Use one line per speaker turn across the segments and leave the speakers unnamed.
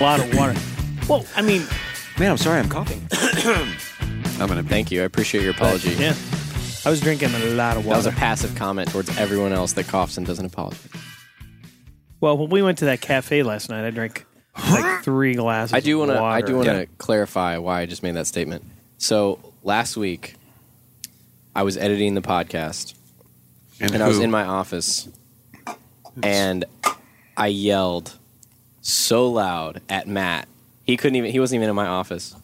a lot of water. Well, I mean,
Man, I'm sorry, I'm coughing. I'm gonna.
Thank you. I appreciate your apology.
yeah, I was drinking a lot of
Oh, That was
water.
a passive comment towards everyone else that coughs and doesn't apologize.
well, when we went to that cafe last night, I drank like three glasses.
I do
want
want to. I do want to
Yeah.
clarify why I just made that statement. So last week, I was editing the podcast,
And,
and I was
who?
in my office, and I yelled so loud at Matt. He couldn't even. He wasn't even in my office,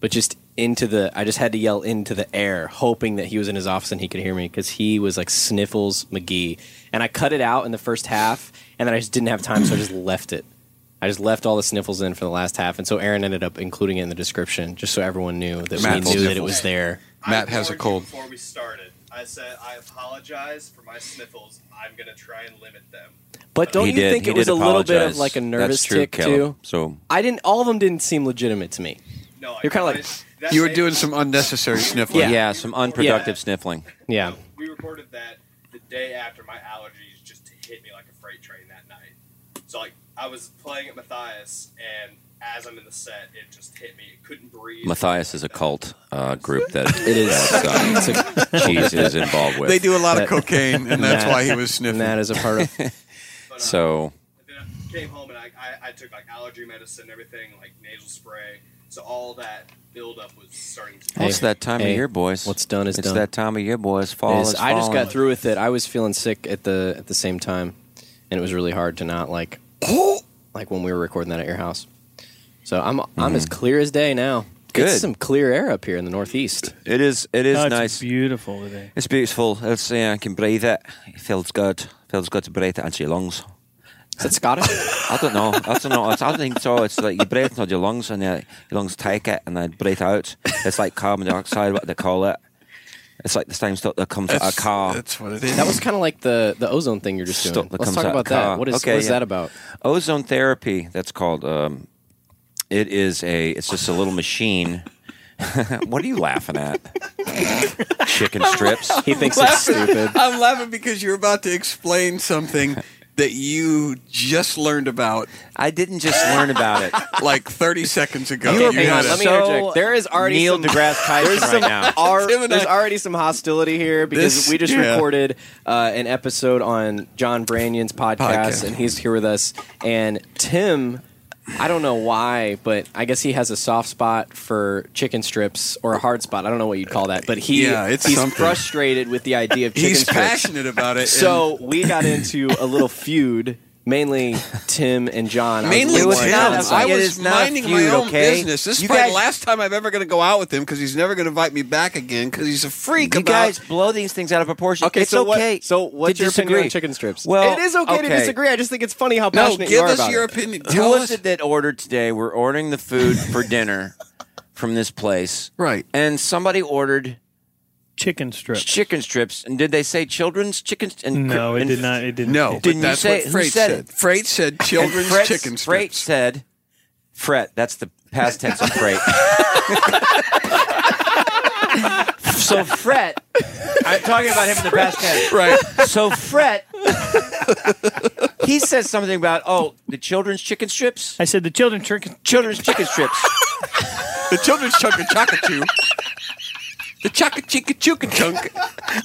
but just into the. I just had to yell into the air, hoping that he was in his office and he could hear me because he was like Sniffles McGee. And I cut it out in the first half, and then I just didn't have time, so I just left it. I just left all the sniffles in for the last half, and so Aaron ended up including it in the description, just so everyone knew that we
Matt
knew that it
Sniffles.
was there.
Matt has
warned
a
you
cold.
Before we started, I said I apologize for my sniffles. I'm gonna try and limit them.
But don't
He
you
did-
think
he
it was
did
a little bit of
apologize.
like a nervous
That's true,
tick
Caleb.
too?
So
I didn't. All of them didn't seem legitimate to me.
No, I
You're kinda like-
realized that
You were
day-
doing some unnecessary sniffling.
yeah,
Yeah.
some unproductive
Yeah.
sniffling.
Yeah.
We recorded that the day after my allergies just hit me like a freight train that night. So like I was playing at Matthias, and as I'm in the set, it just hit me. It couldn't breathe.
Matthias is a cult uh, group that
It is.
that,
It's
uh, cheese is involved with.
They do a lot
That-
of cocaine, and that's
That-
why he was
a-
sniffing.
and that is a part of.
But, uh,
So
And then I came home and I, I, I took like allergy medicine and everything, like nasal spray. So all that buildup was starting to.
well, it's that time
hey,
of year, boys.
what's done is
it's
done.
that time of year, boys. Fall
is
is
I just
falling.
got through with it. I was feeling sick at the at the same time, and it was really hard to not like like when we were recording that at your house. So I'm I'm as clear as day now.
Good.
It's some clear air up here in the Northeast.
It is. It is
Oh, it's
nice.
beautiful today.
it's beautiful. It's yeah. I can breathe it. It feels good. feels good to breathe it into your lungs.
Is that Scottish?
I don't know. I don't know. It's, I don't think so. It's like you breathe into your lungs and uh, your lungs take it and they breathe out. It's like carbon dioxide, what they call it. It's like the same stuff that comes out
That's,
of a car.
that's what it is.
that was kind of like the the ozone thing you're just doing.
Stuff that
Let's
comes
talk
out
about
of car.
that. What is
Okay,
what is
yeah.
that about?
Ozone therapy, that's called. Um, it is a, it's just a little machine. what are you laughing at? Chicken strips.
He thinks it's stupid.
I'm laughing because you're about to explain something that you just learned about
I didn't just learn about it.
like 30 seconds ago.
Okay, hang
had
on,
a-
let me
so
interject. There is already
Neil
some,
deGrasse Tyson
there's
right
some
now.
ar-
Him and I-
there's already some hostility here because
This-
we just
yeah.
recorded uh, an episode on John Brannion's podcast,
Podcast.
and he's here with us. And Tim, I don't know why, but I guess he has a soft spot for chicken strips or a hard spot. I don't know what you'd call that, but he
Yeah, it's
he's
something.
frustrated with the idea of chicken
He's
strips.
passionate about it.
So we got into a little feud. Mainly Tim and John.
and
I was
mainly
really
was
Tim.
pissed on
not-
I
site.
it
was
is not a
minding my
feud,
own
okay?
business. This is
You
probably
guys-
the last time I'm ever going to go out with him because he's never going to invite me back again because he's a freak
You
about
guys blow these things out of proportion.
Okay,
it's
so
okay.
What, so what's
to
your opinion
disagree.
on chicken strips?
Well,
it is okay, to
okay.
disagree. I just think it's funny how
No,
passionate you
give
are
us
about
your
it.
opinion.
Who
Tell
was
us.
it that ordered today? We're ordering the food for dinner from this place.
Right.
And somebody ordered
Chicken strip.
chicken strips. And did they say children's chicken? And
No, it
and-
did not. It didn't.
No,
It
but
Didn't you
that's
say-
what
who
Freight
said
said.
it?
Freight said children's
Freight-
chicken strips.
Freight said, Fret, that's the past tense of Freight. so Fret, I'm talking about him in the past tense.
Right.
So Fret, he says something about, oh, the children's chicken strips?
I said the children chicken.
Children's chicken strips.
The children's chunk of chocolate chew. The chaka chicka chuka chunk.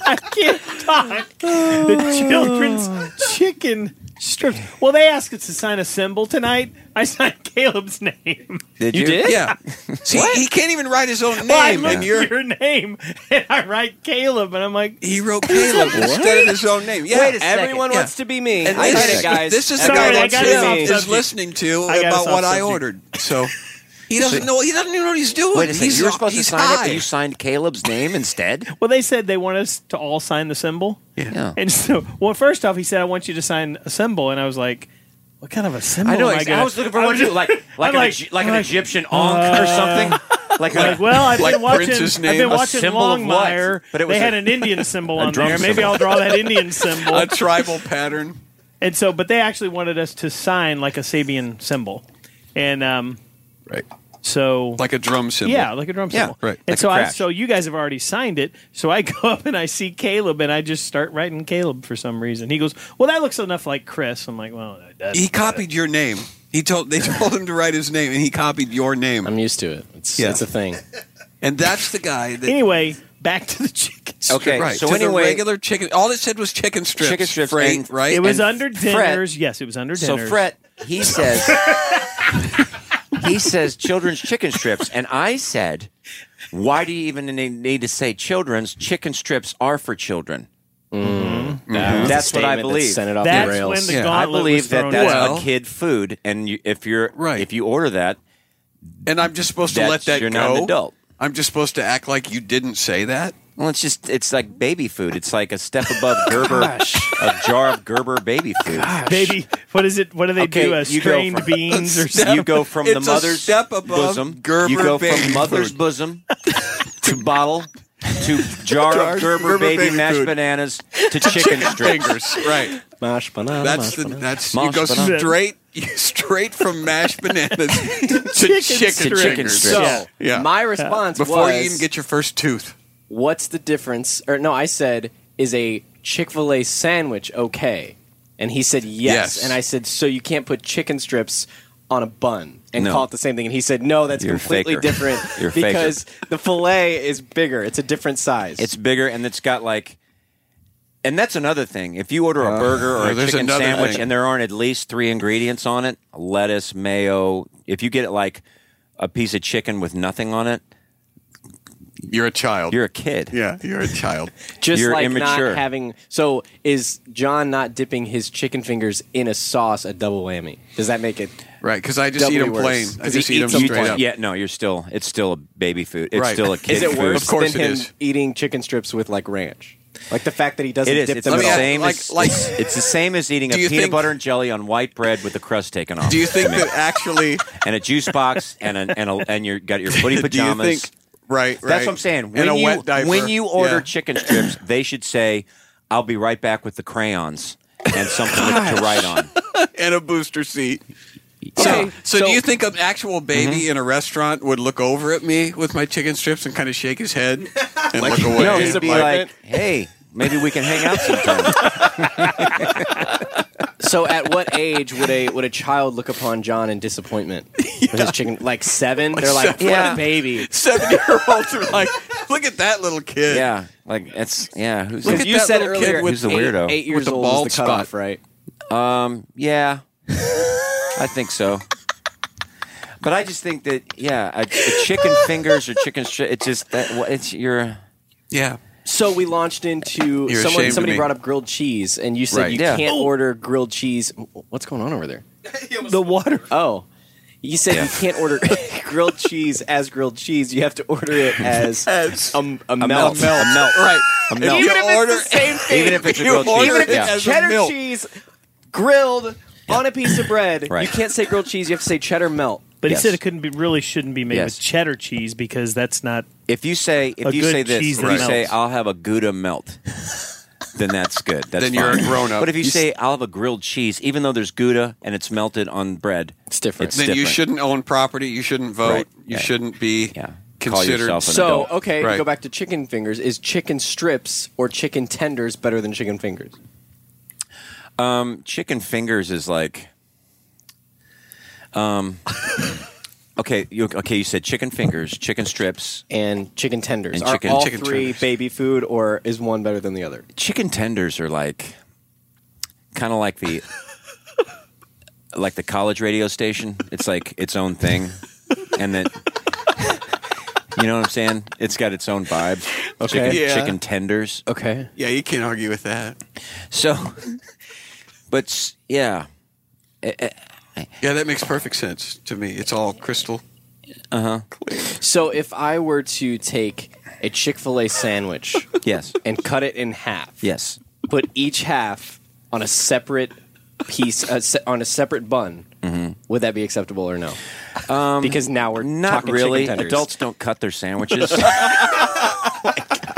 I can't talk. the children's chicken strips. Well, they asked us to sign a symbol tonight. I signed Caleb's name.
Did
You did?
Yeah. See, he can't even write his own
Well, I
name,
looked
and you're
at your name and I write Caleb, and I'm like,
he wrote Caleb instead of his own name. Yeah.
Wait a second.
Everyone
Yeah.
wants to be me.
And
I
this,
get it, guys.
this is the
Sorry,
guy
I
that
got
Tim
off
is
subject.
listening to
I got us
about
off
what I
subject.
ordered. So he doesn't know. He doesn't even know what he's doing.
Wait a second.
He's
You were
off-
supposed to
he's
sign up,
high.
and you signed Caleb's name instead.
well, they said they want us to all sign the symbol.
Yeah.
And so, well, first off, he said, I want you to sign a symbol. And I was like, what kind of a symbol?
I know.
am
ex-
gonna-"
I was looking for one
was-
too, like like
Oh I'm
an,
like,
Egy- like an
I'm like, uh,
Egyptian onk or something. Like,
Like, well, I've
Like
been watching.
Prince's
I've
name,
been
a
watching
symbol of what?
Longmire.
But it was
they had
a-
an Indian symbol on
drum
there. Maybe
symbol.
I'll draw that Indian symbol.
a tribal pattern.
And so, but they actually wanted us to sign like a Sabian symbol, and um,
Right.
so
Like a drum symbol.
yeah, like a drum
Yeah,
symbol,
right.
And
Like
so
a
I,
crash.
so you guys have already signed it. So I go up and I see Caleb, and I just start writing Caleb for some reason. He goes, "Well, that looks enough like Chris." I'm like, "Well, it does."
He copied your name. He told they told him to write his name, and he copied your name,
I'm used to it. It's,
Yeah.
it's a thing.
and that's the guy. That,
Anyway, back to the chicken.
Okay,
right.
so
to
anyway-
the regular chicken. All it said was chicken strips.
Chicken strips
freight,
and-
right?
It was
And
under
Fred-
dinners. yes, it was under
So
dinners.
Fred, he says, he says children's chicken strips, and I said, why do you even ne- need to say children's? Chicken strips are for children.
That was a
That's what I
statement that
believe.
sent it off
That's
the rails.
when the
Yeah.
I
gauntlet was
believe that
thrown
that's
down.
Well-
a kid food, and you, if you're
Right.
if you order that,
and I'm just supposed to
That's-
let that
you're
go.
not an adult.
I'm just supposed to act like you didn't say that.
well, it's just it's like baby food. It's like a step above Gerber, a jar of Gerber baby food.
baby. What is it? What do they
Okay,
do? Uh,
you go
strained
for-
beans or something?
step-
you go from the
It's a
mother's
step above
bosom.
Gerber
you go
baby
from mother's
food.
bosom to bottle to jar
Jar-
of Gerber,
Gerber
baby,
baby
mashed
food.
bananas to chicken strips.
Fingers, right?
Mash banana,
That's
mash
the
banana.
that's
Mashed
you go
banana.
straight straight from mashed bananas to
Chicken
chicken,
strips.
Chicken
fingers.
strips.
So
Yeah.
Yeah.
my response
Before
was,
you even get your first tooth,
"What's the difference?" Or no, I said, "Is a Chick Fil A sandwich okay?" And he said, yes.
Yes.
And I said, "So you can't put chicken strips on a bun and
No.
call it the same thing?" And he said, "No, that's
You're a
completely
faker.
different
You're a faker.
because the fillet is bigger; it's a different size."
It's bigger and it's got like. And that's another thing. If you order a burger or
no,
a
Uh, there's
chicken
another
sandwich
thing.
and there aren't at least three ingredients on it lettuce, mayo, if you get it like a piece of chicken with nothing on it,
you're a child.
you're a kid.
yeah, you're a child.
just
You're
like
immature.
not having. So is John not dipping his chicken fingers in a sauce a double whammy? Does that make it?
Right, because I just
Doubly
eat them
worse.
plain. I
'Cause
just
he
eat them
eats
You-
them
straight up.
yeah, no, you're still, it's still a baby food. It's
Right.
still a kid
Is it
food.
worse
Of course
than
it
him
is.
eating chicken strips with like ranch? Like the fact that he doesn't
It is.
dip
It's
them
the
Let me
at all.
ask-
same as
like- like-
it's, it's the same as eating a
Do you
peanut
think-
butter and jelly on white bread with the crust taken off.
Do you think that actually?
and a juice box and an, and a, and you got your footy
do you
pajamas.
think? Right, right.
That's what I'm saying. When
and a
you
wet diaper.
when you order
Yeah.
chicken strips, they should say, "I'll be right back with the crayons and something to write on."
and a booster seat.
Okay,
So, so,
so-
do you think an actual baby
Mm-hmm.
in a restaurant would look over at me with my chicken strips and kind of shake his head and look away?
No, he'd be
Apartment.
like, "Hey, maybe we can hang out sometime."
So at what age would a would a child look upon John in disappointment? With his chicken, like seven, they're like,
seven.
"What
Yeah.
a baby!"
seven year olds are like, look at that little kid.
yeah, like it's yeah. Who's
Look at
You
that
said
little kid
earlier,
with- He's a
eight-
weirdo.
Eight, years
With the
old was
bald
the cutoff,
spot.
right?
Um, yeah, I think so. But I just think that yeah, a, a chicken fingers or chicken stri- it's just that it's your
Yeah.
So we launched into
You're ashamed
someone.
of
Somebody
me.
brought up grilled cheese, and you said
Right.
you
Yeah.
can't
Oh.
order grilled cheese. What's going on over there?
the water.
Oh, you said you can't order grilled cheese as grilled cheese. You have to order it as
As-
a, a, melt.
a melt,
Right.
a melt.
Even if it's
the same thing.
Even if it's a
You
grilled cheese,
order it
yeah.
as a
cheddar
milk.
cheese grilled on a piece of bread.
Right.
You can't say grilled cheese. You have to say cheddar melt.
But
Yes.
he said it couldn't be, really shouldn't be made
Yes.
with cheddar cheese because that's not.
If you say if
A
you
good
say this,
cheese
if
that
you say
melts.
I'll have a Gouda melt, then that's good. That's
Then you're a
fine.
grown-up.
But if you,
You
say I'll have a grilled cheese, even though there's Gouda and it's melted on bread,
It's different.
It's
Then you
different.
shouldn't own property. You shouldn't vote.
Right.
You
Yeah.
shouldn't be
Yeah. Call
considered.
yourself an
So
adult.
okay,
Right.
go back to chicken fingers. Is chicken strips or chicken tenders better than chicken fingers?
Um, chicken fingers is like, um, okay, you, okay, you said chicken fingers, chicken strips,
And chicken tenders
And
are
chicken-
all
chicken
three
tenders.
baby food, or is one better than the other?
chicken tenders are like, kind of like the, like the college radio station. It's like its own thing, and then. You know what I'm saying? It's got its own vibe.
Okay.
Chicken,
Yeah.
chicken tenders.
Okay,
Yeah, you can't argue with that.
So, but s- yeah,
Yeah, that makes perfect sense to me. It's all crystal.
so if I were to take a Chick Fil A sandwich
yes,
and cut it in half,
yes,
put each half on a separate piece uh, se- on a separate bun. Would that be acceptable or no? because now we're
Mm-hmm. Um, not
talking
really.
chicken tenders.
Adults don't cut their sandwiches. Oh my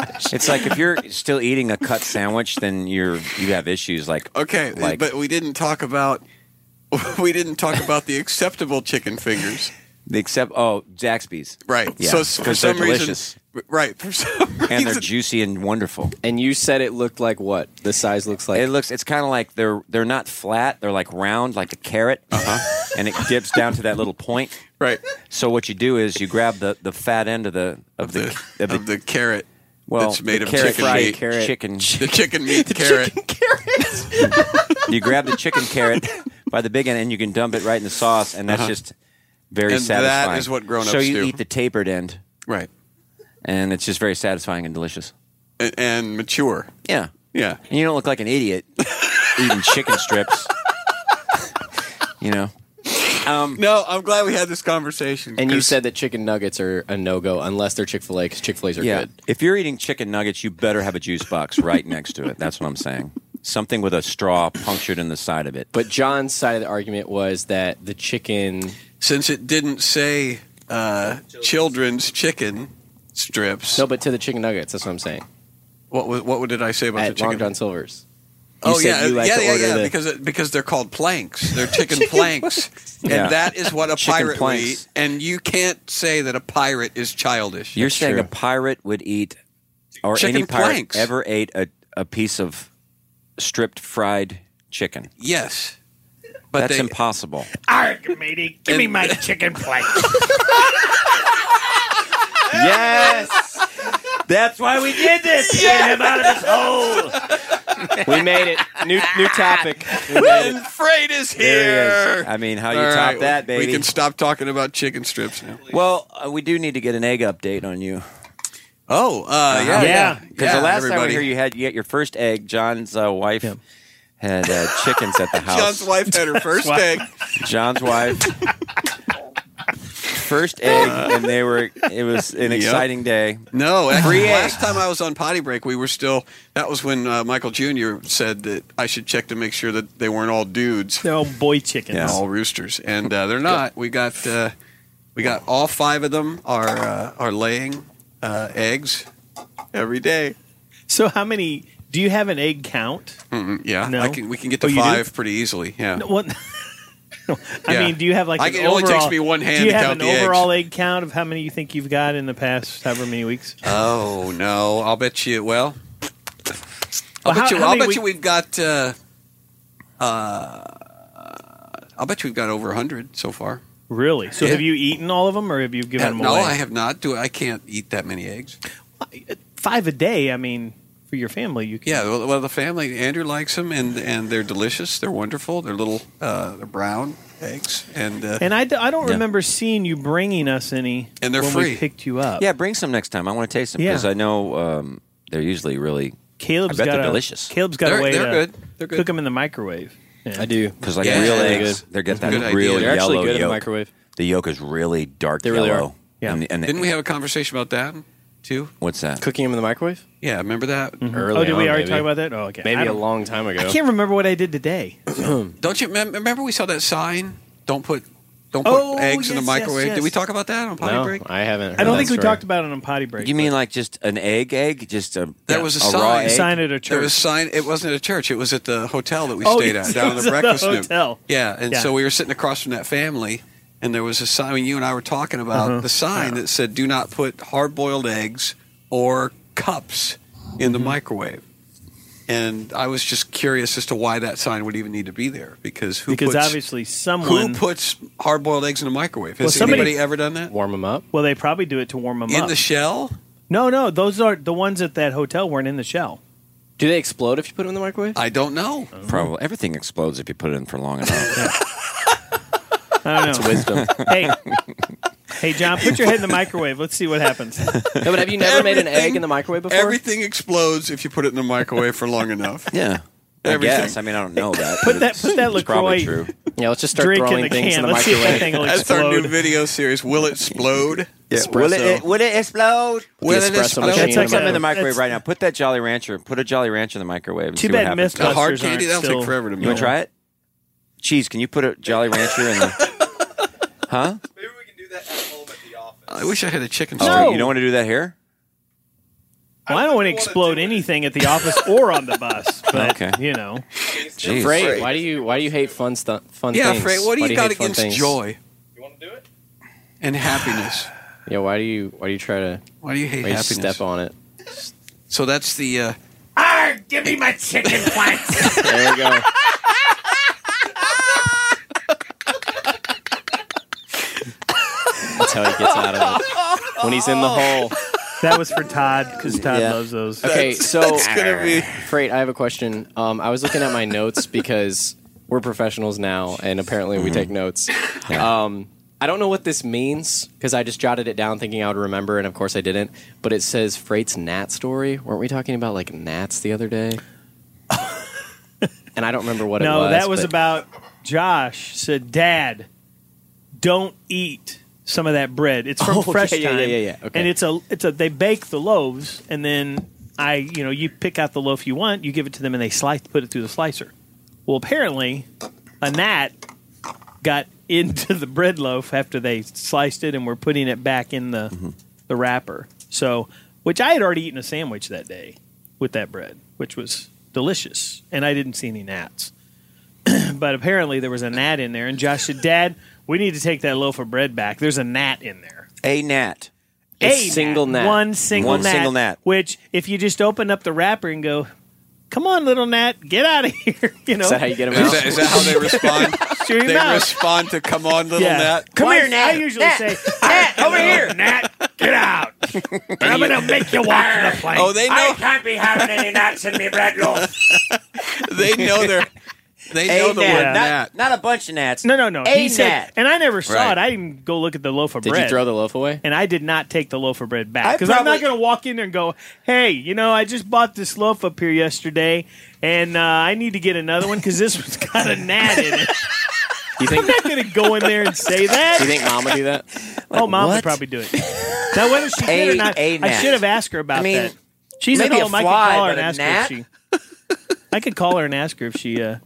gosh. It's like if you're still eating a cut sandwich, then you're you have issues. Like
Okay,
like
but we didn't talk about we didn't talk about the acceptable chicken fingers.
the except oh Zaxby's,
Right.
Yeah,
so s- for
'cause they're
some reason,
delicious.
right for some
and they're
reason,
juicy and wonderful.
And you said it looked like what? The size looks like
It looks it's kind of like they're they're not flat. They're like round, like a carrot. Uh huh.
Uh-huh.
and it dips down to that little point.
Right.
So what you do is you grab the, the fat end of the of the, of the,
Of the carrot.
well
that's made
the
of
carrot
chicken
fried
meat.
Carrot.
chicken.
The chicken meat carrot.
you grab the chicken carrot by the big end and you can dump it right in the sauce, and that's just very
Uh-huh. And that
satisfying.
is what grown-ups
So you
do.
eat the tapered end,
Right.
and it's just very satisfying and delicious.
And, and mature.
Yeah,
Yeah.
and you don't look like an idiot eating chicken strips. you know. Um,
No, I'm glad we had this conversation.
And you
'cause-
said that chicken nuggets are a no go unless they're Chick fil A because Chick fil A's are
yeah.
good.
If you're eating chicken nuggets, you better have a juice box right next to it. That's what I'm saying. Something with a straw punctured in the side of it.
But John's side of the argument was that the chicken.
since it didn't say uh, children's chicken strips,
No, but to the chicken nuggets. That's what I'm saying.
what was, what did I say about the
At
chicken?
Long John Silver's. You
oh
said
yeah,
you like
yeah,
to
yeah,
order
yeah,
the-
because it, because they're called planks. They're chicken, planks, and
Yeah.
that is what a
Chicken
pirate
planks.
would eat. And you can't say that a pirate is childish.
You're saying
true.
a pirate would eat, or
Chicken
any pirate
planks.
ever ate a, a piece of stripped fried chicken?
yes, but
That's
they,
impossible.
Arg, matey, give me my chicken plate.
yes, that's why we did this. Get him out of this hole.
We made it. New new topic.
and freight is
There he
here.
is. I mean, how you
All
top
right,
that,
we-
baby?
We can stop talking about chicken strips now.
well, uh, we do need to get an egg update on you
Oh, uh, yeah,
Yeah.
because the last time we
everybody.
heard you had you had your first egg. John's uh, wife had uh, chickens at the house.
John's wife had her first
Why-
egg.
John's wife. First egg, and they were. It was an exciting day.
No,
Free
actually,
eggs.
last time I was on potty break, we were still. That was when uh, Michael Jr. said that I should check to make sure that they weren't all dudes,
They're all boy chickens.
Yeah.
all roosters, and uh, they're not. We got uh, we got all five of them are uh, are laying uh, eggs every day.
So how many? Do you have an egg count?
Mm, Yeah,
No.
I can, we can get to
Oh, you
five
do?
pretty easily. Yeah,
No, What? No, I
Yeah.
mean, do you have like?
I
an
can- it only takes
overall-
me one hand
Do you
to
have
count
an
the eggs.
overall egg count of how many you think you've got in the past however many weeks?
Oh no! I'll bet you. Well, I'll
Well,
bet
how-
you.
how
I'll
many
bet
we-
you we've got. Uh, uh, I'll bet you we've got over hundred so far.
Really? So
Yeah.
have you eaten all of them, or have you given
Uh,
them
no,
away?
I have not. Do I can't eat that many eggs.
Five a day. I mean, for your family, you can.
Yeah. Well, well the family Andrew likes them, and and they're delicious. They're wonderful. They're little. Uh, they're brown eggs, and uh,
And I, d- I don't
Yeah.
remember seeing you bringing us any.
And they're
when
free.
We picked you up.
Yeah, bring some next time. I want to taste them
Yeah.
because I know um, they're usually really
Caleb's
I
got
bet they're
a,
delicious.
Caleb's got
they're,
a way
they're
to
good. They're good.
cook them in the microwave. Yeah.
I do.
because like
Yeah,
real
they're
eggs,
good.
they get that
Good idea.
real
They're
They're actually
yellow
good in the
yolk.
microwave.
the yolk is really dark
They really
yellow.
are.
Yeah.
And, and the-
Didn't we have a conversation about that too?
what's that?
Cooking them in the microwave?
Yeah, remember that?
Early
Oh, did we
on,
already
maybe.
talk about that? Oh, okay. I
Maybe a
don't-
long time ago.
I can't remember what I did today.
Don't you mem- remember we saw that sign? Don't put don't put
Oh,
eggs in the
yes,
microwave.
yes, yes.
Did we talk about that on potty
no,
break?
I haven't. Heard
I don't
that
think we
story.
talked about it on potty break.
You mean like just an egg? Egg? Just a
There was a
raw
sign.
egg?
sign at a church?
There was sign. It wasn't at a church. It was at the hotel that we
Oh,
stayed
yes,
at down
it
in
was
the
at the
breakfast nook.
hotel.
Yeah, and
Yeah.
so we were sitting across from that family, and there was a sign. I mean, you and I were talking about
Uh-huh.
the sign that said, "Do not put hard-boiled eggs or cups in the
Mm-hmm.
microwave." And I was just curious as to why that sign would even need to be there because who
because
puts,
obviously
who
someone.
puts hard-boiled eggs in the microwave? Has
Well, somebody-
anybody ever done that?
Warm them up.
well, they probably do it to warm them
In
up.
the shell?
no, no, those are the ones at that hotel weren't in the shell.
Do they explode if you put them in the microwave?
I don't know.
Probably everything explodes if you put it in for long enough.
I don't know.
Wisdom. no,
hey, hey, John, put your head in the microwave. Let's see what happens.
but have you never made an egg
Everything-
in the microwave before?
Everything explodes if you put it in the microwave for long enough.
yeah. I
Everything.
guess. I mean, I don't know that.
Put
but
that-
it's-
put that
it's probably
LaCroix-
true.
Yeah, let's just start
Drink in
throwing
the
things
can.
in the
Let's see if that
microwave.
thing will
That's our new
explode.
video series. Will it explode?
Will
Espresso.
it, will it explode?
Will it
espresso
explode?
machine.
Put
That's like
something in
a-
the microwave
that's-
right now. Put that Jolly Rancher. Put a Jolly Rancher in the microwave. And
Too
see
bad
what happens.
Mythbusters
A hard
aren't
candy? That'll
still-
take forever to
You want
melt.
to try it? Cheese, can you put a Jolly Rancher in the? Huh?
Maybe we can do that at home at the office.
I wish I had a chicken
No.
strip.
Oh, you don't want to do that here?
Well, I don't want to
wanna
explode
do it.
anything at the office or on the bus, but
Okay.
you know,
Jeez.
Freight. Why do you Why do you hate fun stuff? Fun
Yeah,
things?
Fred, what do
Why
you got
hate fun
against
things?
joy
You want to do it?
and happiness?
Yeah, why do you Why do you try to
Why do you hate
why do you
happiness?
step on it?
So that's the. Uh,
give me my chicken planks.
There we go. That's how he gets out of it. When he's in the hole.
That was for Todd because Todd
Yeah.
loves those.
Okay, so
That's gonna be.
Freight, I have a question. Um, I was looking at my notes because we're professionals now, and apparently
Mm-hmm.
we take notes. Um, I don't know what this means because I just jotted it down thinking I would remember, and of course I didn't. But it says Freight's Nat story. Weren't we talking about like Nats the other day? and I don't remember what it
No,
was.
that was
but-
about Josh said, "Dad, don't eat some of that bread. It's from
Oh, yeah,
fresh
yeah,
time.
yeah, yeah, yeah. Okay.
And it's a it's a they bake the loaves and then I you know you pick out the loaf you want, you give it to them, and they slice put it through the slicer. Well, apparently, a gnat got into the bread loaf after they sliced it and were putting it back in the
Mm-hmm.
the wrapper. So, which I had already eaten a sandwich that day with that bread, which was delicious, and I didn't see any gnats. but apparently there was a gnat in there, and Josh said, "Dad, we need to take that loaf of bread back. There's a gnat in there."
A gnat.
A single gnat.
One single
One
gnat.
single gnat.
Which, if you just open up the wrapper and go, "Come on, little gnat, get out of here," you know,
Is that how you get him
Is
out?
that, is that how they respond?
shoot him
they
out.
respond to "Come on, little Nat."
Come
Why-
here, Nat. I usually say, Nat, over here. Nat, get out. I'm going to make you walk the plane.
Oh, they know.
can't be having any gnats in me bread loaf.
They know they're. They know
A
the word
gnat.
Nat.
gnat. Not, not a bunch of gnats.
No, no, no.
A
he said,
gnat.
and I never saw
Right.
it. I didn't go look at the loaf of
Did
bread.
you throw the loaf away?
and I did not take the loaf of bread back
I
because I'm not
probably-
going to walk in there and go, "Hey, you know, I just bought this loaf up here yesterday, and uh, I need to get another one because this one's got a gnat in it."
Do you think?
I'm not going to go in there and say that.
do you think Mom would do that?
oh, mom would
what?
probably do it. Now, whether she did
A-
or not,
a
I
gnat.
should have asked her about
I mean,
that. She's
maybe
at
a
home. I could
fly,
call her
but
and
a
ask
gnat?
her if she. I could call her and ask her if she uh,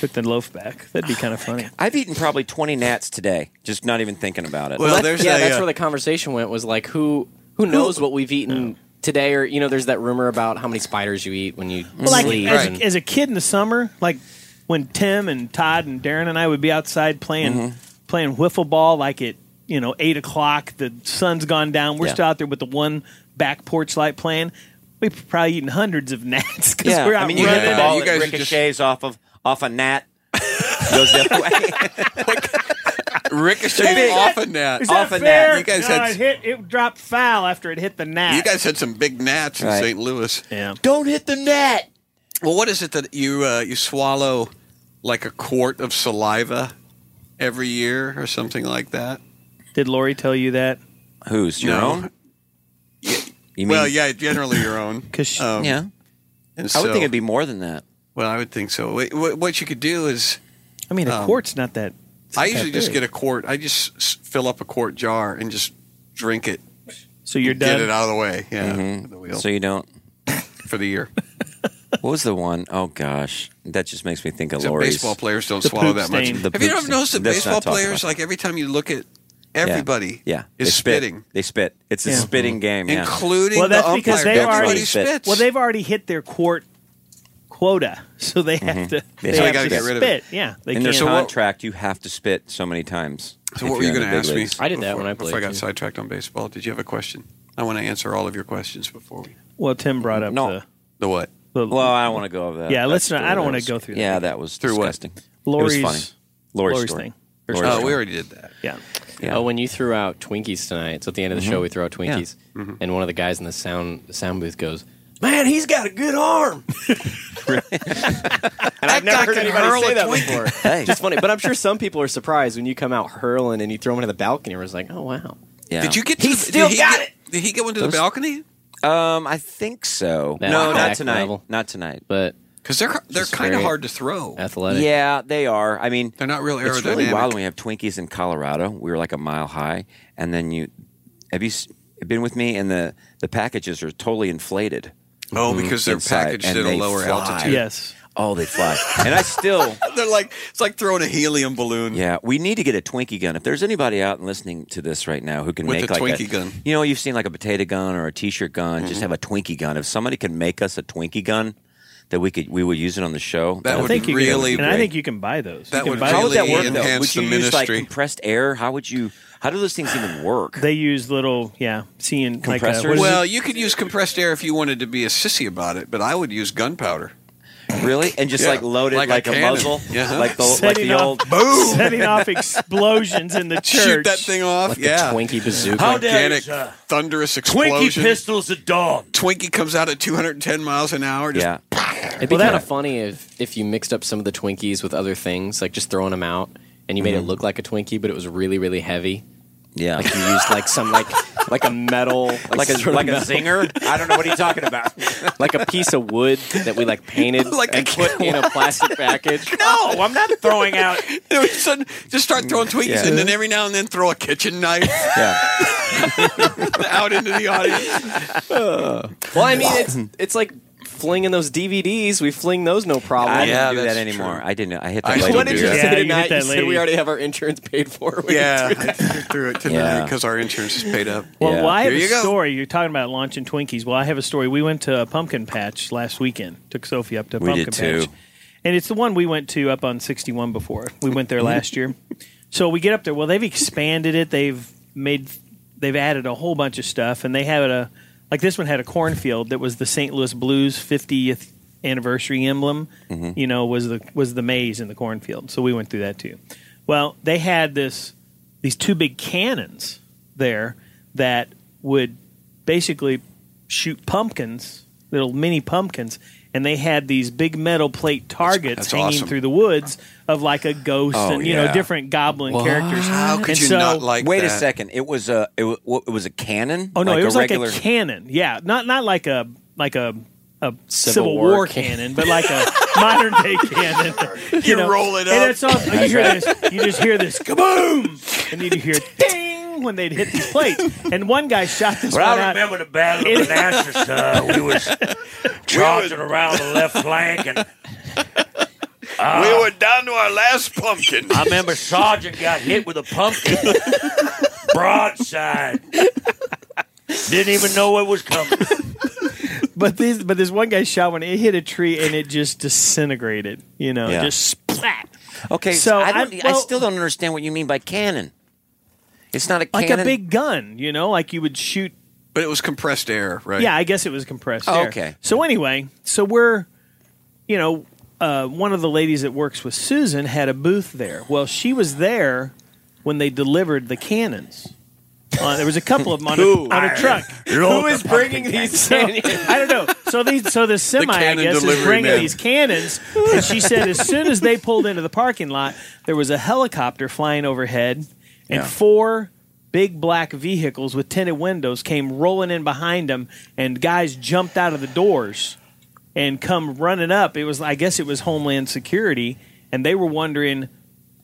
took the loaf back. That'd be kind of funny.
I've eaten probably 20 gnats today, just not even thinking about it.
Well,
Well,
there's
yeah,
a,
that's
uh,
where the conversation went. Was like who who knows what we've eaten today, or you know, there's that rumor about how many spiders you eat when you
Well, like
sleep.
as,
and-
as a kid in the summer, like when Tim and Todd and Darren and I would be outside playing
Mm-hmm.
playing wiffle ball, like at you know eight o'clock, the sun's gone down, we're
Yeah.
still out there with the one back porch light playing. We've probably eaten hundreds of gnats because
yeah,
we're out
I mean, you
running.
hit the
Yeah,
ball,
you
it
guys are just-
ricochets off of off a gnat, goes the other way.
ricocheted off a Nat.
Is that
off a gnat.
fair?
You
no,
guys had-
it hit it dropped foul after it hit the gnat.
You guys had some big Nats in
Right.
St. Louis.
yeah.
Don't hit the gnat.
Well, what is it that you uh, you swallow like a quart of saliva every year or something like that?
Did Lori tell you that?
Who's your
No.
own? You mean,
well, yeah, generally your own.
'Cause she-
Um,
yeah.
and
I would
so-
think it'd be more than that.
Well, I would think so. Wait, wh- What you could do is,
I mean, a
Um,
quart's not that.
I usually just get a quart. I just s- fill up a quart jar and just drink it.
So you're
Get it
done.
out of the way. Yeah,
Mm-hmm.
for the wheel
So you don't.
for the year.
What was the one? Oh gosh, that just makes me think of
So
Lori's.
baseball players don't
The
swallow
poop
that much.
stain.
The
Have you
poop
ever
stain.
noticed that
Let's
baseball
not talk
players,
about
like every time you look at
Yeah.
everybody,
Yeah,
is
They spit.
spitting,
They spit. It's a
Yeah.
spitting game. Yeah.
including
Well, that's
the
because
umpire.
they've
Everybody
already-
spits.
Well, they've already hit their quart quota, so they
Mm-hmm.
have to. They
So they
have
gotta
to
get rid of
spit. Yeah, they
in
can't.
their
So what-
contract, you have to spit so many times.
So
if
what were you
you're in
going to
the big
ask
leagues.
me?
I did that
before-
when I
before I
played,
got
too.
sidetracked on baseball. Did you have a question? I want to answer all of your questions before we.
well, Tim brought up
No.
The what?
the. the
Well, I don't want to go over that.
yeah, let's
That's
not. I don't
really-
want to go through that.
Yeah, that was
Through what?
disgusting.
Lori's
it was funny. Lori's,
Lori's
story.
thing.
Lori's
Oh,
story.
we already did that.
Yeah,
Yeah.
Oh, when you threw out Twinkies tonight, so at the end of the
Mm-hmm.
show we throw out Twinkies, and one of the guys in the sound the sound booth goes, "Man, he's got a good arm." and I've never
guy
heard
can
anybody
hurl
say
a
that
Twinkie.
before.
Hey.
Just funny, but I'm sure some people are surprised when you come out hurling and you throw him into the balcony. Where it's like, "Oh wow,
Yeah.
Did you get? To
He
the,
still
did he
got
get, it. Did he get one to
Those-
the balcony?
Um, I think so.
That
no,
back
not tonight.
level.
Not tonight.
but
Because they're they're
Just
kind of
very-
hard to throw.
athletic."
Yeah, they are. I mean,
They're not real aerodynamic.
it's really wild when we have Twinkies in Colorado. We were like a mile high, and then you have you s- been with me? And the the packages are totally inflated.
oh, because they're
inside,
packaged
and
at a
they
lower
fly.
altitude.
yes.
Oh, they fly, and I still.
They're like it's like throwing a helium balloon.
Yeah, we need to get a Twinkie gun. If there's anybody out and listening to this right now who can
With
make
a
like a
Twinkie gun. Mm-hmm.
you know, you've seen like a potato gun or a t-shirt gun. Just have a Twinkie gun. If somebody can make us a Twinkie gun, that we could we would use it on the show.
That
I
would
think you
really
can, and I
break-
think you can buy those.
That
you can
would
buy
how would that
really
work though?
enhance
Would you
the
use like
ministry.
compressed air? How would you? How do those things even work?
They use little, yeah, seeing Like
Compressors?
a, what is it?
Well, you could use compressed air if you wanted to be a sissy about it, but I would use gunpowder.
Really? And just
Yeah.
like load it
Like
like,
a
a,
cannon.
muzzle,
Yeah.
like the like
Setting
the
off-
old.
Boom!
setting off explosions in the church.
Shoot that thing off.
Like
yeah.
the Twinkie bazooka.
How dare-
Gigantic,
There's a
thunderous
Twinkie
explosion.
pistols a dog.
Twinkie comes out at 210 miles an hour. Just,
Yeah,
It'd be
Well, that-
kind of funny if, if you mixed up some of the Twinkies with other things, like just throwing them out, and you made it look like a Twinkie, but it was really, really heavy.
yeah,
Like you used like some like like a metal like,
like a
sort of
like a
metal-
zinger. I don't know what are you talking about.
like a piece of wood that we like painted
Like a
and put in a plastic package.
Oh.
No, Oh, I'm not throwing out.
All of a sudden, just start throwing Twinkies
Yeah.
and then every now and then throw a kitchen knife
Yeah,
out into the audience.
Well, I mean, it's it's like flinging those DVDs. We fling those no problem.
I
Yeah,
don't do that
that's
anymore.
true.
I didn't. I hit
I-
that. lady
What did you
beer.
Yeah,
say
you hit
tonight? You,
that
said
lady.
we already have our insurance paid for. We
Yeah, I threw it tonight
Yeah.
because our insurance is paid up.
Well,
Yeah.
well, I have
Here
a
you go.
story. You're talking about launching Twinkies. Well, I have a story. We went to a pumpkin patch last weekend. Took Sophie up to a
We
pumpkin
did too.
patch. And it's the one we went to up on 61 before. We went there last year. So we get up there. Well, they've expanded it. They've made they've added a whole bunch of stuff and they had a like this one had a cornfield that was the St. Louis Blues 50th anniversary emblem.
Mm-hmm.
You know, was the was the maze in the cornfield. So we went through that too. Well, they had this these two big cannons there that would basically shoot pumpkins, little mini pumpkins, and they had these big metal plate targets
that's
hanging
awesome.
through the woods of like a ghost
Oh,
and you know
yeah.
different goblin characters.
How could
and
you
so,
not like
Wait
that?
a second. It was a it, wa- it was a cannon.
Oh no,
like
it was
a regular.
like a cannon. Yeah, not not like a like a a Civil, War,
War
cannon, but like a modern day cannon. You, know?
roll it up.
and it's all, you hear this. You just hear this kaboom, and you hear ding when they'd hit these plates. And one guy shot this
But
one
I
out.
remember the Battle of Manassas. Uh, we was charging around the left flank, and
we were down to our last pumpkin.
I remember Sergeant got hit with a pumpkin broadside. Didn't even know it was coming.
But this but this one guy shot one. It hit a tree and it just disintegrated. You know,
Yeah.
just splat.
Okay,
So
so I,
I-
don't, e, I
well-
still don't understand what you mean by cannon. It's not a
Like
cannon.
a big gun, you know, like you would shoot
But it was compressed air, right?
Yeah, I guess it was compressed
Oh,
air.
okay.
So anyway, so we're, you know, uh, one of the ladies that works with Susan had a booth there. Well, she was there when they delivered the cannons. Uh, there was a couple of them on, a, on a truck.
Who is
bringing these.
So, I don't know. So these, so this semi, I
cannon
guess, is
delivery
bringing
man.
these cannons. And she said, as soon as they pulled into the parking lot, there was a helicopter flying overhead, and
Yeah.
four big black vehicles with tinted windows came rolling in behind them, and guys jumped out of the doors and come running up. It was, I guess, it was Homeland Security, and they were wondering,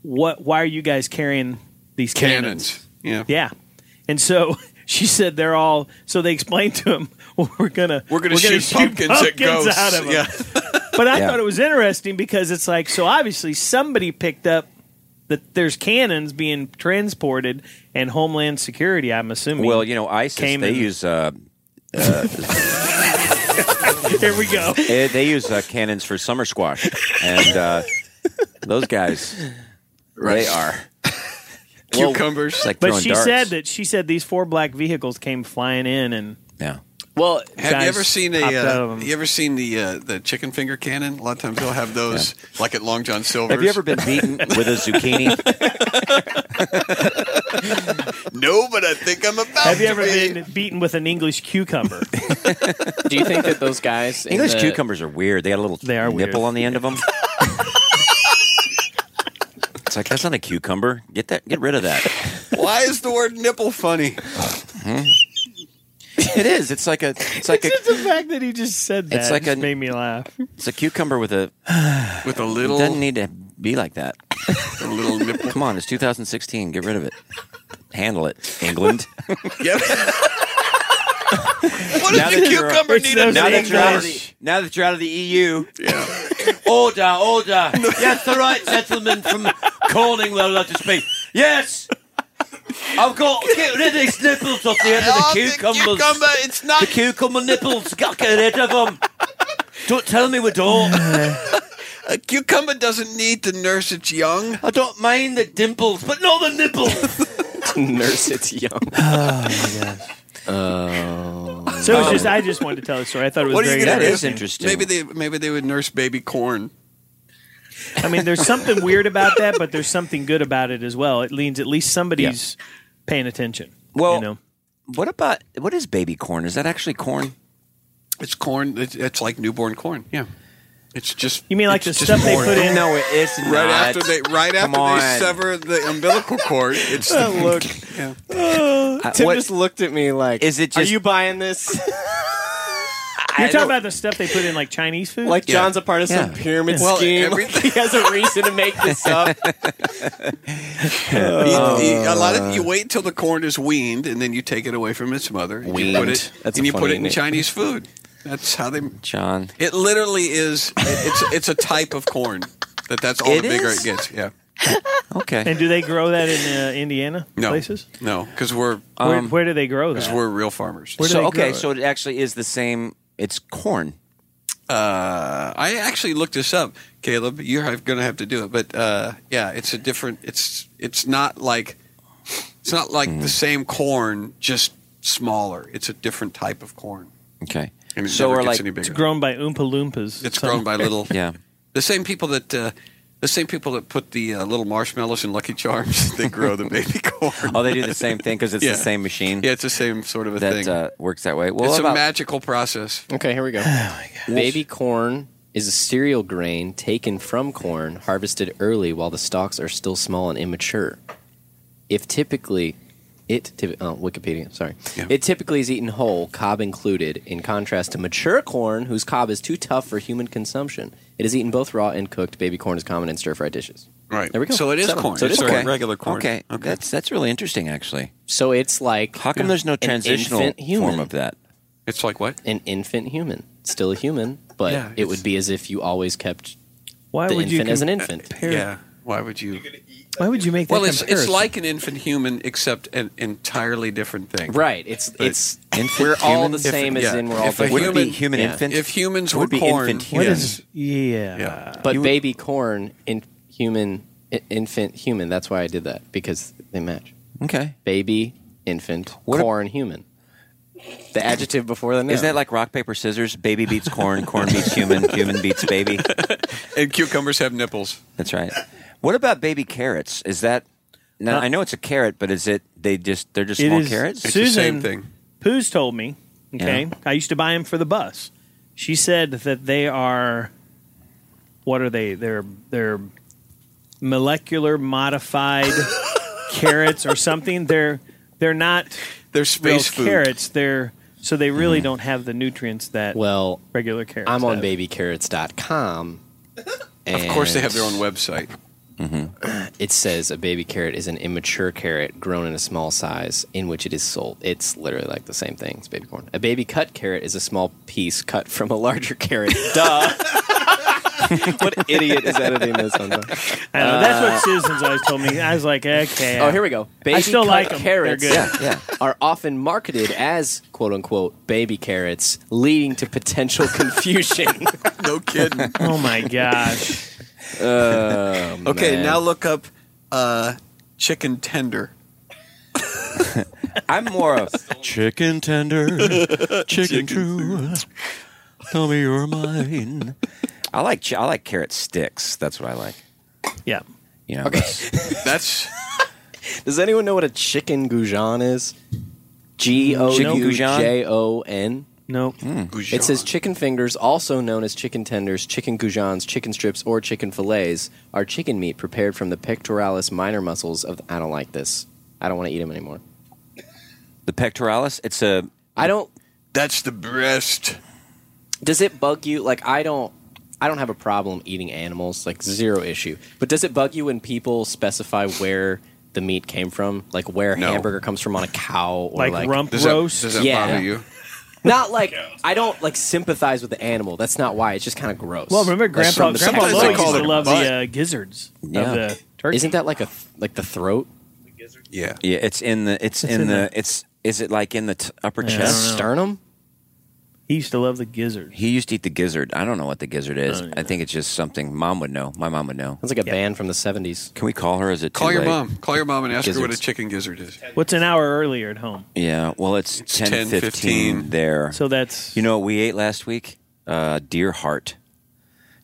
what? Why are you guys carrying these cannons?
Cannons. Yeah.
Yeah. And so she said they're all. So they explained to him, well, we're gonna
We're going to shoot, pumpkins, at ghosts.
out of 'em."
yeah.
But I
Yeah.
thought it was interesting because it's like so obviously somebody picked up that there's cannons being transported and Homeland Security. I'm assuming.
well, you know, ISIS.
Came
They
in-
use uh,
here we go.
eh, they use uh, cannons for summer squash, and uh, those guys, they are. Well,
Cucumbers.
it's like
But
throwing
she
darts.
said that she said these four black vehicles came flying in and
Yeah.
Well,
Have
guys
you ever seen the?
popped out of
Uh,
'em.
you ever seen the uh, the chicken finger cannon? A lot of times they'll have those, like at Long John Silver's.
Have you ever been beaten with a zucchini?
No, but I think I'm about.
have you
to
ever
be.
been beaten with an English cucumber?
do you think that those guys in
English
the-
cucumbers are weird. They got a little
They are
nipple
weird.
on the end of them. it's like that's not a cucumber. Get that. Get rid of that.
Why is the word nipple funny?
it is. It's like a. It's like a.
Just the fact that he just said that
It's like
just
a-
made me laugh.
It's a cucumber with a.
With a
It
little,
doesn't need to be like that.
a little nipple.
Come on, it's 2016. Get rid of it. Handle it, England.
Yep. what
Now
does the
that you're-
cucumber
It's
need
those
a
now that
nipple?
you're out of the,
English.
now that you're out of the EU,
Yeah.
E Order, order. Yes, the right gentleman from Corning will allow to speak. Yes. I've got get rid of these nipples off the end of the
Oh, the
cucumbers.
cucumber, it's not.
The cucumber nipples. Got to get rid of them. Don't tell me we don't.
A cucumber doesn't need to nurse its young.
I don't mind the dimples, but not the nipples.
nurse its young?
So it
Um,
was just I just wanted to tell the story. I thought it was
What are
very
you gonna
That
do?
is interesting.
Maybe they maybe they would nurse baby corn.
I mean, there's something weird about that, but there's something good about it as well. It leans at least somebody's paying attention.
Well-
you know,
What about what is baby corn? Is that actually corn?
It's corn. It's, it's like newborn corn. Yeah. It's just.
You mean like
it's
the
just
stuff they
corn.
put in?
No, it is not.
Right after they, right
Come
after they
on.
sever the umbilical cord, it's
Look,
yeah.
Uh,
Tim
what-
just looked at me like,
Is it
Are
just-
you buying this?
you're talking
don't-
about the stuff they put in like Chinese food.
like
Yeah.
John's a part of some
Yeah.
pyramid
Well,
scheme.
everything-
he has a reason to make this up.
You- you-
Oh.
a lot of you wait till the corn is weaned, and then you take it away from its mother. and you put
Weaned.
it,
That's
and
a
you put
funny
it in
name.
Chinese food. That's how they.
John.
It literally is. It's it's a type of corn. That that's all
It
the bigger
is?
it gets. Yeah.
Okay.
and do they grow that in uh, Indiana
No.
places?
No, because we're
Where,
Um,
where do they grow
because
that?
we're real farmers.
Where do
So
they grow
okay,
it?
so it actually is the same. It's corn.
Uh, I actually looked this up, Caleb. You're going to have to do it, but uh, yeah, it's a different. It's it's not like it's not like
Mm.
the same corn, just smaller. It's a different type of corn.
Okay.
And it
So
never
we're
gets
like,
any bigger.
it's grown by Oompa Loompas.
It's
So-
grown by little.
yeah.
the same people that uh, the same people that put the uh, little marshmallows in Lucky Charms. They grow the baby corn.
Oh, they do the same thing because it's
Yeah.
the same machine
Yeah, it's the same sort of a
that
thing.
uh, works that way. Well,
it's
what
a
about
magical process.
Okay, here we
Oh,
go. Baby corn is a cereal grain taken from corn, harvested early while the stalks are still small and immature. If typically, it typ- oh, Wikipedia, sorry,
Yeah.
it typically is eaten whole, cob included. In contrast to mature corn, whose cob is too tough for human consumption, it is eaten both raw and cooked. Baby corn is common in stir-fried dishes.
Right.
There we go.
So it is
Settle.
corn.
So it
it's
is
like
corn.
regular corn.
Okay. That's that's really interesting, actually.
So it's like
How come there's no transitional
infant human.
form of that?
It's like what?
an infant human, still a human, but
Yeah,
it
it's-
would be as if you always kept
why
the
would you
infant as an
com-
infant.
Yeah. Why would you?
You're gonna eat
Why would you make that
Well, it's it's
comparison?
like an infant human, except an entirely different thing.
Right. It's it's
Infant
we're all
human?
the same
If-
as
yeah.
in we're all
If a
different.
Would it be
Human-
human
Yeah.
infant?
If humans
It would
were
be
corn,
infant
What
humans.
is- yeah.
Yeah.
but
you would-
baby corn in human i- infant human. That's why I did that because they match.
okay.
Baby infant
What a-
corn human. The adjective before the noun.
Isn't that like rock paper scissors? Baby beats corn, corn beats human, human beats baby.
And cucumbers have nipples.
That's right. What about baby carrots? Is that now?
Huh?
I know it's a carrot, but is it they just they're just
It
small
is-
carrots?
It's the same
Susan-
thing.
Pooh's told me, okay,
Yeah.
I used to buy them for the bus. She said that they are, what are they? They're they're molecular modified carrots or something. They're they're not
They're
real
space food.
carrots. They're so they really don't have the nutrients that
Mm-hmm. well,
regular carrots.
I'm on
have.
babycarrots.com.
Of course, they have their own website.
It says a baby carrot is an immature carrot grown in a small size in which it is sold. It's literally like the same thing as baby corn. A baby cut carrot is a small piece cut from a larger carrot. Duh. what idiot is editing this? On the-
I don't know, that's what Susan's always told me. I was like, okay.
Uh, oh, here we go. Baby
still
cut
like 'em. They're
carrots
good. Yeah,
are often marketed as "quote unquote" baby carrots, leading to potential confusion.
No kidding.
Oh my gosh.
okay,
man.
now look up uh, chicken tender.
I'm more of chicken tender, chicken true. Tell me you're mine. I like ch- I like carrot sticks. That's what I like.
Yeah.
You know,
That's
Does anyone know what a chicken goujon is? G O
Chicken
U
goujon?
J O N.
No.
Goujon.
It says chicken fingers, also known as chicken tenders, chicken goujons, chicken strips, or chicken fillets, are chicken meat prepared from the pectoralis minor muscles of. I don't like this. I don't want to eat them anymore.
the pectoralis. It's a
I don't.
that's the breast.
Does it bug you? Like I don't. I don't have a problem eating animals, like zero issue. But does it bug you when people specify where the meat came from, like where
No.
hamburger comes from on a cow, or
Like,
like,
rump
Does
roast.
that, does that
Yeah.
bother you?
Not like I don't like sympathize with the animal. That's not why. It's just kind of gross.
Well, remember
That's
Grandpa
from the
Grandpa
Sometimes
Lloyd
they
used
call
to
it
love
butt.
the uh, gizzards
Yeah.
of the turkey.
Isn't that like a th- like the throat?
the gizzard.
Yeah.
yeah. It's in the it's, in, the, it's is it like in the t- upper
Yeah, I don't
chest?
know.
sternum?
He used to love the gizzard.
He used to eat the gizzard. I don't know what the gizzard is.
Oh, yeah.
I think it's just something mom would know. My mom would know.
That's like a band from the 70s.
Can we call her? Is it
Call
too
your
late?
mom. Call your mom and ask her what a
Gizzards.
chicken gizzard is.
What's an hour earlier at home?
Yeah. Well, it's,
It's
ten fifteen
10:15.
there.
So that's
you know what we ate last week? Uh, deer heart.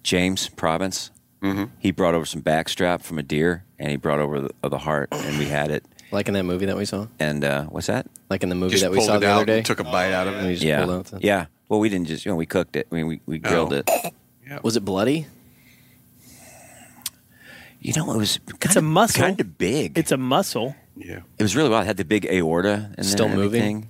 James Province. Mm-hmm. He brought over some backstrap from a deer, and he brought over the, of the heart, and we had it.
Like in that movie that we saw.
And uh, what's that?
Like in the movie
Just
that we
pulled
saw
it
the
out
other day.
and took a bite out of
And we
it.
just pulled
yeah.
out the-
Yeah. Well, we didn't just you know we cooked it. I mean we, we grilled
Oh.
it.
Was it bloody?
You know it was kind
a
of
muscle.
kind of big.
it's a muscle.
Oh,
Yeah.
it was really wild. It had the big aorta and
Still moving?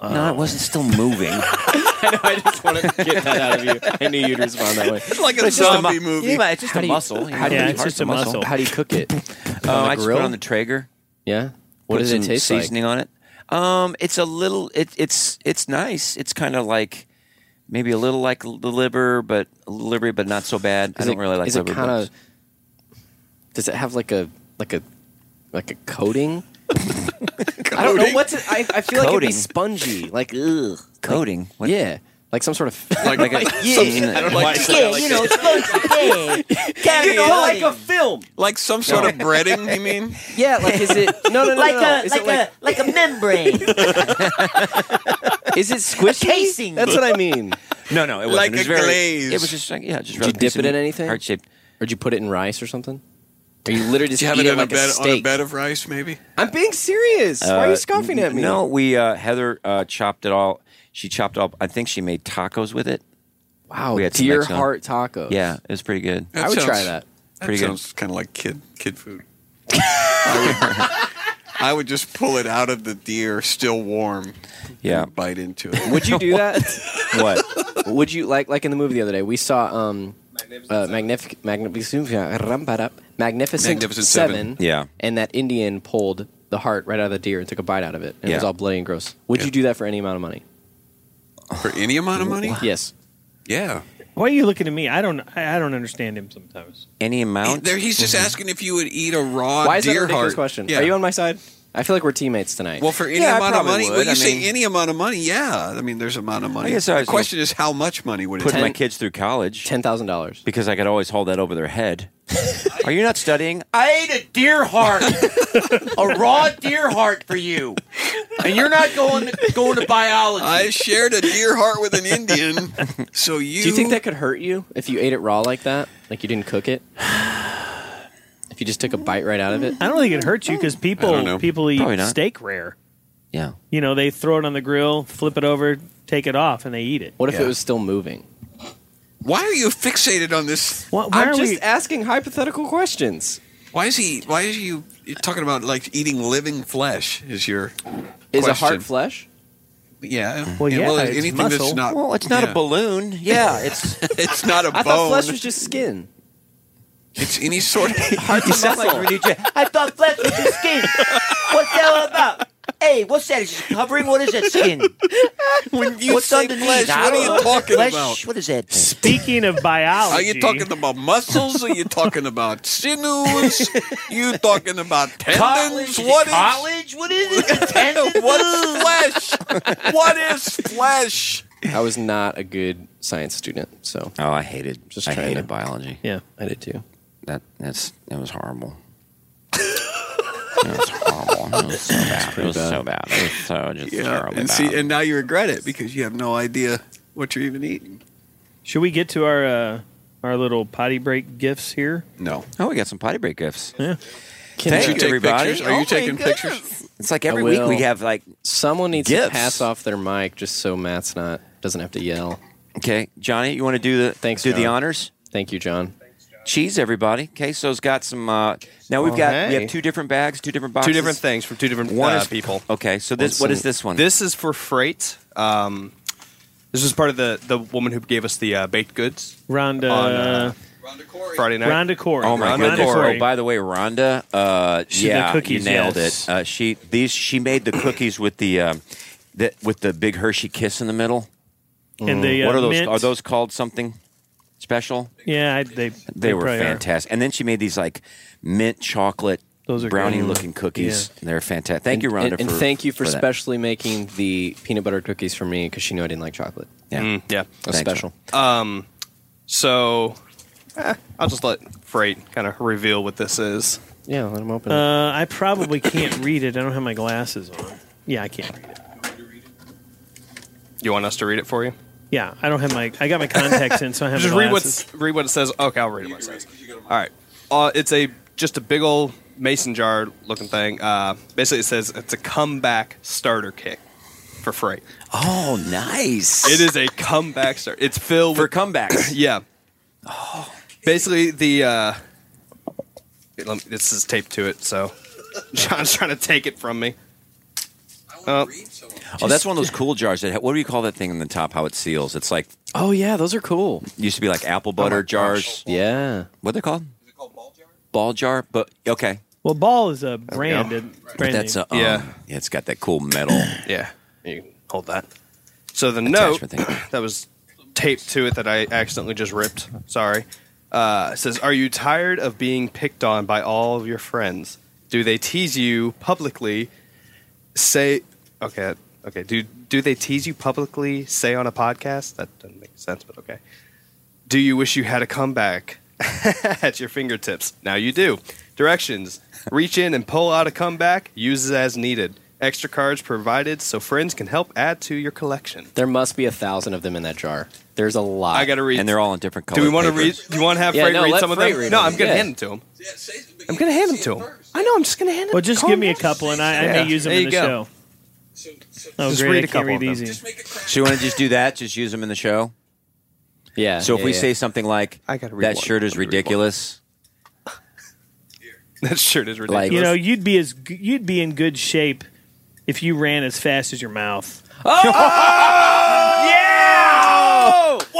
no, it wasn't still moving.
I know. I just wanted to get that out of you. I knew you'd respond that way.
It's like a
It's just a
zombie
mu-
movie.
Yeah, it's just a
do you-
muscle. you
how do
know,
you-
it's
it's just
hard
a
to muscle.
muscle.
How do you cook it?
Oh,
the
I just put
grill?
it on the Traeger.
Yeah. What
put
does
some
it taste like?
seasoning on it. Um, it's a little. It, it's it's nice. It's kind of like maybe a little like the liver, but liver, but not so bad. I
Is
don't
it-
really like
Is
liver.
it kind
bones.
of? Does it have like a like a like a coating? I don't know
Coating?
what's. It, I I feel like it'd
Coating.
be spongy, like ugh.
coating? What-
Yeah, like some sort of
Like, like a,
Yeah.
I don't know why I said it like, that.
You know, like a film.
Like some sort of breading, you mean?
yeah, like is it no no no
like
no, no.
a
is
like,
it like
a like a membrane.
is it squishy?
casing.
That's what I mean.
No, no, it wasn't.
Like
it was
a
very,
glaze.
It was just like yeah, just
Did you dip it in anything?
Heart shaped.
Or did you put it in rice or something? Or you literally just
Do you have
eat
it in
like
a bed, on
steak?
a bed of rice, maybe?
I'm being serious. Why are you scoffing at me?
Uh, No, we uh, Heather uh, chopped it all. She chopped it all. I think she made tacos with it.
Wow,
We had some
deer
Mexican.
heart tacos.
Yeah, it was pretty good.
I would
sounds-
try that.
That
Pretty good.
sounds kind of like kid kid food. I, would, I would just pull it out of the deer, still warm.
Yeah.
and bite into it.
Would you do that?
What?
Would you like like in the movie the other day? We saw um, uh, magnific- magnificent magnificent
Magnificent
seven.
Seven.
Yeah.
and that Indian pulled the heart right out of the deer and took a bite out of it, and it was
Yeah.
all bloody and gross. Would you do that for any amount of money?
for any amount of money?
Yes.
Yeah,
Why are you looking at me? I don't. I I don't understand him sometimes.
Any amount?
There- he's just asking if you would eat a raw
Mm-hmm. Why is that a
deer
ridiculous
heart.
question?
Yeah.
Are you on my side? I feel like we're teammates tonight.
well, for any
Yeah, I
amount of
probably
money,
would.
well, you
I
say
mean-
any amount of money. Yeah, I mean, there's amount of money.
I guess I was
the question is how much money would it
Put
take?
my kids through college
ten thousand dollars.
because I could always hold that over their head. Are you not studying?
I ate a deer heart, a raw deer heart for you, and you're not going to, going to biology.
I shared a deer heart with an Indian, so you.
Do you think that could hurt you if you ate it raw like that? Like you didn't cook it? If you just took a bite right out of it?
I don't think it hurts you because
don't
people
know.
people
Probably
eat
not.
steak rare.
Yeah.
You know, they throw it on the grill, flip it over, take it off, and they eat it.
What if
Yeah.
it was still moving?
Why are you fixated on this?
Why, why
I'm
are
just
we?
asking hypothetical questions.
Why is he? Why are you you're talking about like eating living flesh? Is your
Is a
Question.
heart flesh?
yeah?
Well, yeah, it's
anything
muscle.
that's not
Well, it's not
yeah.
a balloon. Yeah, it's
It's not a
I thought
bone.
flesh was just skin.
It's any sort of.
hard to muscle.
I thought flesh was just skin. What's that all about? Hey, what's that? Is it covering? What is that skin?
when you
what's
say
underneath?
flesh,
I
what are
don't
you
know.
talking
flesh,
about?
What is that? thing?
Speaking of biology,
Are you talking about muscles? Are you talking about sinews? you talking about tendons?
college?
What is
college? What is it? Ten-
what is flesh? What is flesh?
I was not a good science student, so
Oh, I hated.
Just
I
trying
hated
to-
biology.
Yeah.
I did too.
That that's that was horrible. that was horrible. It was so bad. It was so bad. It was so just terrible.
and see, and now you regret it because you have no idea what you're even eating.
Should we get to our uh, our little potty break gifts here?
No.
oh, we got some potty break gifts.
Yeah.
Thank
Did you
you,
take
everybody.
pictures? Are you
Oh my
taking
goodness.
pictures?
It's like
I
every week we
will.
have like
Someone needs to
Gifts.
pass off their mic just so Matt's not doesn't have to yell.
okay, Johnny, you want to do the
Thanks,
do the
John.
honors?
Thank you, John.
Cheese, everybody. Okay, so it's got some. Uh, now we've
Oh,
got we
hey.
have two different bags, two different boxes,
Two different things from two different
One
uh,
is
people.
Okay, so this what is this one?
This is for freight. Um, this was part of the, the woman who gave us the uh, baked goods
Rhonda
On, uh,
Rhonda Corey.
Friday night.
Rhonda Corey.
Oh my
Rhonda
goodness!
Corey.
Oh, by the way, Rhonda, uh,
She
yeah,
made cookies,
you nailed
yes.
it. Uh, she these she made the cookies with the um, the with the big Hershey kiss in the middle.
And the
Mm.
uh,
what are those?
mint-
Are those called something special?
Yeah, I, they
They, were
probably are.
fantastic. And then she made these like mint chocolate
Those are
brownie
good.
looking cookies. They're fantastic. Thank you, Rhonda,
and, and
for
thank you for,
for that.
specially making the peanut butter cookies for me because she knew I didn't like chocolate.
Yeah.
Mm, yeah.
That's
Thanks,
special.
So eh, I'll just let Freight kind of reveal what this is.
yeah, let them open. it.
Uh, I probably can't read it. I don't have my glasses on. Yeah, I can't read it.
You want us to read it for you?
Yeah, I don't have my. I got my contacts in, so I have.
Just
my
read
glasses.
what read what it says. Okay, I'll read what it says. All right. Uh, it's a just a big old mason jar looking thing. Uh, basically, it says it's a comeback starter kit for Freight.
Oh, nice.
It is a comeback starter. It's filled
for
with
comebacks.
Yeah. Basically, the uh, it- let me- this is taped to it, so John's trying to take it from me. Uh,
oh, that's one of those cool jars that ha- what do you call that thing on the top? How it seals? It's like
oh yeah, those are cool.
used to be like apple butter jars.
Yeah,
What are they called? Ball jar, but okay,
Well, Ball is a brand.
go.
a brand
but that's
name.
a um,
Yeah.
yeah. It's got that cool metal.
yeah, you can hold that. So the
Attachment
note
thing.
that was taped to it that I accidentally just ripped. Sorry. Uh, it says, "Are you tired of being picked on by all of your friends? Do they tease you publicly? Say okay, okay. Do do they tease you publicly? Say on a podcast that doesn't make sense, but okay. Do you wish you had a comeback at your fingertips? Now you do. Directions: Reach in and pull out a comeback. Use it as needed. Extra cards provided so friends can help add to your collection.
there must be a thousand of them in that jar. There's a lot.
I gotta read.
and they're all in different colors.
Do we want to read? Do you want to have
Yeah,
Freight
no,
read
let
some of
Freight
them?
read
no,
them.
I'm gonna
Yeah.
hand them to him. I'm gonna hand them to him. I know. I'm just gonna hand them.
Well, just
Calm
give me a
down.
couple, and I, I
Yeah.
may use them
There
in
you
the
go.
show. Oh,
Just
great!
read a
I can't
couple
read
of them.
easy.
So you want to just do that? Just use them in the show.
yeah.
So if
yeah,
we
yeah.
say something like,
I gotta read
"That
one.
shirt is
Let me read one.
ridiculous,"
That shirt is ridiculous.
Like-
You know, you'd be as g- you'd be in good shape if you ran as fast as your mouth.
Oh!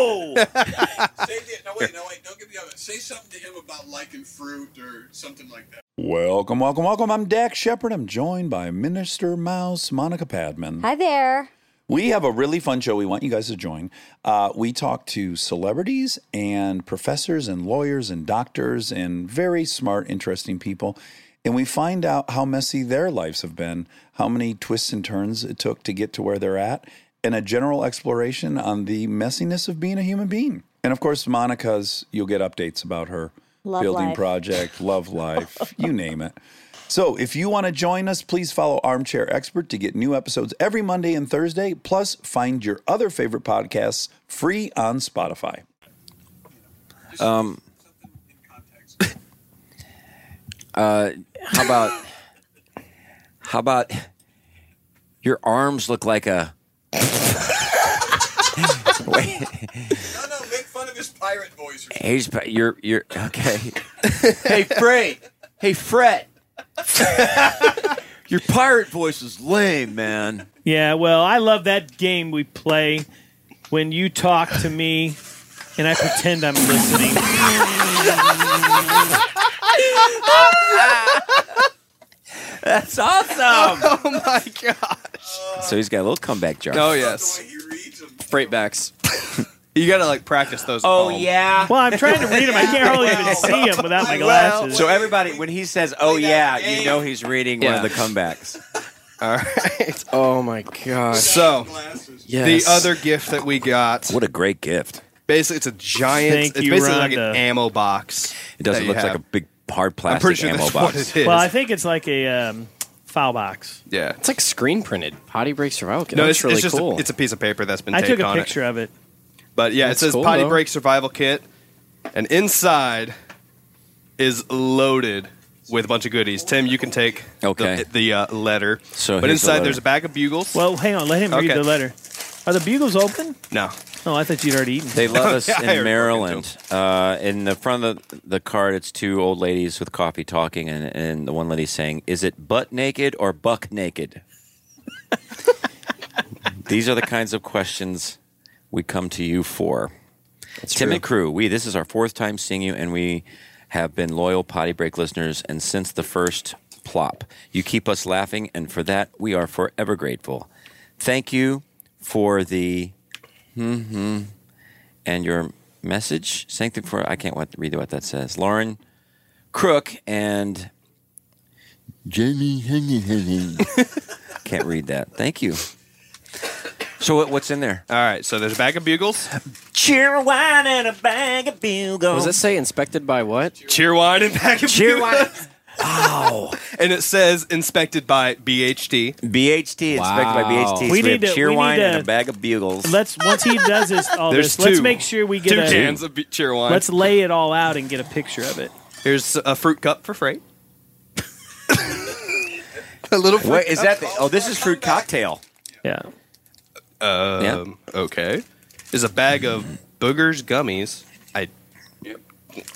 Say the, no, wait, no, wait. Don't give the other. Say something to him about liking fruit or something like that.
Welcome, welcome, welcome. I'm Dak Shepard. I'm joined by Minister Mouse Monica Padman.
Hi there.
We have a really fun show we want you guys to join. Uh, we talk to celebrities and professors and lawyers and doctors and very smart, interesting people. And we find out how messy their lives have been, how many twists and turns it took to get to where they're at, and a general exploration on the messiness of being a human being. And of course, Monica's, you'll get updates about her
Love
building
life.
project, love life, you name it. So, if you want to join us, please follow Armchair Expert to get new episodes every Monday and Thursday. Plus, find your other favorite podcasts free on Spotify.
how about how about your arms look like a wait
No, no, make fun of his pirate voice. Or
he's you're you're okay
Hey, Fred. Hey, Fred. Your pirate voice is lame, man.
Yeah, well, I love that game we play when you talk to me and I pretend I'm listening.
that's awesome oh my gosh so he's got a little comeback Oh. jar
oh
the
yes,
way he reads them.
freight backs.
you gotta like practice those. at
Oh,
Oh,
home.
yeah.
Well, I'm trying to read him. I can't hardly even see him without my glasses.
so everybody when he says oh yeah you know he's reading
Yeah.
one of the comebacks
All right.
Oh my gosh.
So
Glasses.
Yes.
the other gift that we got,
what a great gift
basically, it's a giant.
Thank
it's
you,
basically like an
Rhonda.
ammo box.
it doesn't
that you
look like
have.
a big hard
I'm
plastic
pretty sure
ammo
that's
box
what it is.
well, I think it's like a um, file box.
yeah.
It's like screen printed. Potty break survival kit.
No,
That's
it's,
really
it's just
cool.
a, it's a piece of paper that's been
I
taped
took a
on
picture of it.
it. But yeah,
That's
it says
cool,
potty
though.
break survival kit, and inside is loaded with a bunch of goodies. Tim, you can take the,
Okay.
the uh, letter.
So
but
here's the
inside
letter.
there's a bag of bugles.
Well, hang on, let him read
Okay.
the letter. Are the bugles open?
no,
Oh, I thought you'd already eaten.
They love us
Oh, Yeah, I
in
already
Maryland. Uh, in the front of the, the card, it's two old ladies with coffee talking, and, and the one lady saying, "Is it butt naked or buck naked?" These are the kinds of questions we come to you for. Tim and crew, we this is our fourth time seeing you, and we have been loyal potty break listeners. And since the first plop, you keep us laughing, and for that we are forever grateful. Thank you for the
mm-hmm,
and your message. Thank you for I can't wa- read what that says. Lauren Crook and
Jamie Can't read that. Thank you. So what, what's in there?
All right, so there's a bag of bugles.
Cheer wine and a bag of bugles.
What does that say? Inspected by what?
Cheer wine and bag of
Cheer
bugles.
wine.
Wow. and it says inspected by BHD.
BHT, inspected by BHT. So
We
we,
need to-
have cheer
we need
wine and
to-
a bag of bugles.
Let's once he does this, all
There's
this, let's
two.
make sure we get
Two
a,
cans of be- cheer wine.
Let's lay it all out and get a picture of it.
Here's a fruit cup for freight. a little fruit
Wait, is that? The, oh, this is fruit cocktail.
Yeah.
Um, Okay. Is a bag of boogers gummies. I.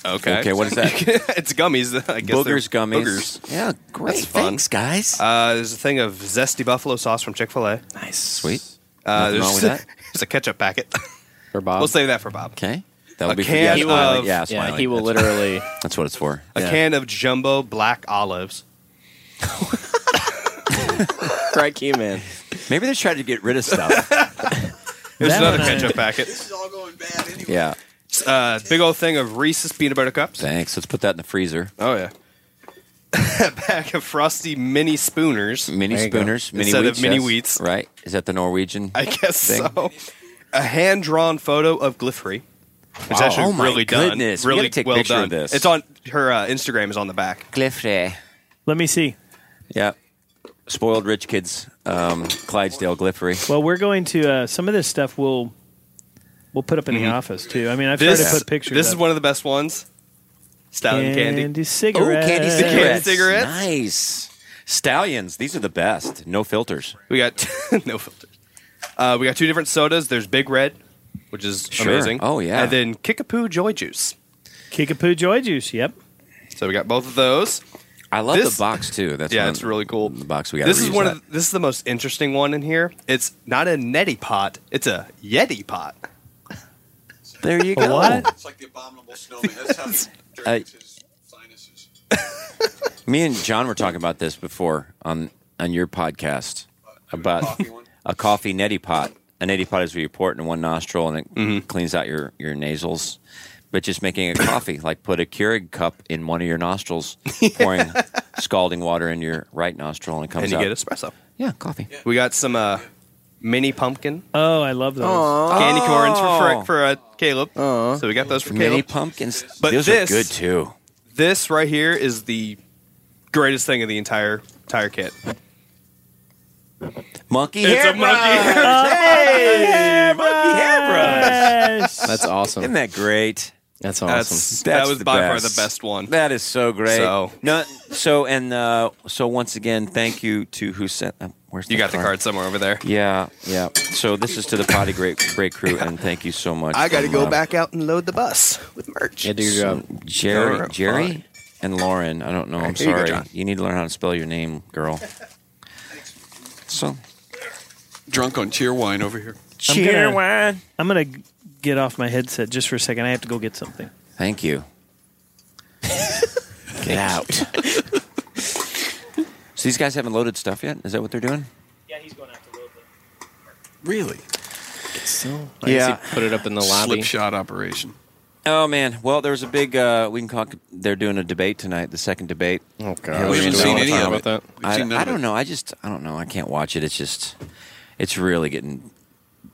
Okay.
Okay, what is that?
it's gummies. I guess they're
Boogers gummies.
Boogers.
Yeah, great.
That's fun.
Thanks, guys.
Uh, there's a thing of zesty buffalo sauce from Chick Fil A.
Nice.
Sweet.
Uh,
Nothing
there's,
wrong with that.
there's a ketchup packet.
For Bob.
we'll save that for Bob.
Okay. That
A
would be for
can
yeah,
of-
smiling. yeah,
yeah,
smiling.
he will
That's-
literally.
That's what it's for.
A
Yeah.
can of jumbo black olives.
Crikey, man.
Maybe they tried to get rid of stuff.
There's
That
another
one I-
ketchup packet.
This is all going bad anyway.
yeah.
Uh, big old thing of Reese's peanut butter cups.
Thanks. Let's put that in the freezer.
Oh yeah. a bag of frosty mini spooners.
Mini
There you go.
spooners, mini
Instead of
wheats,
mini
yes.
wheats.
right? Is that the Norwegian?
I guess
Thing.
so. A hand drawn photo of Gliffery. It's
Wow.
actually
Oh, my
really done.
goodness. We
Really
gotta take a
well
picture of
done.
this.
It's on her uh, Instagram is on the back.
Glifre.
Let me see.
Yeah. Spoiled rich kids. Um, Clydesdale Gliffery.
Well, we're going to uh, some of this stuff. We'll we'll put up in
Mm-hmm.
the office too. I mean, I've
This,
tried to put pictures.
this
up.
is one of the best ones. Stallion candy.
Oh,
cigarettes.
candy cigarettes.
Candy cigarettes.
Nice. Stallions. These are the best. No filters.
We got no filters. Uh, we got two different sodas. There's Big Red, which is
Sure.
amazing.
Oh, yeah.
And then Kickapoo Joy Juice.
Kickapoo joy juice. Yep.
So we got both of those.
I love
This-
the box too. That's
yeah,
one-
it's really cool.
The box we got.
This is one of this is the most interesting one in here. It's not a neti pot. It's a yeti pot.
There you go.
What?
It's like the abominable snowman. That's how he
Uh,
directs his sinuses.
Me and John were talking about this before on on your podcast about
Coffee one.
a coffee neti pot. A neti pot is where you pour it in one nostril and it cleans out your, your nasals. But just making a coffee, like put a Keurig cup in one of your nostrils, pouring scalding water in your right nostril, and it comes
and you
out.
get espresso.
yeah, coffee.
We got some uh, mini pumpkin
Oh, I love those.
candy corns for Frick,
Oh.
for uh, Caleb. So we got those for
Mini
Caleb.
pumpkins.
But
Those
this-
are good too.
this right here is the greatest thing of the entire entire kit.
Monkey
It's
hair
a monkey.
Yes.
That's awesome.
Isn't that great?
That's
That's,
awesome.
that
That's
was
the
by far
best.
the best one.
That is so great.
So-
no, so and uh, so once again, thank you to who sent. Uh, where's
You got the card somewhere over there.
Yeah, yeah. So this is to the potty great great crew, and thank you so much.
gotta
from, uh,
out and load the bus with merch.
Yeah, do your job.
Jerry,
Alright,
Jerry, and Lauren. I don't know. I'm
here you go,
sorry. You,
John.
need to learn how to spell your name, girl. So
Drunk on cheer wine over here.
Cheer
wine.
I'm gonna get off my headset just for a second. I have to go get something.
Thank you. Get out. so these guys haven't loaded stuff yet. Is that what they're doing?
Yeah, he's going out to load
Really?
Yeah.
Put it up in the lobby.
Slipshod operation.
Oh man. Well, there was a big. Uh, we can talk. They're doing a debate tonight. The second debate.
Oh
Yeah,
god.
we
We haven't
didn't
seen
know
any
about
of it.
that.
We've
I,
seen none
I
of
don't
it.
know. I just I don't know. I can't watch it. It's just it's really getting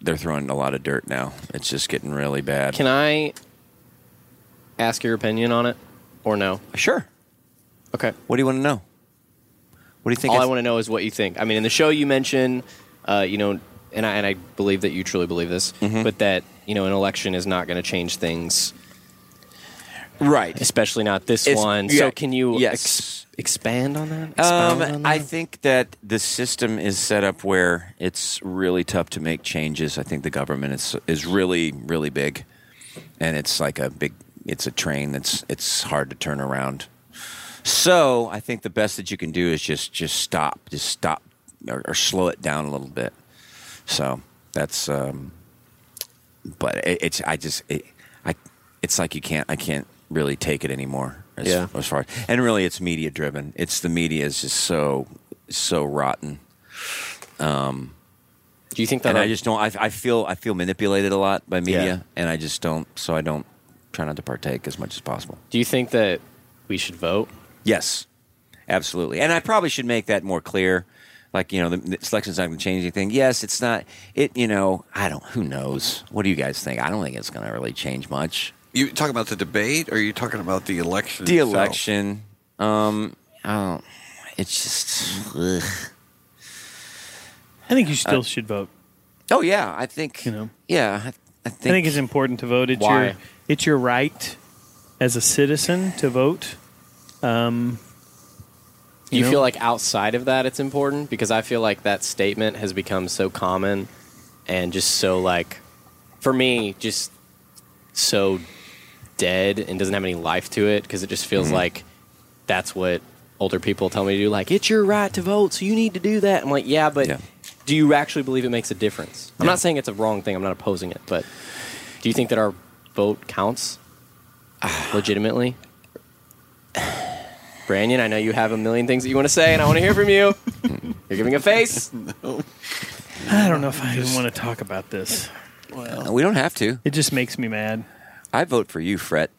they're throwing a lot of dirt now. It's just getting really bad.
Can I ask your opinion on it or no?
sure.
Okay.
What do you want to know? What do you think?
All I
it's-
want to know is what you think. I mean, in the show you mentioned, uh, you know, and I and I believe that you truly believe this,
Mm-hmm.
but that you know an election is not going to change things,
right.
especially not this
It's-
one.
yeah,
So can you
yes.
ex- expand on that? Expound on
Um,
that?
I think that the system is set up where it's really tough to make changes. I think the government is is really really big, and it's like a big it's a train that's it's hard to turn around. So I think the best that you can do is just just stop, just stop, or, or slow it down a little bit. So that's, um, but it, it's I just it, I it's like you can't I can't really take it anymore. As,
Yeah.
as far and really it's media driven. It's the media is just so so rotten,
Do you think that?
and I just don't. I, I feel I feel manipulated a lot by media,
Uh-huh. Yeah.
and I just don't. So I don't try not to partake as much as possible.
do you think that we should vote?
Yes.
absolutely. And I probably should make that more clear. Like you know, the, the selection's not going to change anything. Yes, it's not. It you know, I don't. Who knows? What do you guys think? I don't think it's going to really change much.
You talking about the debate, or are you talking about the election?
The
itself?
election. Um, I don't. It's just. ugh.
I think you still
Uh,
should vote.
Oh yeah, I think
You know.
Yeah, I, I
I
think.
think it's important to vote. It's
Why?
your it's your right as a citizen to vote. Um,
Do you
know?
feel like outside of that it's important? Because I feel like that statement has become so common and just so like for me, just so dead and doesn't have any life to it because it just feels like that's what older people tell me to do. Like, it's your right to vote, so you need to do that. I'm like, yeah, but
Yeah.
do you actually believe it makes a difference? I'm not saying it's a wrong thing, I'm not opposing it, but do you think that our vote counts legitimately? Brandon, I know you have a million things that you want to say, and I want to hear from you. You're giving a face.
I don't know if I even want to talk about this.
Uh, we don't have to.
It just makes me mad.
I vote for you, Fret.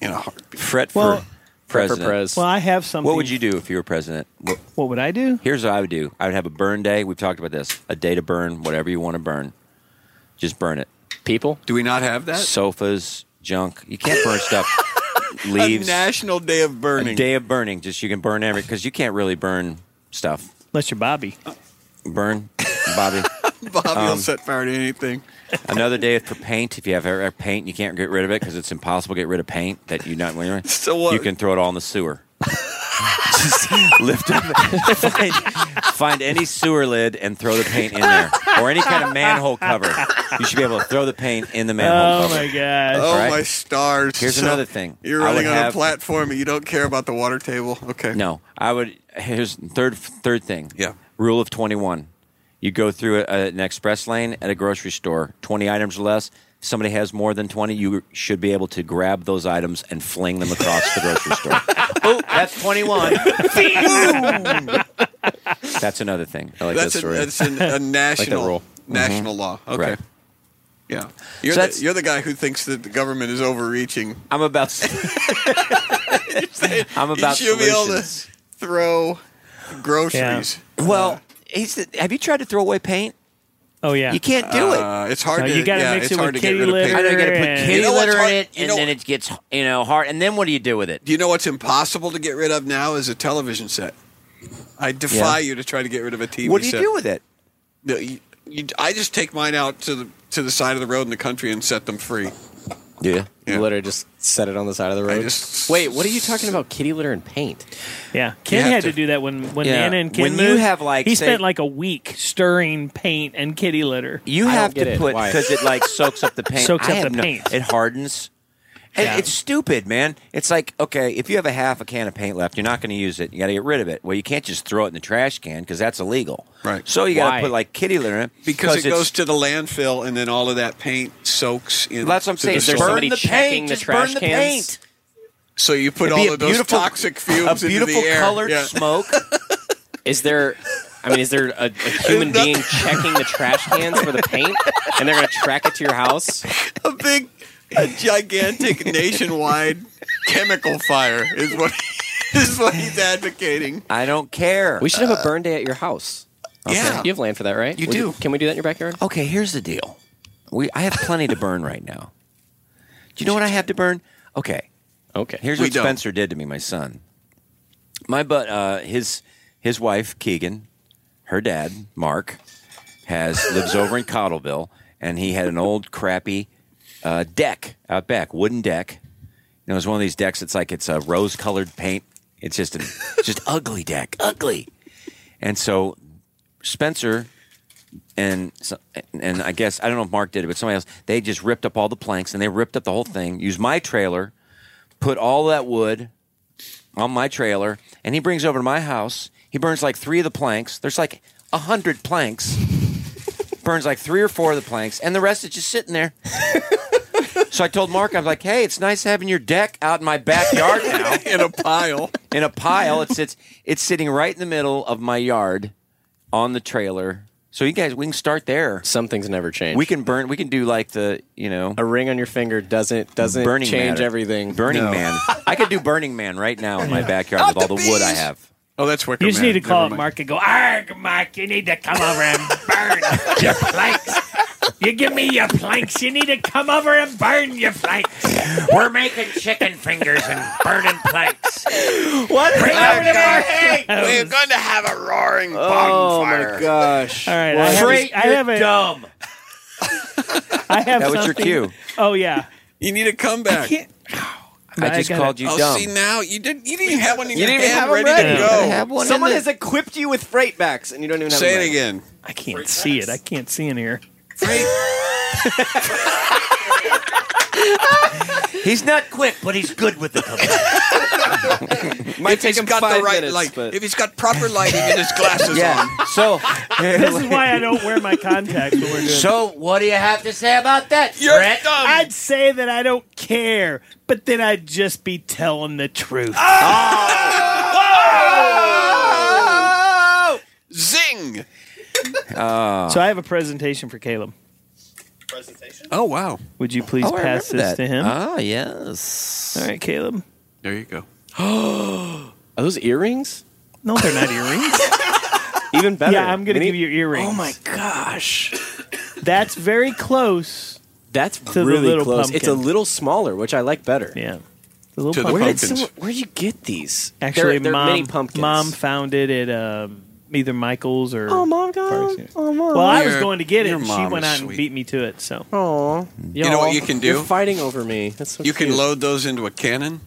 in a heartbeat.
Fret
Well-
for
Prep or
president.
pres.
Well, I have something.
What would you do if you were president? Well,
What would I do?
here's what I would do. I would have a burn day. We've talked about this. A day to burn whatever you want to burn. Just burn it.
People,
Do we not have that?
Sofas, junk. You can't burn stuff.
A
Leaves.
national day of burning.
A day of burning. Just you can burn every because you can't really burn stuff.
Unless you're Bobby.
Burn, Bobby.
Bobby
um,
will set fire to anything.
Another day for paint. If you have ever paint, you can't get rid of it because it's impossible to get rid of paint that you not.
So what?
You can throw it all in the sewer. Just lift up, find, find any sewer lid and throw the paint in there, or any kind of manhole cover. You should be able to throw the paint in the manhole
Oh
cover.
my gosh.
Oh
All right.
my stars!
Here's another thing.
You're
I would
running on
have-
a platform and you don't care about the water table. Okay.
No, I would. Here's third third thing.
Yeah.
Rule of twenty one. You go through a, an express lane at a grocery store. Twenty items or less. If somebody has more than twenty, you should be able to grab those items and fling them across the grocery store. oh, that's twenty one. that's another thing. I like
that's
that
a,
story.
that's an, a national
rule.
national law. Okay.
Mm-hmm. Right.
Yeah. You're,
So
the,
that's-
you're the guy who thinks that the government is overreaching.
I'm about. I'm about
you should be able to
solutions.
throw groceries.
Well, he's the, have you tried to throw away paint?
Oh yeah.
You can't do it.
Uh, it's hard
No,
to
you gotta
yeah,
mix
it's
it
hard
with
to get
kitty
rid of
litter.
paint.
I know you got to put
And-
kitty
You know what's
litter
hard-
in it,
you
and
know-
then it gets you know hard. And then what do you do with it?
Do you know what's impossible to get rid of now is a television set. I defy
Yeah.
you to try to get rid of a TV set.
What do you do with it?
No, you, you, I just take mine out to the to the side of the road in the country and set them free.
Yeah.
Yeah.
you literally just set it on the side of the road.
just-
Wait, what are you talking about? Kitty litter and paint?
Yeah, Ken
have
had to,
to-
do that when when
Yeah.
Nana and Ken
When you
moved,
have, like,
he
say-
spent like a week stirring paint and kitty litter.
You
I don't
have
get
to
it.
put
Why?
because it like soaks up the paint.
Soaks
I
up
have
the
no-
paint.
It hardens. And
Yeah.
It's stupid, man. It's like okay, if you have a half a can of paint left, you're not going to use it. You got to get rid of it. Well, you can't just throw it in the trash can because that's illegal.
Right.
So you got
Why?
to put like kitty litter in it
because it
it's-
goes to the landfill and then all of that paint soaks in.
That's what I'm
to
saying.
the
there's
soil.
burn
somebody
the
checking
paint.
the
Just burn
trash
the
cans?
paint.
so you put
It'd
all
be a
of those
beautiful-
toxic
A
fumes into
beautiful
the air.
colored
Yeah.
smoke.
Is there? I mean, is there a, a human being checking the trash cans for the paint, and they're going to track it to your house?
a big, a gigantic nationwide chemical fire is what is what he's advocating.
I don't care.
We should have a burn day at your house.
Yeah,
You have land for that, right?
You
We-
do.
Can we do that in your backyard?
Okay, here's the deal. We I have plenty to burn right now. Do you know what I have to burn? Okay,
Okay.
here's
We
what
don't.
Spencer did to me, my son. My but uh, his his wife Keegan, her dad Mark, has lives over in Cottleville, and he had an old crappy uh, deck out back, wooden deck. You know, it's one of these decks. that's like it's a rose colored paint. It's just a just ugly deck, ugly. And so Spencer and so- and I guess I don't know if Mark did it, but somebody else they just ripped up all the planks and they ripped up the whole thing. Used my trailer, put all that wood on my trailer, and he brings it over to my house. He burns like three of the planks. There's like a hundred planks. burns like three or four of the planks, and the rest is just sitting there. so I told Mark, I was like, "Hey, it's nice having your deck out in my backyard now."
in a pile.
in a pile. It sits it's sitting right in the middle of my yard on the trailer
So you guys, we can start there.
Some things never change.
We can burn. We can do like the you know
a ring on your finger doesn't doesn't
Burning
change
matter.
everything.
Burning Man. I could do Burning Man right now in my backyard with all the wood I have.
Oh, that's Wicker
You just
Man.
need to call
Never
up
mind.
Mark and go, Arg, Mark, you need to come over and burn your planks. You give me your planks. You need to come over and burn your planks. We're making chicken fingers and burning planks.
What?
Bring over the Mark.
We're going to have a roaring
Oh
bonfire.
my gosh!
All right, I have, a, I have a,
dumb.
I have
That was your
something-
cue.
Oh yeah,
You need a comeback.
can't-
I
I
just
gotta-
called you
Oh,
dumb.
see now you didn't. You didn't have one in
You
your
didn't even
hand
have 'em
ready,
ready.
to
Yeah.
go.
Someone has equipped you with freight backs, and you don't even have.
Say
them
it
ready.
again.
I can't see it. I can't see in here.
He's not quick, but he's good with the cover.
Might
If
take
he's
him
got
five
the right
minutes,
light,
but-
if he's got proper lighting and his glasses on,
So
This is why I don't wear my contacts when we're doing.
so, what do you have to say about that,
You're
Brett?
dumb.
I'd say that I don't care, but then I'd just be telling the truth.
Ah. Oh! zing!
So I have a presentation for Caleb.
Presentation?
Oh wow,
Would you please
Oh, I
pass
remember
this to
that.
him?
Ah, yes.
All right, Caleb.
there you go.
Are those earrings?
No, they're not earrings.
Even better.
yeah, I'm going to
We
give
need-
you earrings.
Oh my gosh,
That's very close.
that's
the
really
little
close.
pumpkin.
It's a little smaller, which I like better.
Yeah. The little
To the
pumpkin.
Where did
Pumpkins.
someone, where'd you get these?
Actually,
they're, they're
mom,
mini pumpkins.
mom found it at um, either Michael's or.
Oh, mom got 'em?
Parks.
Oh, mom.
well, I was
Your-
going to get it.
your
and She
mom
went
is
out and
sweet.
beat me to it. So
Aw.
You know what you can
You're
do?
fighting over me. That's so
You can
cute.
load those into a cannon.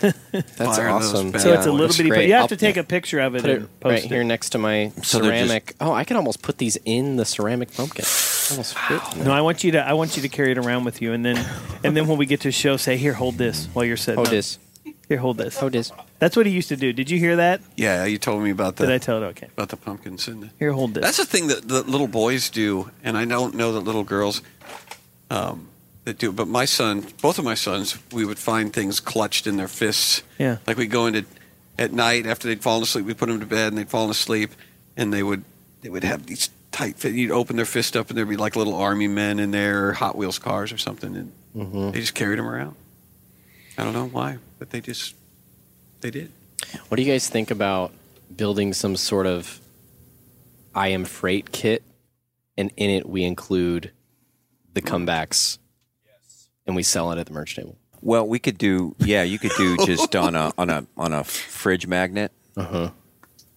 That's
fire those
awesome.
back.
so
Yeah,
it's a little
that's
bitty. But
Oh, great.
you have
I'll
to take a picture of it
put
and
it
post
right here next to my
So they're just-
ceramic. oh, I can almost put these in the ceramic pumpkin. Almost fit in
No,
there.
I want you to. I want you to carry it around with you, and then, and then when we get to a show, say, "Here, hold this." While you're sitting.
Oh,
up.
it is.
Here, hold this.
Oh, it is.
That's what he used to do. Did you hear that?
Yeah, you told me about
Did I
the
tell it? Okay.
about the pumpkins in the
Here, hold this.
That's a thing that, that little boys do, and I don't know that little girls um, that do. But my son, both of my sons, we would find things clutched in their fists.
Yeah.
like we go into at night after they'd fallen asleep, we put them to bed, and they'd fallen asleep, and they would they would have these tight. Fit. You'd open their fist up, and there'd be like little army men in there, or Hot Wheels cars or something, and
Mm-hmm.
they just carried them around. I don't know why, but they just they did.
What do you guys think about building some sort of I am freight kit, and in it we include the comebacks, and we sell it at the merch table.
Well, we could do. Yeah, you could do just on a on a on a fridge magnet.
Uh-huh.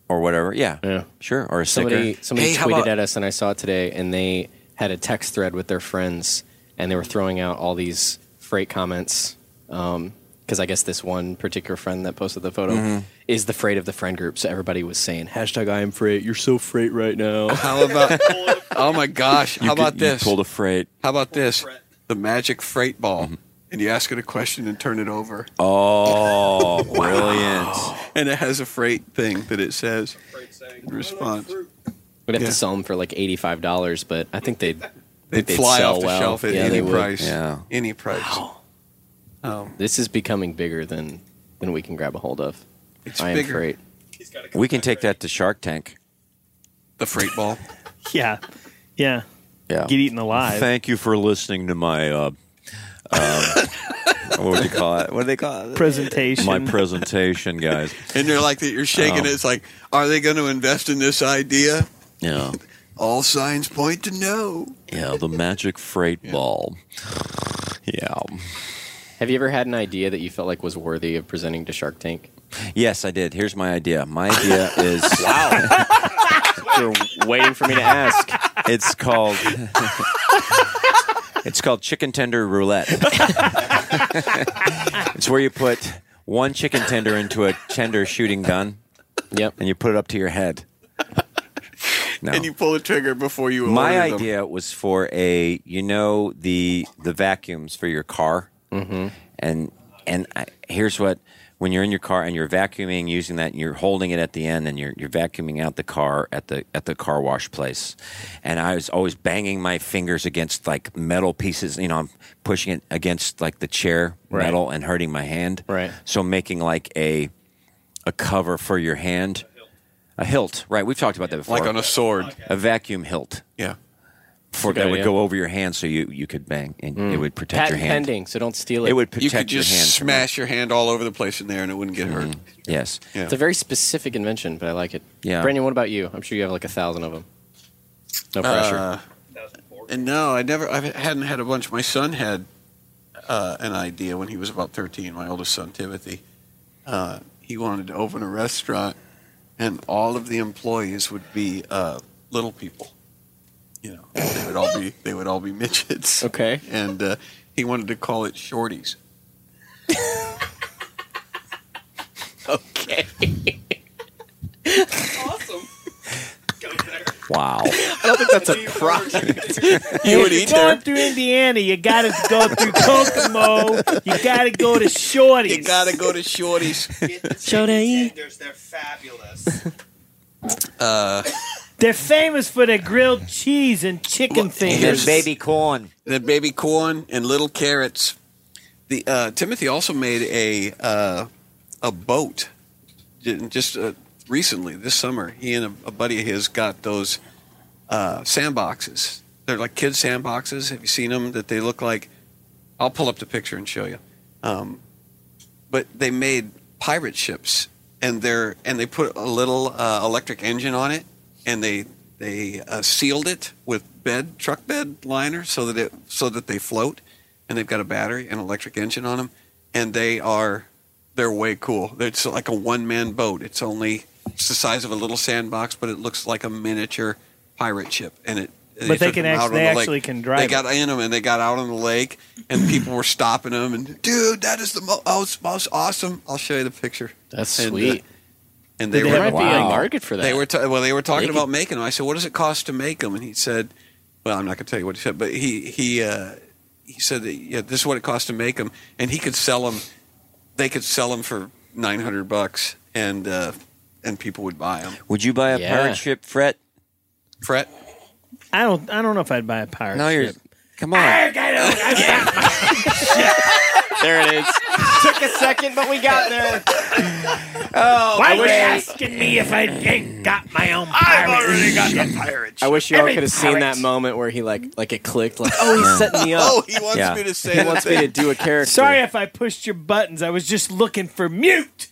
Or whatever. Yeah.
Yeah.
Sure. Or a
Somebody
sticker.
somebody
Hey,
tweeted
how about-
at us, and I saw it today, and they had a text thread with their friends, and they were throwing out all these freight comments. Because I guess this one particular friend that posted the photo
Mm-hmm.
is the freight of the friend group, so everybody was saying hashtag I am freight. You're so freight right now.
How about? oh my gosh! How
You could-
about
you
this?
Pulled a Mm-hmm. freight.
How about this?
Brett.
The magic freight ball. And you ask it a question and turn it over.
Oh, brilliant!
And it has a freight thing that it says.
Afraid saying,
Response.
"I like fruit."
We'd have
Yeah.
to sell them for like eighty five dollars, but I think they'd
They'd,
They'd
fly
sell
off the
well.
shelf at
Yeah, they
any
would.
price.
Yeah.
Any price. Um,
this is becoming bigger than than we can grab a hold of.
It's
I am
bigger.
freight.
He's got a
We can take that to Shark Tank.
the freight ball.
yeah, yeah.
Yeah.
Get eaten alive.
Thank you for listening to my. Uh, um, what would you call it? What do they call it?
Presentation.
My presentation, guys.
And they're like, you're
Oh.
shaking it. It's like, are they going to invest in this idea?
Yeah.
All signs point to no.
Yeah, the magic freight ball. Yeah.
Have you ever had an idea that you felt like was worthy of presenting to Shark Tank?
Yes, I did. Here's my idea. My idea is
You're waiting for me to ask.
it's called It's called chicken tender roulette. it's where you put one chicken tender into a tender shooting gun
Yep.
and you put it up to your head. No.
And you pull the trigger before you
my
order them.
idea was for a you know the the vacuums for your car
Mm-hmm.
and and I, here's what when you're in your car and you're vacuuming using that and you're holding it at the end and you're you're vacuuming out the car at the at the car wash place and I was always banging my fingers against like metal pieces you know I'm pushing it against like the chair
Right.
metal and hurting my hand
Right.
so making like a a cover for your hand. A hilt, right? We've talked about that before.
Like on a sword.
a vacuum hilt.
Yeah.
For
Good
that would
idea.
go over your hand, so you, you could bang and it
Mm.
would protect
Patent
your hand.
pending, so don't steal it.
It would protect
You could just
your hand. from- Mm-hmm.
smash your hand all over the place in there and it wouldn't get hurt.
Yes.
Yeah.
It's a very specific invention, but I like it.
Yeah.
Brandon, what about you? I'm sure you have like a thousand of them. No pressure.
Uh, and no, I never, I hadn't had a bunch. My son had uh, an idea when he was about 13, my oldest son, Timothy. Uh, he wanted to open a restaurant, and all of the employees would be uh, little people. You know, they would all be they would all be midgets.
okay.
And uh, he wanted to call it Shorties.
Okay.
Wow.
You would eat going through Indiana, you got to go through Kokomo. You got to go to Shorty's.
You gotta go to Shorties.
Shorty.
Tenders, they're fabulous.
They're famous for their grilled cheese and chicken fingers.
here's-
baby corn.
the baby corn and little carrots. The uh, Timothy also made a uh, a boat J- just uh, recently this summer. He and a, a buddy of his got those uh, sandboxes. They're like kid sandboxes. Have you seen them? That they look like. I'll pull up the picture and show you. Um, but they made pirate ships, and they're and they put a little uh, electric engine on it, and they they uh, sealed it with bed truck bed liner so that it so that they float, and they've got a battery and electric engine on them, and they are they're way cool. It's like a one man boat. It's only it's the size of a little sandbox, but it looks like a miniature pirate ship, and it.
But they
took
can
them
act-
out on
they
the lake.
actually can drive
They
it.
got in them and they got out on the lake and people were stopping them and dude, that is the mo- most most awesome. I'll show you the picture.
That's
And, uh,
sweet.
And they
Did
were
they
there might be a
Wow.
market for that.
they were ta- well, they were talking
They
about making them. I said, "What does it cost to make them?" And he said, "Well, I'm not going to tell you what he said, but he he uh, he said that yeah, this is what it costs to make them, and he could sell them. They could sell them for 900 bucks, and uh, and people would buy them.
Would you buy a
Yeah.
pirate ship, Fret?
Fret,
I don't. I don't know if I'd buy a pirate.
No, Oh, you're.
ship.
Come
Ah.
on.
there it is. Took a second, but we got there.
Why were you asking me if I ain't got my own pirate?
I wish you all
Every
could have seen
pirate.
that moment where he like like it clicked like oh he's setting me
Oh,
up.
he wants
Yeah.
me to say
He
that
wants me
thing.
to do a character.
Sorry if I pushed your buttons. I was just looking for mute.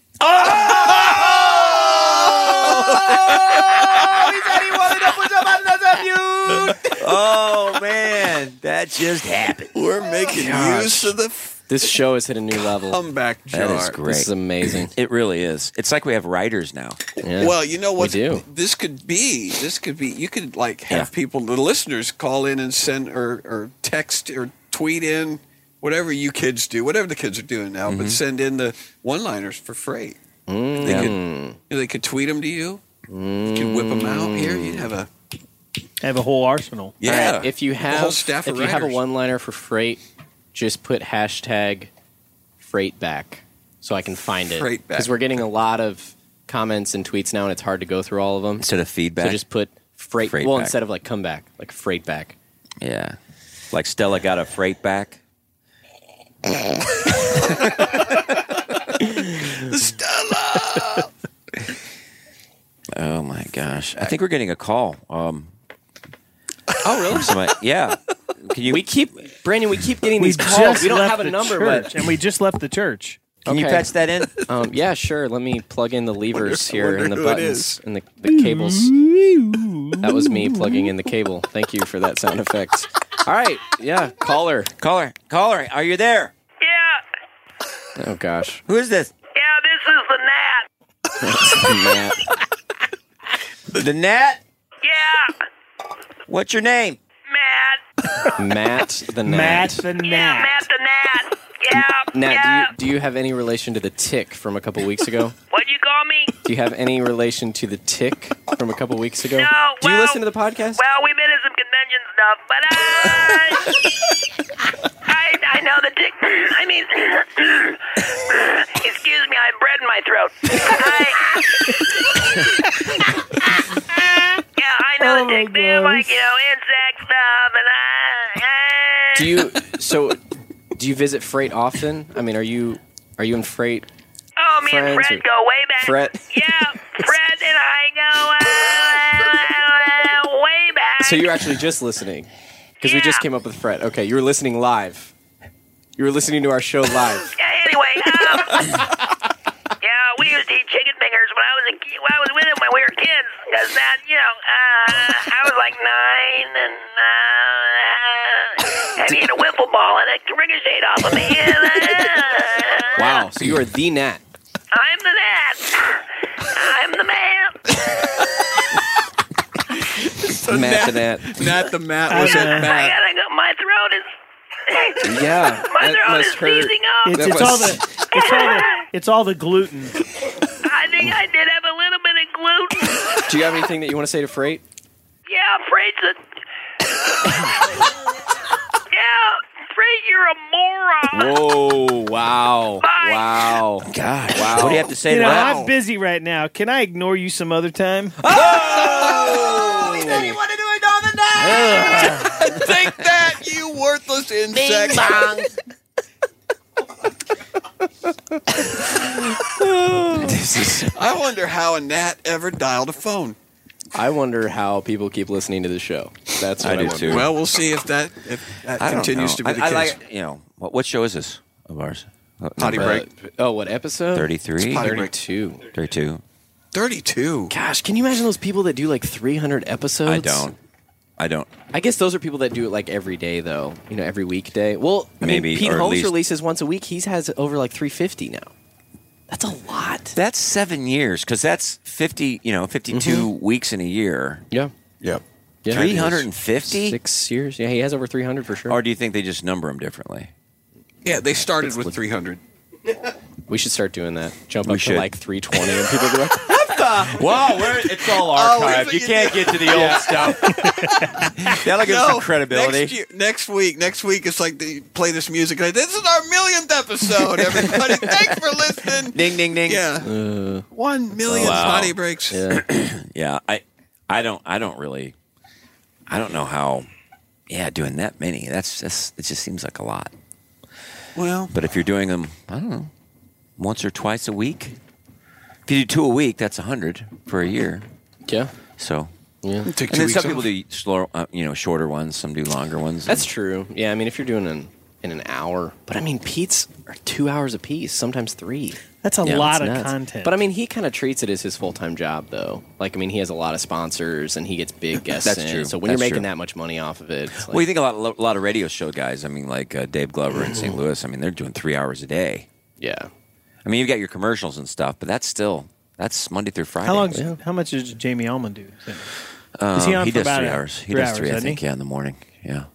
oh man, that just happened.
We're making use of the f-
This show has hit a new level.
comeback jar.
That is great.
Oh, This is amazing.
It really is. It's like we have writers now.
Yeah.
Well, you know what?
do.
This could be. This could be. You could like have
Yeah.
people, the listeners, call in and send or or text or tweet in whatever you kids do, whatever the kids are doing now, but send in the one-liners for free. They could
Mm.
you know, they could tweet them to you. You could whip them out here. You'd have a
I have a whole arsenal.
All
yeah.
right, if you
a whole
have
staff
if
of
you have a
writers.
one liner for freight, just put hashtag freight back so I can find it.
Freight back.
Because we're getting a lot of comments and tweets now, and it's hard to go through all of them.
Instead of feedback.
So just put freight.
Freight
well,
back.
instead of like come back, like freight back.
yeah. Like Stella got a freight back. Stella. oh my gosh! I think we're getting a call. Um,
Oh really?
somebody- yeah. Can you
We keep Brandon. We keep getting
We
these calls.
just
We don't
left
have a
the
number,
church,
but
and we just left the church.
can you
okay.
patch that in?
um, yeah, sure. Let me plug in the levers here and the
who it
buttons and the, the cables. That was me plugging in the cable. Thank you for that sound effect. All right, yeah, caller.
Caller, caller, are you there?
Yeah,
Oh gosh,
Who is this?
yeah, this is the Nat.
Matt.
The Nat.
Yeah,
What's your name?
Matt.
Matt the Nat.
Matt the
Yeah,
Nat.
Matt the Nat. Yeah,
Nat,
yeah.
do, you, do you have any relation to the tick from a couple weeks ago?
What'd you call me?
Do you have any relation to the tick from a couple weeks ago?
No,
do you
well-
listen to the podcast?
Well, we've been to some convention stuff, but I, uh, I, I know the tick. I mean, excuse me, I have bread in my throat. I, yeah, I know the tick. They're like you know insect stuff, and I. I
Do you so? Do you visit freight often? I mean, are you are you in freight?
Oh, me and
friends
Fred
or-
go way back.
Fret.
Yeah, Fred and I go uh, way back.
So you're actually just listening because we just
Yeah.
came up with Fret. Okay, you were listening live. You were listening to our show live.
Yeah, anyway, um, yeah, we used to eat chicken fingers when I was a ki- when I was with him when we were kids. Cause that, you know, uh, I was like nine, and uh, and he had a wiffle ball and it ricocheted off of me. And, uh,
wow. So you are the Nat.
I'm the man. I'm the man.
Uh,
Matt the Nat.
Not the Matt
I
was
gotta,
uh,
at
I
Matt.
gotta go. My throat is.
Yeah,
my
that
throat
must
is
hurt.
seizing up.
It's, it's all the it's all the it's all the gluten.
I think I did have a little bit of gluten.
Do you have anything that you want to say to Freight?
Yeah, afraid that. yeah, afraid you're a moron.
Whoa! Wow! Wow!
God!
Wow!
What do you have to say
you
to
know,
that?
I'm busy right now. Can I ignore you some other time?
He said he wanted to ignore the
Take that, you worthless insect. I wonder how a Nat ever dialed a phone.
I wonder how people keep listening to the show. That's
I
what I,
do
wonder.
too.
Well, we'll see if that if that
I don't
continues
know.
to be the
I, I
case.
like you know what, what show is this of ours? Uh,
Potty
number
break.
Oh, what episode?
33?
Potty break.
32.
32.
32.
Gosh, can you imagine those people that do like 300 episodes?
I don't. I don't.
I guess those are people that do it like every day, though. You know, every weekday. Well, I mean,
Maybe,
Pete
or at
Holmes
least-
releases once a week. He's has over like 350 now. That's a lot.
That's seven years because that's fifty. You know, 52 weeks in a year.
Yeah.
Yep.
Mm-hmm. Yeah.
Three hundred and fifty.
Six years. Yeah, he has over 300 for sure.
Or do you think they just number them differently?
Yeah, they started with 300.
we should start doing that. Jump
We
up
should.
to like 320 and people be like,
Wow, we're, it's all
Oh,
archived. you can't get to the old stuff.
That'll give us some
Next, year, next week, next week, it's like they play this music. Like, this is our millionth episode, everybody. Thanks for listening.
Ding ding ding.
Yeah, Uh, one million
Wow.
potty breaks.
Yeah, I, I don't, I don't really, I don't know how. Yeah, doing that many. That's just it. Just seems like a lot.
Well,
But if you're doing them, I don't know, once or twice a week. If you do two a week, that's a hundred for a year.
yeah.
So,
it'll take
and
two
then
weeks
some
off.
people do slower, uh, you know, shorter ones. Some do longer ones.
That's true. Yeah, I mean, if you're doing an in an hour, but I mean, Pete's are two hours a piece, sometimes three.
That's a
Yeah,
lot
It's
of
nuts.
content.
But I mean, he kind of treats it as his full time job, though. Like, I mean, he has a lot of sponsors and he gets big guests.
That's
in.
true.
So when
That's
you're making
true.
that much money off of it, it's like,
Well, you think a lot, a lot of radio show guys. I mean, like uh, Dave Glover in St. Louis. I mean, they're doing three hours a day.
yeah,
I mean, you've got your commercials and stuff, but that's still that's Monday through Friday.
how long? How much does Jamie Allman do? Is
Um,
he on
he
for
does
about
three
an hour?
hours. He
Three
does
hours,
three, I
doesn't
think.
he?
Yeah, in the morning. Yeah.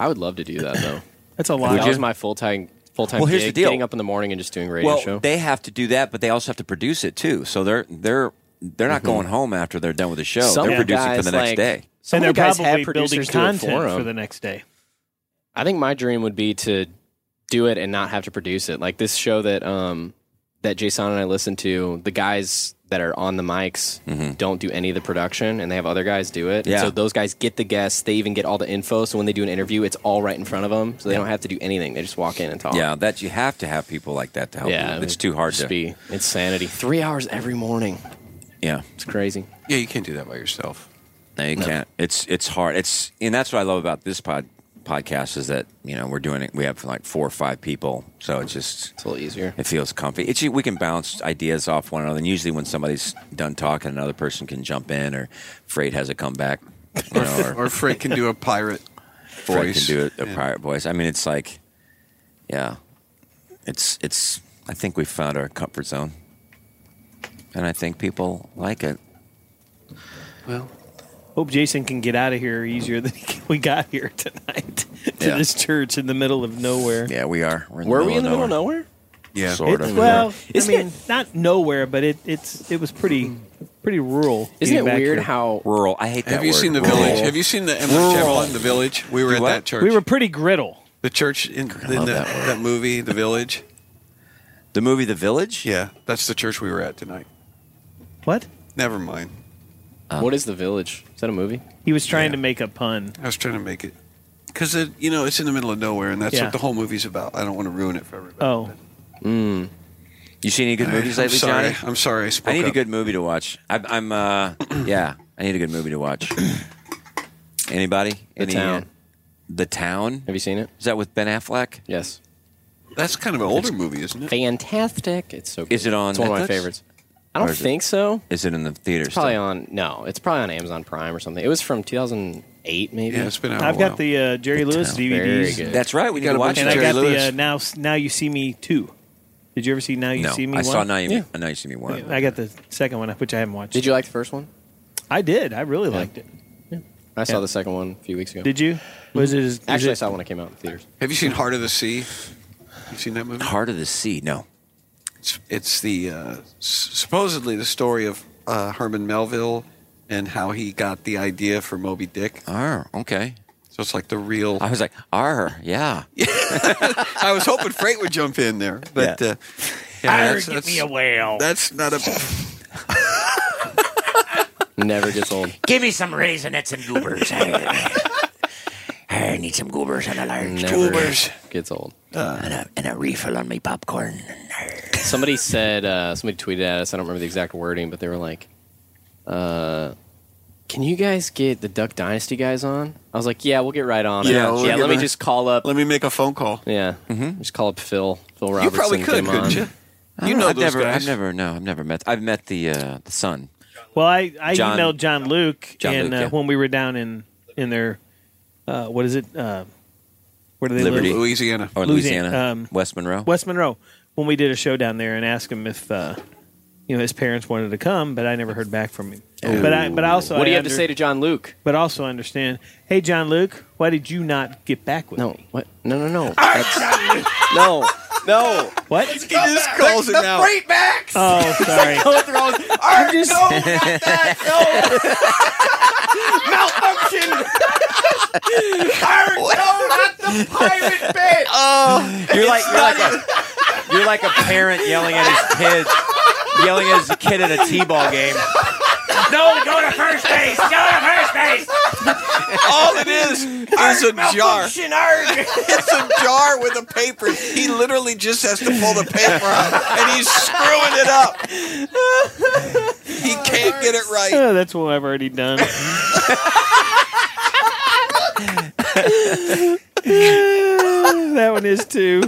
I would love to do that though.
That's a lot.
If that was my full time full time.
Well, here's the deal.
Getting up in the morning and just doing a radio
well,
show.
they have to do that, but they also have to produce it too. So they're they're they're not going home after they're done with the show.
Some
they're producing
guys,
for the next
like-
day.
Some
and
of the
they're
guys
probably
have
building
producers do it
content
for 'em.
the next day.
I think my dream would be to do it and not have to produce it. Like this show that um that Jason and I listen to, the guys that are on the mics don't do any of the production and they have other guys do it. And
Mm-hmm. Yeah.
So those guys get the guests, they even get all the info. So when they do an interview, it's all right in front of them. So they don't have to do anything. They just walk in and talk.
Yeah, that you have to have people like that to help
Yeah.
you. It's too hard
just
to
be insanity. 3 hours every morning.
Yeah.
It's crazy.
Yeah, you can't do that by yourself.
No, you can't. It's it's hard. It's and that's what I love about this pod podcast is that, you know, we're doing it we have like four or five people. So it's just
It's a little easier.
It feels comfy. It's, we can bounce ideas off one another. And usually, when somebody's done talking, another person can jump in, or Freight has a comeback, you know, or,
Or Fred can do a pirate
Freight
voice.
can do a, a pirate voice. I mean, it's like, yeah, it's it's. I think we found our comfort zone, and I think people like it.
Hope Jason can get out of here easier than he- we got here tonight to
Yeah.
this church in the middle of nowhere.
Yeah, we are. We're in
Were
the
we in the middle of
nowhere.
nowhere?
Yeah.
Sort
It's-
of.
well,
Isn't
I mean, not nowhere, but it, it's it was pretty pretty rural.
Isn't it
getting back
weird
here.
how
rural. I hate that
Have you
word,
seen the
rural.
village? Have you seen the Emma Chamberlain, the village? We were at
what?
that church.
we were pretty griddle?
the church in, in
love
the,
that
that, movie, The Village.
The movie The Village.
Yeah, that's the church we were at tonight.
What?
Never mind.
what is the village? Is that a movie?
He was trying
Yeah.
to make a pun.
I was trying to make it because it, you know, it's in the middle of nowhere, and that's
Yeah.
Oh,
what the whole movie's about. I don't want to ruin it for everybody.
Oh,
You see any good
I-
movies
I'm
lately,
sorry.
Johnny?
I'm sorry. I, spoke
I need a
up.
good movie to watch. I, I'm, uh, yeah, I need a good movie to watch. Anybody?
The
Any,
Town.
the Town. Have you seen it? Is that with Ben Affleck?
Yes.
That's kind of an older movie, isn't it?
Fantastic. It's so good.
Is it on?
It's one of my
Netflix?
favorites. I don't
Or is it-
think so.
Is it in the theaters?
It's probably on no, it's probably on Amazon Prime or something. It was from 2008 maybe.
I've got the uh, Jerry Lewis
Very
DVDs.
good. That's right, we need to watch
And
Jerry
I got
Lewis.
the uh, now now you see me too. Did you ever see Now You
no,
See Me?
I
one?
saw Now You,
Yeah.
Now you See Me One.
I got the second one, which I haven't watched.
Did you like the first one?
I did. I really liked it.
I saw
Yeah.
the second one a few weeks ago.
Did you? Was it? is
Actually, I
it-
saw it when it came out in theaters.
Have you seen Heart of the Sea? You seen that movie?
Heart of the Sea. No.
It's, it's the uh, s- supposedly the story of uh, Herman Melville and how he got the idea for Moby Dick.
Oh, okay.
So it's like the real.
I was like, R, yeah.
I was hoping Freight would jump in there, but uh,
Arr,
that's-
get
that's-
me a whale.
That's not a.
Never gets old.
Give me some raisinets and goobers. I need some goobers and a large
Never
goobers.
gets old.
and, a, and a refill on my popcorn.
somebody said uh, somebody tweeted at us i don't remember the exact wording but they were like uh, can you guys get the duck dynasty guys on i was like yeah we'll get right on Mm-hmm. it.
Yeah, we'll
yeah
get
let me
right-
just call up
let me make a phone call
yeah just call up phil phil robertson
probably
get
could,
him
couldn't
on.
you?
I don't Uh, I've never, I've never, no, I've never met. I've met the uh, the son.
Well, I, I
John-
emailed John Luke,
John
and
Luke,
uh,
yeah.
when we were down in in their uh, what is it? Uh, where do they
Liberty,
live?
Louisiana,
or Oh, Louisiana,
um,
West Monroe.
West Monroe. When we did a show down there, and asked him if uh, you know his parents wanted to come, but I never heard back from him. But I but I also
what do
I
you have to
under-
say to john luke
But also I understand, hey John Luke, why did you not get back with
no
me?
what no no no That's- no no
What?
he just calls him out
Oh, sorry.
I'm just... No, not that. No. Malfunction. Arr, no, not the pirate bit. Oh,
you're like you're like a, you're like a parent yelling at his kids, yelling at his kid at a t-ball game.
No, go to first base. Go to first base.
All it is is a jar.
Malfunction. Arg.
It's a jar with a paper. He literally just has to pull the paper out, and he's screwing it up. He can't get it right.
Oh, that's what I've already done. that one is too.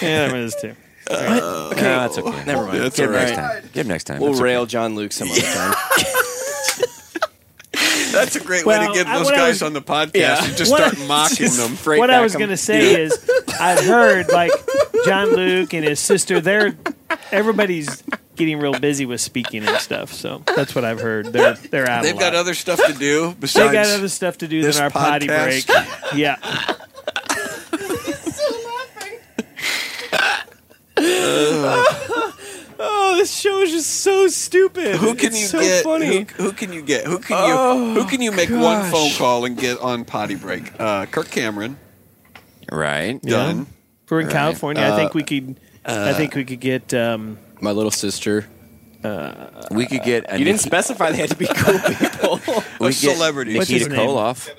Yeah, that one is too.
Okay, no, that's okay.
never mind
Give him next time. Give him next time.
we'll
That's
rail john luke some other time
That's a great way
Well,
to get
I-
those
what I
guys
was-
on the podcast
Yeah.
and just
What
start
I-
mocking them.
what I was gonna say is, I've heard like John Luke and his sister. They're everybody's getting real busy with speaking and stuff. So that's what I've heard. They're they're out. a
They've got
lot.
other stuff to do
They
besides.
got other stuff to do
this
than our potty break.
podcast.
Yeah.
oh this show is just so stupid
who can
It's
you
so
get?
funny
Who, who can you get? Who can you?
Oh,
who can you make one
gosh.
phone call and get on potty break? Uh, Kirk Cameron
okay. right.
done.
If we're in
Right.
California, I
Uh,
think we could. I think we could get. Um,
my little sister
We could get a
you didn't
Nikki-
specify they had to be cool people
we
A
could get
celebrity.
What's his
Nikita
name?
Koloff.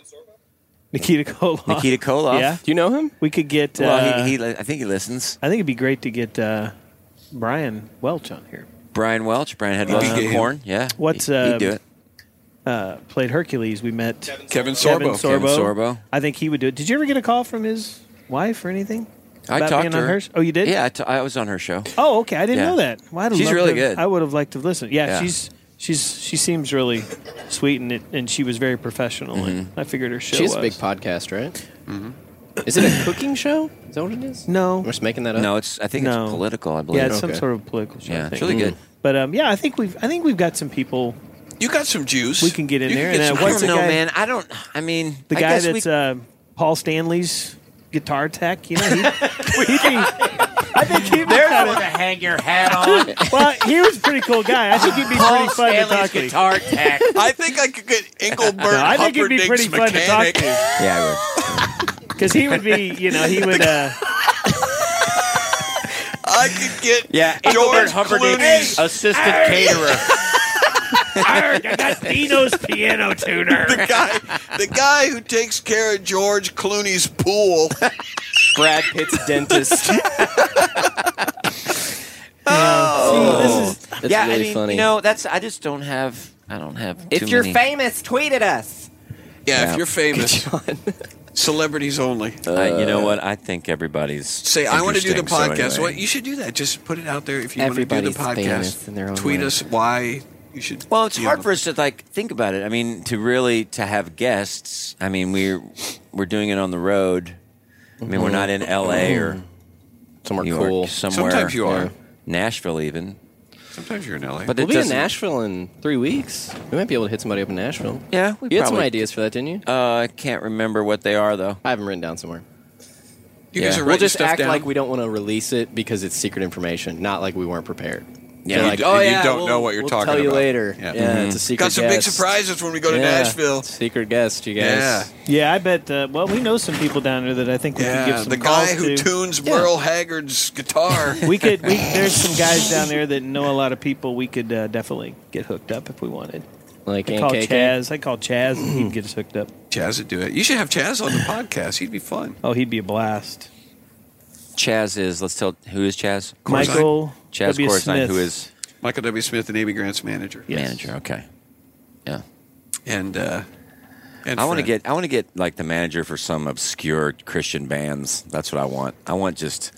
Nikita Koloff.
Nikita Koloff.
Yeah,
do you know him
we could get. Uh,
Well, he, he, li- I think he listens.
I think it'd be great to get uh, Brian Welch on here.
Brian Welch. Brian had
be
loves
game.
corn. Yeah.
What's,
he,
uh,
he'd do it?
Uh, played Hercules. We met Kevin,
Kevin Sorbo.
Sorbo.
Kevin Sorbo.
I think he would do it. Did you ever get a call from his wife or anything?
I
about
talked
being
to
on
her.
hers? Oh, you did?
Yeah, I, t- I was on her show.
Oh, okay. I didn't
Yeah.
know that. Well, I'd have
She's
loved
really
to-
good.
I would have liked to have listened. Yeah,
Yeah.
she's she's she seems really sweet and it, and she was very professional. And
Mm-hmm.
I figured her show
She's
was.
a big podcast, right? Mm-hmm. Is it a cooking show? Is that what it is?
no,
We're just making that up.
No, it's. I think
No.
it's political. I believe.
yeah, Mm. it's some
Okay.
sort of political show. I
Yeah, it's
think.
really good.
But um, yeah, I think we've I think we've got some people
You got some juice.
we can get in
You
there.
get
and
some-
uh, what's
I
the
don't know,
guy,
man. I don't. I mean,
The
I
guy
guess
that's
we,
uh, Paul Stanley's guitar tech. You know, he, he think, I think he
There's
kind
one to hang your hat on.
of, well, he was a pretty cool guy. I think he'd be
Paul
pretty fun to
Stanley's
talk to.
guitar tech.
I think I could get Engelbert
No, I think it'd be
Humperdinck's
pretty fun to talk
mechanic.
to
yeah, I would.
because he would be, you know, he would. Uh,
I could get
yeah.
George
Humperdinck's
Clooney's
assistant caterer.
Arg, and that's Dino's piano tuner.
the guy, the guy who takes care of George Clooney's pool.
Brad Pitt's dentist. Oh.
yeah, I mean, you know, that's I just don't have I don't have.
If
too
you're
many.
famous, tweet at us.
Yeah, if you're famous, celebrities only.
I, Uh, you know what? I think everybody's
Say, I want to do the
interesting, so
podcast.
anyway.
What you should do that. Just put it out there if you want to do the
Everybody's famous
podcast.
in their own
tweet
way.
us why you should.
Well, it's
be
hard
on
for us to like think about it. I mean, to really to have guests. I mean, we're we're doing it on the road. I mean, we're not in L.A. or
somewhere
cool.
Somewhere
Sometimes you are.
Nashville, even.
Sometimes you're in L.A.
But
it
we'll be in
doesn't-
Nashville in three weeks. We might be able to hit somebody up in Nashville.
Yeah, we
you had some
probably-
ideas for that, didn't you?
Uh, I can't remember what they are though.
I have them written down somewhere.
You
guys are
we'll
writing
just
stuff
act
down?
like we don't want to release it because it's secret information, not like we weren't prepared.
Yeah.
So
And you
like,
d-
oh
and you
yeah,
don't
we'll-
know what you're
we'll
talking
tell you
about.
later.
Yeah.
Yeah,
Mhm.
it's a secret.
Got some big
guest.
surprises when we go to
Yeah.
Nashville.
Secret guest, you guys.
Yeah.
Yeah, I bet. Uh, well, we know some people down there that I think we could give
Yeah,
some
the
calls
guy who
to.
tunes Merle Haggard's guitar.
we could. We, there's some guys down there that know a lot of people. We could uh, definitely get hooked up if we wanted.
Like
I call
NKK?
Chaz. I call Chaz, and he'd get us hooked up.
Chaz would do it. You should have Chaz on the podcast. He'd be fun.
Oh, he'd be a blast.
Chaz is. Let's tell who is Chaz.
Corzine. Michael
Chaz
W.
Corzine,
Smith.
who is
Michael W. Smith and Amy Grant's manager.
manager. Okay. Yeah.
And uh, and
I want to
friend.
get I want to get like the manager for some obscure Christian bands. That's what I want. I want just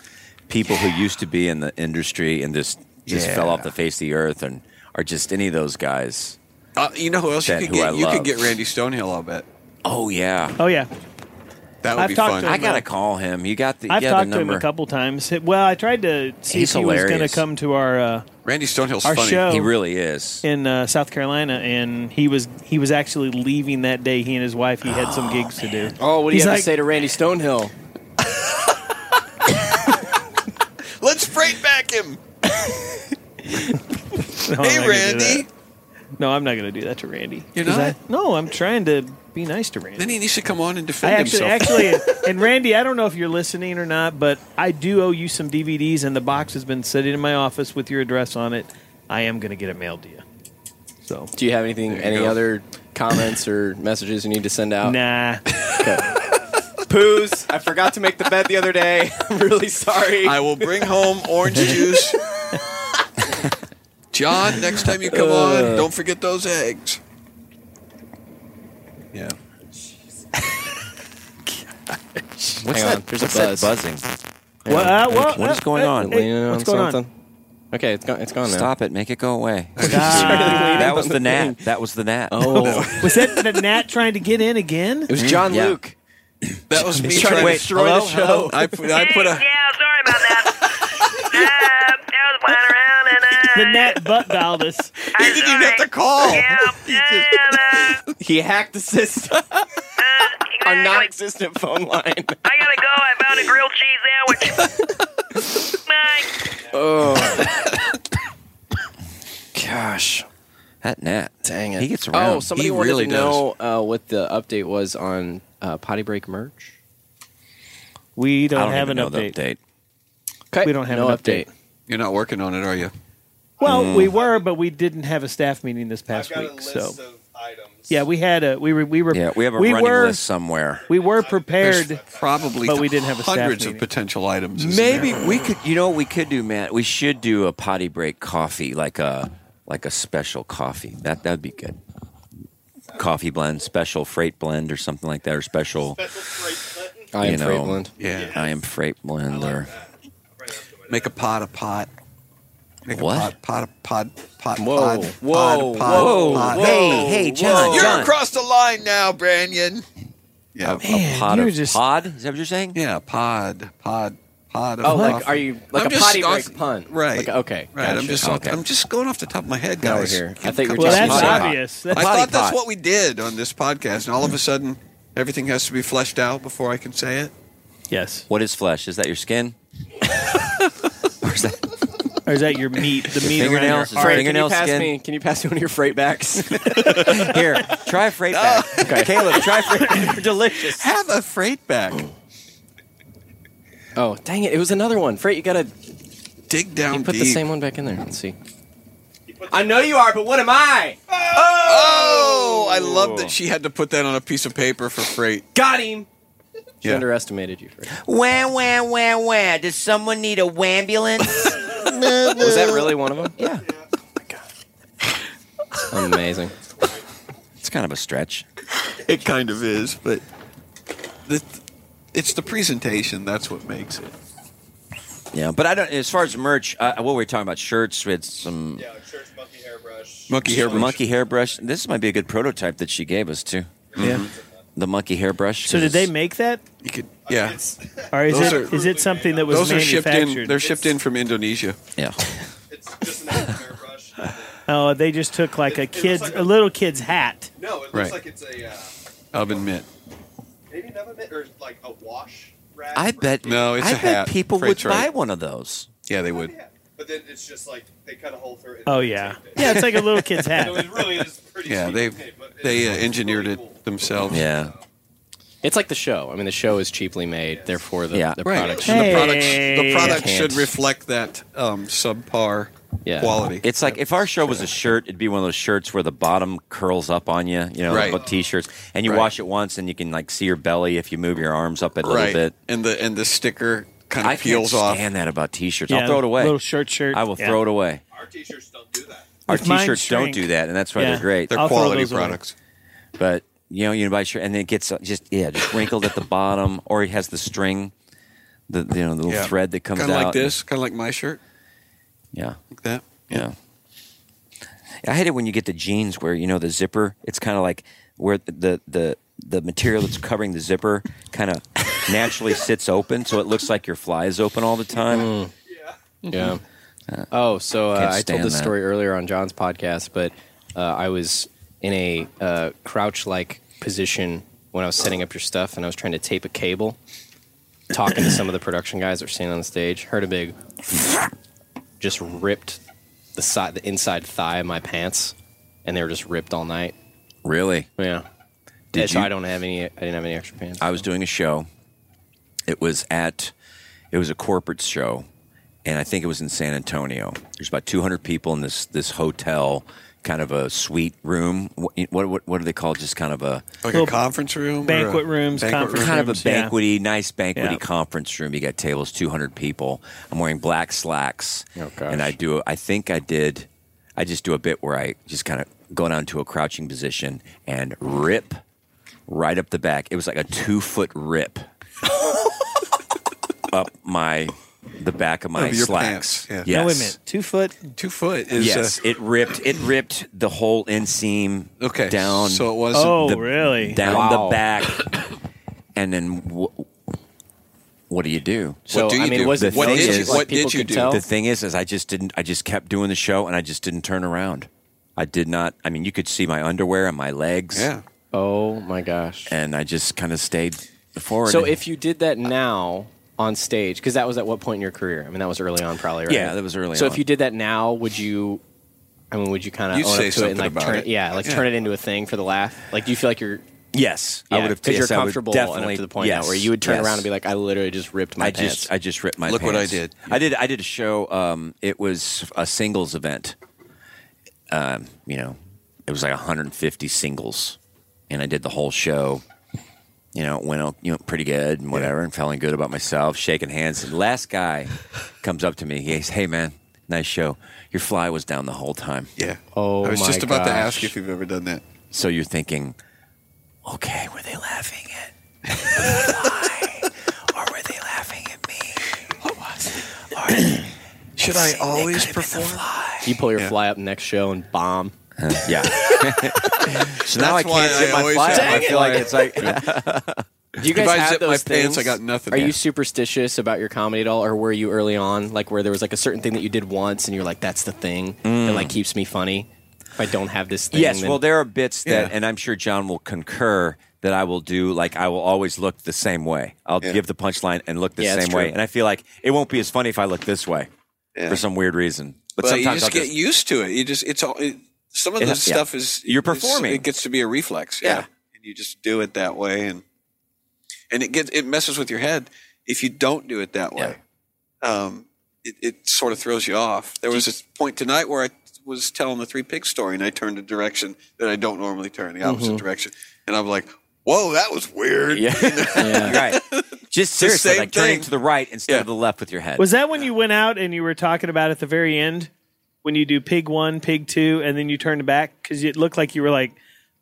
people who used to be in the industry and just just
Yeah.
fell off the face of the earth and are just any of those guys.
Uh, you know who else you
That
could
who I
get? You
love.
could get Randy Stonehill. I'll bet.
Oh yeah.
Oh yeah.
That would
I've
be
talked
fun.
to him,
I gotta
uh,
call him. You got the
I've
yeah
talked
the
to him
number.
a couple times. Well, I tried to see
He's
if he was going to
hilarious.
come to our uh,
Randy Stonehill's
our
funny.
show.
He really is.
in uh, South Carolina, and he was he was actually leaving that day. He and his wife he had some gigs to do.
Oh, what do
He's
you have
like-
to say to Randy Stonehill?
Let's freight back him.
No, I'm
Hey,
not gonna do
Randy.
that. No, I'm not going to do that to Randy.
You're
'Cause
not?
I- no, I'm trying to be nice to Randy.
Then he needs to come on and
I
defend
actually,
himself.
actually, and Randy, I don't know if you're listening or not, but I do owe you some DVDs, and the box has been sitting in my office with your address on it. I am going to get it mailed to you. So,
do you have anything? Any
go.
other comments or messages you need to send
Oh.
out?
Nah.
Poos, I forgot to make the bed the other day. I'm really sorry.
I will bring home orange juice. John, next time you come
Uh.
on, don't forget those eggs. Yeah.
What's
Hang on,
that?
there's a
what's that
buzz.
buzzing?
Hang on.
What- uh, what- What is uh, going uh, on? hey,
Leaning
what's
on
going on?
something. Okay, it's gone. It's gone now.
Stop it! Make it go away.
Ah.
that was the gnat. That was the gnat.
Oh.
was that the gnat trying to get in again? It
was John
Yeah.
Luke.
That was
He's trying to destroy the show.
I put, I put a.
the net butt dialed us.
He didn't even have to call.
He hacked the system. Our non-existent phone line.
I gotta go. I found a grilled cheese sandwich.
Oh. Gosh.
That gnat.
Dang it.
He gets around.
Oh, somebody
He
wanted
really
to
does.
know uh, what the update was on uh, Potty Break merch.
We don't,
I don't
have
even
an
know the
update.
update.
We don't have
no
an update.
You're not working on it, are you?
Well,
Hmm.
we were, but we didn't have a staff meeting this past week. so, yeah, we had a we were we were
Yeah, we have a
we
running
were,
list somewhere.
We were prepared,
probably,
but we didn't have a staff
hundreds of
meeting.
potential items. isn't
Maybe
there?
we could. You know, what we could do, Matt. We should do a potty break coffee, like a like a special coffee. That that'd be good. Coffee blend, special freight blend, or something like that, or special.
I am
you know,
freight blend.
Yeah.
I am freight blend, or
Make a pot a pot. Make
What?
a pot, pot, a pot, pot,
Whoa,
pot,
whoa,
pot, pot,
whoa,
pot.
whoa. Oh, Hey, hey, John,
You're
John.
across the line now, Brandon. Yeah,
a pod
you're
of
just-
pod. Is that what you're saying?
yeah, pod, pod, pod. Of
Oh, like
coffee.
are you like
I'm
a
just-
potty
I'm-
break pun?
Right.
Like, okay.
Right, I'm
gotcha.
just
Okay.
I'm just going off the top of my head,
Now we're
guys.
here. I think we
Well,
Just
that's
potty pot.
obvious.
I
That's
thought that's
pot.
what we did on this podcast, and all of a sudden, everything has to be fleshed out before I can say it.
yes.
What is flesh? Is that your skin? or is that
Or is that your meat? The meat around
fingernails?
your
Is
arm?
Frank, can you
fingernail
pass
skin?
me? Can you pass me one of your freight backs?
Here, try freight back. Caleb, try freight. They're delicious.
Have a freight back.
oh, dang it! It was another one. Freight, you gotta
Dig down
you put
deep.
the same one back in there. Let's see. I know you are, but what am I?
oh, I love that she had to put that on a piece of paper for freight.
Got him. She
Yeah.
underestimated you. Freight.
Wah wah wah wah. Does someone need a wambulance?
Was that really one of them?
Yeah.
Amazing.
It's kind of a stretch.
It kind of is, but the, it's the presentation that's what makes it.
Yeah, but I don't. As far as merch, uh, what were we talking about? Shirts with some
Monkey
hairbrush. Monkey hairbrush. This might be a good prototype that she gave us too. Mm-hmm.
Yeah.
The monkey hairbrush.
So did they make that?
You could, yeah.
Or is
Those
it is
are-
it something that was
Those are shipped
manufactured?
in. They're shipped in from Indonesia.
Yeah.
Oh, they just took like a kid's a little kid's hat.
No, it looks
Right.
like it's a uh,
Oven mitt.
maybe an oven mitt or like a wash rack.
I
for-
bet.
No, it's
I
a
bet
hat.
people
Freight
would
train.
buy one of those.
Yeah, they would.
But then it's just like they cut a hole through it.
Oh yeah, yeah. It's like a little kid's hat.
So it really is pretty.
Yeah, they they uh, engineered it themselves.
Yeah.
It's like the show. I mean, the show is cheaply made, therefore the, the
Right.
product.
And the products the
Hey.
product
Can't.
should reflect that um, subpar
Yeah.
quality.
It's like if our show was a shirt, it'd be one of those shirts where the bottom curls up on you, you know,
Right.
like t-shirts, and you
Right.
wash it once, and you can like see your belly if you move your arms up a little
right.
bit.
And the and the sticker kind of
I
peels
can't
off.
stand that about t-shirts.
Yeah,
I'll throw it away.
Little short shirt.
I will
Yeah.
throw it away.
Our t-shirts don't do that.
Our
If mine
t-shirts don't
shrink-
do that, and that's why
Yeah.
they're great.
They're
I'll throw
quality
those away.
products.
But you know, you buy a shirt, and it gets uh, just yeah, just wrinkled at the bottom, or it has the string, the you know, the little
Yeah.
thread that comes
Kind of
out.
like this, kind of like my shirt,
Yeah.
like that.
Yeah. I hate it when you get the jeans where you know the zipper. It's kind of like where the, the the the material that's covering the zipper kind of naturally sits open, so it looks like your fly is open all the time.
Mm.
Yeah. Oh, so uh,
Uh, Can't
I told
stand
this
that.
story earlier on John's podcast, but uh, I was in a uh, crouch-like position when I was setting up your stuff, and I was trying to tape a cable. Talking to some of the production guys that were standing on the stage, heard a big, just ripped the side, the inside thigh of my pants, and they were just ripped all night.
Really?
Yeah.
Did
And so
you-
I don't have any. I didn't have any extra pants.
I was doing a show. It was at, it was a corporate show, and I think it was in San Antonio. There's about 200 people in this this hotel, kind of a suite room. What what what are they called? Just kind of a
Like
Little
a conference room, or a
banquet rooms,
banquet
conference
room.
kind
rooms,
of a
Mhm. yeah.
banquety, nice banquety
Yeah.
conference room. You got tables, 200 people. I'm wearing black slacks.
Oh, gosh.
and I do, I think I did, I just do a bit where I just kind of go down to a crouching position and rip right up the back. It was like a two foot rip up my, the back of my
Of your
slacks.
pants, yeah.
No,
Yes.
wait a minute. Two foot.
Two foot is
Yes,
uh,
it ripped. It ripped the whole inseam
okay.
down
so it wasn't.
Oh,
the-
really?
down
Wow.
the back, and then wh- what do you do?
so
do you
I mean,
do?
was it
What
fake?
did you-
Like,
what did
people
you
could
do?
Tell?
The thing is, is I just didn't. I just kept doing the show, and I just didn't turn around. I did not. I mean, you could see my underwear and my legs,
Yeah.
oh my gosh.
and I just kind of stayed forward.
So if you did that now on stage, because that was at what point in your career? I mean, that was early on, probably, right?
Yeah, that was early
So
on.
if you did that now, would you? I mean, would you kind of
You'd say
own up to it
something
and like
about
turn
it.
Yeah, like
Yeah.
turn it into a thing for the laugh. Like, do you feel like you're?
yes, I
yeah,
would have
'cause
yes, I
you're
would
comfortable
definitely,
enough to the point
yes,
now where you would turn
yes.
around and be like, "I literally just ripped my
I
pants."
just I just ripped my
Look what I
pants.
did.
I did I did a show. Um, it was a singles event. Um, you know, it was like 150 singles, and I did the whole show. You know, it went o- you know pretty good and whatever, and feeling good about myself, shaking hands. And the last guy comes up to me. He says, "Hey man, nice show. Your fly was down the whole time."
Yeah.
Oh
I was
my
just about to
gosh.
ask if you've ever done that.
So you're thinking, okay, were they laughing at the fly, or were they laughing at me? What was it?
Should I always perform?
you pull your
Yeah.
fly up next show and bomb.
Yeah. so now I
That's why
can't zip
I
my
always
fly. up.
have
I
my
feel like
fly-
it's like
Do you guys
if I
have
zip
those
my
things?
pants, I got nothing.
Are you superstitious about your comedy at all, or were you early on like where there was like a certain thing that you did once and you're like, "That's the thing that
Mm.
like keeps me funny." If I don't have this thing,
yes.
then-
Well, there are bits
Yeah.
that, and I'm sure John will concur that I will do. Like I will always look the same way. I'll
Yeah.
give the punchline and look the
Yeah, that's
same way,
true.
and I feel like it won't be as funny if I look this way
Yeah.
for some weird reason. But
But you
sometimes
just
I'll
get
just,
used to it. You just it's all. It, some of
It-
the
yeah.
stuff is
You're
it's-
performing.
It gets to be a reflex. Yeah.
Yeah.
and you just do it that way, and and it gets it messes with your head if you don't do it that way. Um, it, it sort of throws you off. There was a point tonight where I was telling the three pig story, and I turned a direction that I don't normally turn, the opposite
Mm-hmm.
direction, and I'm like, "Whoa, that was weird."
right. Just seriously,
same
like turning
thing.
to the right instead
Yeah.
of the left with your head.
Was that when you went out and you were talking about at the very end when you do pig one, pig two, and then you turn it back because it looked like you were like,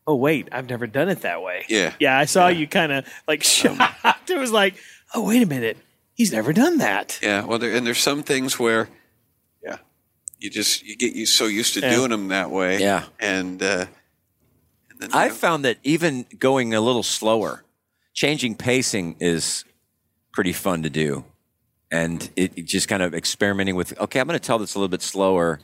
oh wait, I've never done it that way.
Yeah.
Yeah, I saw you kind of like
Um,
shocked. it was like, oh wait a minute, he's never done that.
Yeah. Well, there, and there's some things where, yeah, you just you get you so used to
Yeah.
doing them that way.
Yeah.
And uh,
I found that even going a little slower, changing pacing is pretty fun to do. And it it just kind of experimenting with, okay, I'm going to tell this a little bit slower,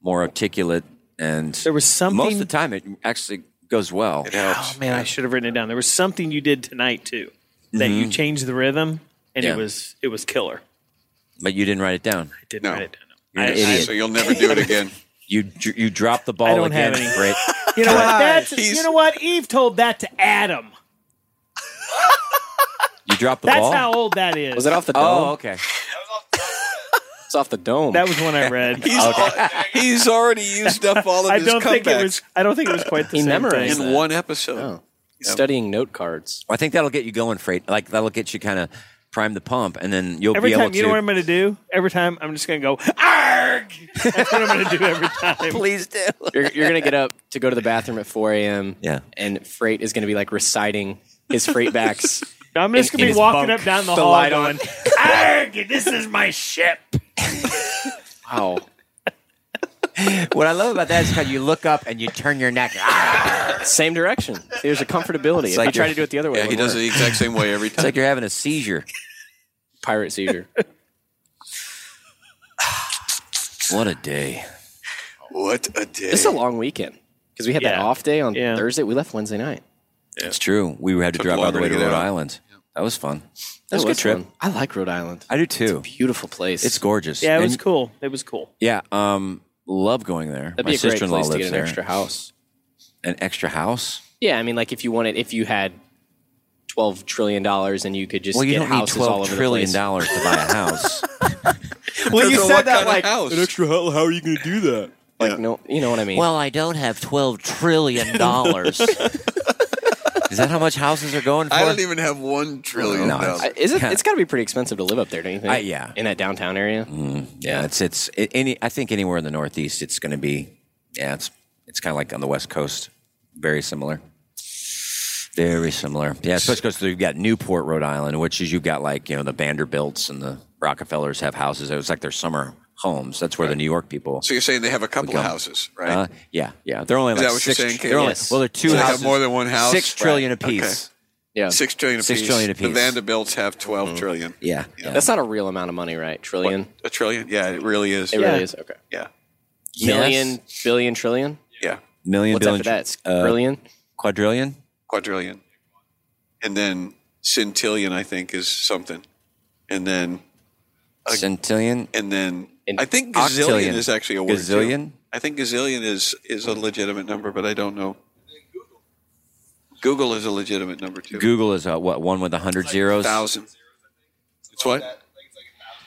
more articulate. And there
was something.
Most of the time, it actually goes well. It
Oh man, I should have written it down. There was something you did tonight too that you
Mhm.
changed the rhythm, and
Yeah.
it was it was killer.
But you didn't write it down. I
didn't No. write it down.
You're an
I-
idiot.
so you'll never do it again.
you dr- you dropped the ball
I don't
again.
have any.
Brett.
You know what? That's you know what Eve told that to Adam.
You dropped the
That's
ball.
how old that is.
Was it off the dome? Oh, okay.
It's off the dome.
That was one I read.
he's, al- he's already used up all of
I
his
don't
comebacks
think it was. I don't think it was quite the
He
same
memorized
thing.
that. In one
episode.
Oh,
Studying note cards.
I think that'll get you going, Freight. Like that'll get you kind of prime the pump, and then you'll
every
be
time,
able
you
to.
know what I'm going to do? Every time, I'm just going to go. Arg! That's what I'm going to do every time.
Please do.
You're, you're gonna get up to go to the bathroom at 4 a.m.
Yeah.
And Freight is gonna be like reciting his Freight backs.
I'm just
in-
going
in
to
his
be walking
bunk,
up down the
the
hall
light
going,
on.
Arg! This is my ship.
Wow.
what I love about that is how you look up and you turn your neck. Ah!
Same direction. There's a comfortability.
It's
if
like
you try
you're-
to do it the other way,
Yeah, he does it the
exact same way every
It's like you're having a seizure.
Pirate seizure.
what a day.
What a day.
This is a long weekend because we had that off day on Thursday. We left Wednesday night.
It's true. We had to
Took
drive all the
longer
way
to
to
get
Rhode
out.
Island. That was fun.
That
That was a
was
good trip.
fun. I like Rhode Island.
I do too.
beautiful place.
It's gorgeous.
Yeah, it was
And-
cool. It was cool.
Yeah, um, love going there.
That'd
My
be a great
sister in law
place
lives
to get an
there.
extra house.
An extra house?
Yeah, I mean, like if you wanted, if you had twelve trillion dollars and you could just
well, you
get
don't need
houses all
twelve
over
trillion
the place.
dollars to buy a house.
well,
you
you said
Depends on said what that
that
kind of
like
like, house.
an extra hell. How are you going to do that? Like no, you know what I mean.
well, I don't have twelve trillion dollars. Is that how much houses are going for?
I don't even have one trillion
No, it's-
dollars.
I- Uh, is it? It's got to be pretty expensive to live up there, don't you think?
I- Uh, yeah. Mm.
in that downtown area.
yeah, it's it's it, any. I think anywhere in the Northeast, it's going to be. Yeah, it's it's kind of like on the West Coast, very similar. Very similar. Yeah, especially because you've got Newport, Rhode Island, which is you've got like you know the Vanderbilts and the Rockefellers have houses. It was like their summer homes. That's where the New York people.
So you're saying they have a couple of
come.
houses, right?
Uh, yeah, yeah. They're only
Is
like
that what you're
six.
saying, Kate?
they're only,
Yes.
well, they're two
So they have
houses.
more than one house?
Six trillion
Right.
apiece.
Yeah,
Six trillion apiece.
Six trillion
The
apiece. Mm-hmm.
Vanderbilts have twelve trillion.
Yeah, yeah.
That's not a real amount of money, right? Trillion.
A trillion? Yeah, it really is.
It really is. Okay.
Yeah.
Million, billion, trillion.
Yeah.
Million,
What's
billion,
after that? It's
uh,
trillion?
quadrillion.
Quadrillion. And then centillion, I think, is something. And then
Centillion.
and then I think gazillion
octillion.
is actually a word. too.
Gazillion?
I think gazillion is is a legitimate number, but I don't know. Google is a legitimate number too.
Google is uh, what one with a hundred zeros.
Thousand. It's what?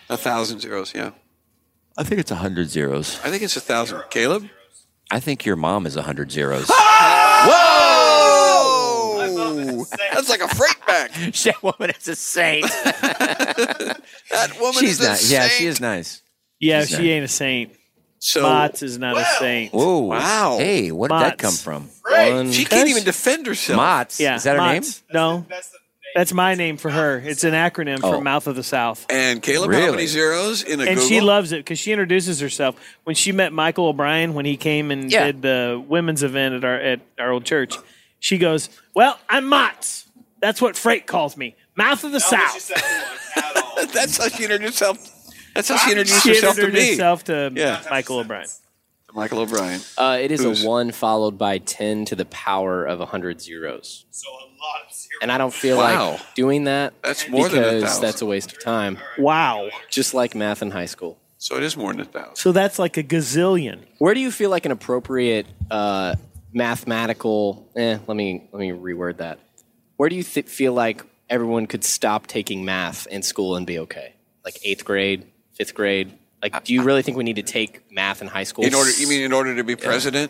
A thousand zeros. Yeah.
I think it's a hundred zeros.
I think it's a thousand. Caleb.
I think your mom is a hundred zeros.
Whoa! That's like a freight back.
that woman is a saint.
that woman
She's
is a
nice. Yeah, she
saint.
is nice.
Yeah,
She's
she
nice.
ain't a saint.
So
Bots is not a saint.
Whoa!
Wow.
Hey, where did that
Mott's.
come from?
Right. She can't even defend herself.
Mott's.
Yeah,
Is that her
Mott's. No, that's my name for her. It's an acronym for
Oh.
Mouth of the South.
And Caleb, how many
Really?
zeros in a
and
Google?
she loves it because she introduces herself when she met Michael O'Brien when he came and
Yeah.
did the women's event at our at our old church. She goes, "Well, I'm Mott's. That's what Freight calls me. Mouth of the South."
That's how she introduced herself. That's how she introduced
She
herself to
introduced
me.
herself to
Yeah.
Michael O'Brien.
Michael O'Brien.
Uh, it is
Who's-
a one followed by ten to the power of hundred zeros. So a lot of zeros. And I don't feel
Wow.
like doing that.
That's more than a
because
thousand.
that's a waste of time.
Wow.
Just like math in high school.
So it is more than a thousand.
So that's like a gazillion.
Where do you feel like an appropriate uh, mathematical? Eh, let me let me reword that. Where do you th- feel like everyone could stop taking math in school and be okay? Like eighth grade, fifth grade. Like, do you really think we need to take math in high school?
In order, you mean in order to be president?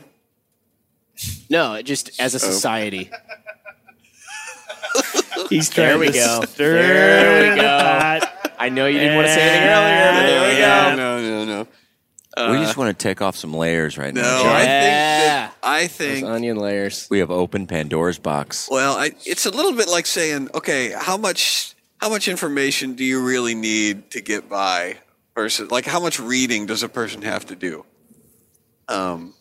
No, just as a society.
He's
there.
trying
We
to
go.
stir
There we
the
go.
pot.
I know you didn't want to say anything earlier. There we go.
No, no, no.
we just want to take off some layers right
Uh, No,
now.
I think that, I
Those
think
onion layers.
We have opened Pandora's box.
Well, I, it's a little bit like saying, okay, how much how much information do you really need to get by? Versus, like, how much reading does a person have to do? Um,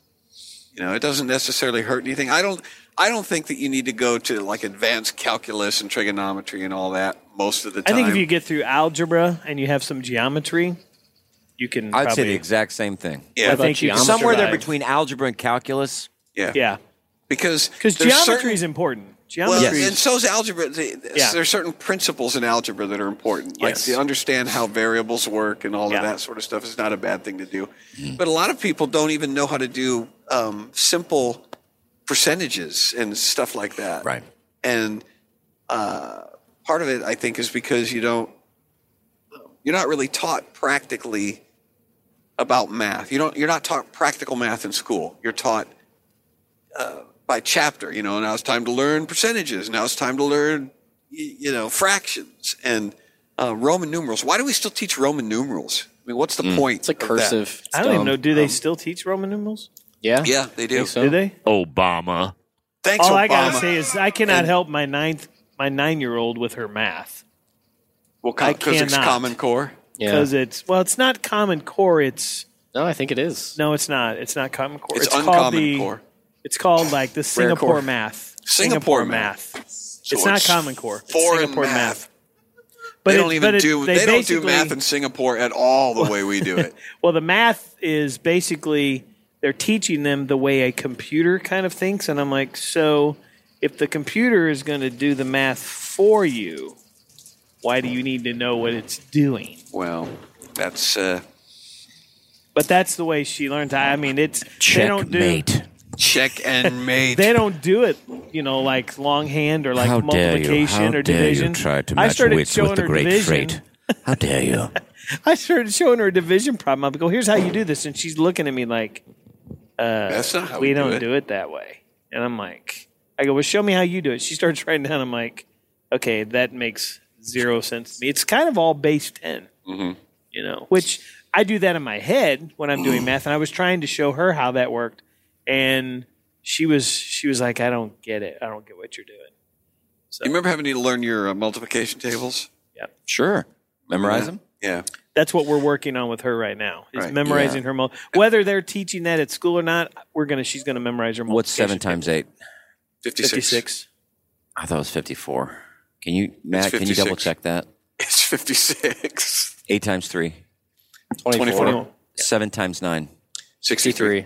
you know, it doesn't necessarily hurt anything. I don't. I don't think that you need to go to like advanced calculus and trigonometry and all that most of the
I
time.
think if you get through algebra and you have some geometry, you can.
I'd say
probably,
the exact same thing.
Yeah. I What about think you can
somewhere there
survive.
between algebra and calculus.
Yeah,
yeah,
because
because
there's
geometry
certain-
is important. Geometry.
Well,
is-
and so's algebra. The-
Yeah.
There are certain principles in algebra that are important.
Yes.
Like to understand how variables work and all
Yeah. Mm-hmm.
of that sort of stuff is not a bad thing to do. But a lot of people don't even know how to do um, simple percentages and stuff like that.
Right.
And uh, part of it, I think, is because you don't you're not really taught practically about math. You don't you're not taught practical math in school. You're taught uh, by chapter. You know, now it's time to learn percentages. Now it's time to learn y- you know fractions and uh, Roman numerals. Why do we still teach Roman numerals? I mean, what's the point? Mm. It's a
cursive.
I don't even know. Do they still teach Roman numerals?
Yeah.
Yeah, they do.
Do they?
Obama.
Thanks,
All
Obama.
I gotta say is I cannot help my ninth my nine year old with her math.
well,
I
because it's
cannot.
Common Core.
Because it's well, it's not Common Core. It's
no, I think it is.
No, it's not. It's not Common Core.
It's
called
Uncommon
the,
Core.
It's called like the
Rare
Singapore
Core.
math.
Singapore
math. it's
So
not
it's
Common Core. It's
foreign
Singapore math.
math.
But
they
it-
don't even
but it-
do
they
they, don't do
basically-
math in Singapore at all the way we do it.
Well, the math is basically they're teaching them the way a computer kind of thinks, and I'm like, so if the computer is going to do the math for you, why do you need to know what it's doing?
Well, that's uh,
But that's the way she learned. I I mean, it's they don't do
check and mate.
they don't do it, you know, like longhand or like
How dare you?
multiplication
How
or
dare
division.
you try to
I
match
started
wits
showing
with the
her
great
division.
freight? How dare you?
I started showing her a division problem. I go, "Here's how you do this," and she's looking at me like, uh,
That's not how
we,
we do
don't
it.
do it that way." And I'm like, "I go, well, show me how you do it." She starts writing down. I'm like, "Okay, that makes zero sense to me. It's kind of all base 10
Mhm.
you know." Which I do that in my head when I'm doing math, and I was trying to show her how that worked, and she was she was like, "I don't get it. I don't get what you're doing."
You remember having to learn your uh, multiplication tables?
Yeah.
Sure. Memorize
Yeah.
them?
Yeah.
That's what we're working on with her right now. Is
Right.
memorizing
Yeah.
her mul- whether they're teaching that at school or not. We're gonna she's gonna memorize her.
What's seven
multiplication.
times eight?
56.
I thought it was fifty-four. Can you, Matt? Can you
56.
double check that?
It's 56.
Eight times three.
24.
Seven times nine.
63.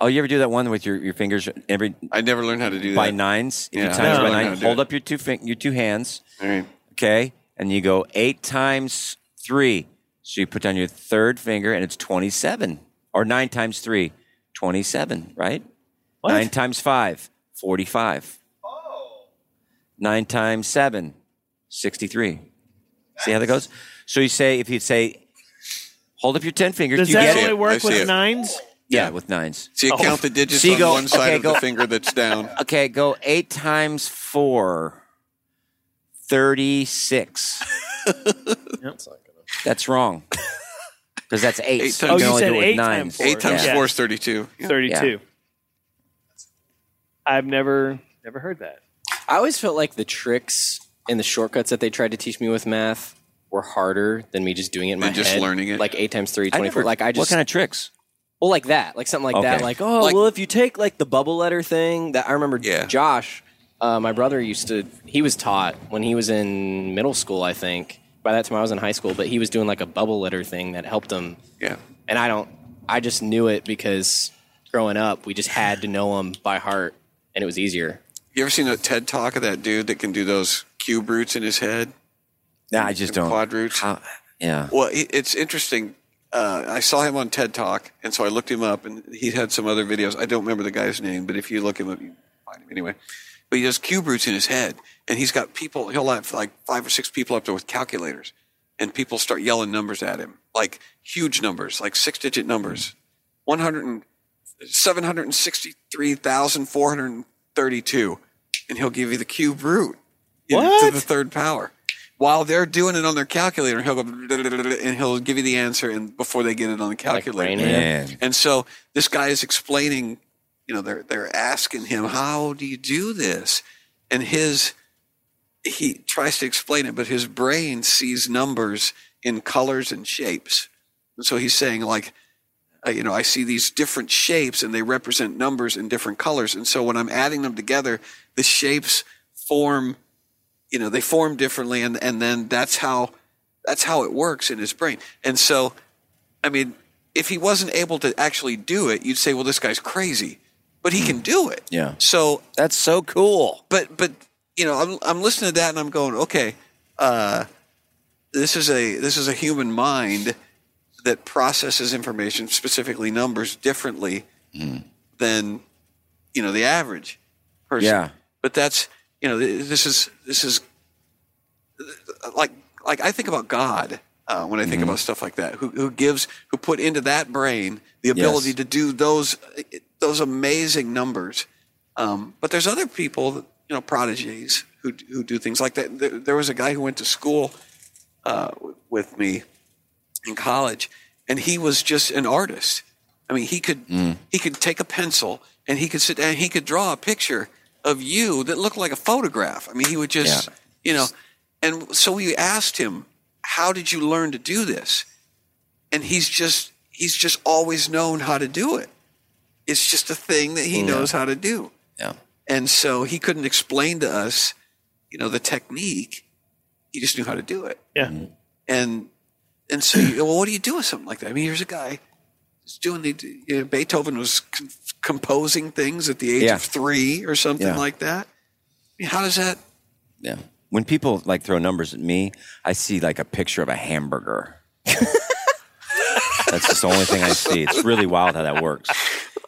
Oh, you ever do that one with your, your fingers? Every
I never learned how to do
by
that.
nines. If
Yeah,
you
I
times
never
by
learned how
nine,
to do
hold
it.
up your two fing- your two hands.
All right.
Okay, and you go eight times three. So you put down your third finger, and it's twenty-seven. Or nine times three, twenty-seven. Right.
What?
Nine times five, forty-five. Oh. Nine times seven, sixty-three. See how that goes? So you say if you say, hold up your ten fingers.
Does
you
that
get
only
it?
work with nines?
Yeah, with nines.
So you
Oh.
count the digits
So you
on
go-
one side
okay,
of
go-
the finger that's down.
Okay, go eight times four. 36. That's wrong. Because that's eight.
Eight
so
times-
can
Oh, you
only do
said
it with
eight
nines.
times four. Eight times four is 32. Yeah.
Thirty-two.
Yeah.
I've never never heard that.
I always felt like the tricks and the shortcuts that they tried to teach me with math were harder than me just doing it in my
Than just
head.
learning it?
Like 8 times 3,
I
24.
never-
like I just
what kind of tricks?
Well, like that, like something like that,
Okay.
like oh,
Like-
well, if you take like the bubble letter thing, that I remember Josh, uh, my brother used to, he was taught when he was in middle school, I think. By that time, I was in high school, but he was doing like a bubble letter thing that helped him.
Yeah,
and I don't, I just knew it because growing up, we just had to know them by heart, and it was easier.
You ever seen a TED talk of that dude that can do those cube roots in his head?
No, I just don't.
Quad roots?
Yeah.
Well, it- it's interesting. Uh, I saw him on TED Talk, and so I looked him up, and he had some other videos. I don't remember the guy's name, but if you look him up, you find him anyway. But he does cube roots in his head, and he's got people. He'll have like five or six people up there with calculators, and people start yelling numbers at him, like huge numbers, like six-digit numbers, one hundred and seven hundred and sixty-three thousand four hundred and thirty-two, and he'll give you the cube root in- to
What?
the third power. while they're doing it on their calculator, and he'll go and he'll give you the answer and before they get it on the calculator.
Rain Man. Yeah.
And so this guy is explaining, you know, they're they're asking him, How do you do this? And his he tries to explain it, but his brain sees numbers in colors and shapes. And so he's saying, like, uh, you know, I see these different shapes and they represent numbers in different colors. And so when I'm adding them together, the shapes form, you know, they form differently. And, and then that's how, that's how it works in his brain. And so, I mean, if he wasn't able to actually do it, you'd say, well, this guy's crazy, but he can do it.
Yeah.
So that's so cool. But but you know, I'm I'm listening to that and I'm going, okay, uh, this is a this is a human mind that processes information, specifically numbers, differently than you know the average person.
Yeah.
But that's you know th- this is this is uh, like like I think about God. Uh, when I think about stuff like that, who, who gives, who put into that brain the ability
Yes.
to do those those amazing numbers, um, but there's other people, that, you know, prodigies who who do things like that. There, there was a guy who went to school uh, w- with me in college, and he was just an artist. I mean, he could
Mm.
he could take a pencil and he could sit down. He could draw a picture of you that looked like a photograph. I mean, he would just
Yeah.
you know. And so we asked him, "How did you learn to do this?" And he's just he's just always known how to do it. It's just a thing that he
Yeah.
knows how to do.
Yeah.
And so he couldn't explain to us, you know, the technique. He just knew how to do it.
Yeah.
Mm-hmm.
And and so, you, well, what do you do with something like that? I mean, here's a guy who's doing the you know, Beethoven was com- composing things at the age
Yeah.
of three or something
Yeah.
like that. I mean, how does that?
Yeah. When people like throw numbers at me, I see like a picture of a hamburger. That's just the only thing I see. It's really wild how that works.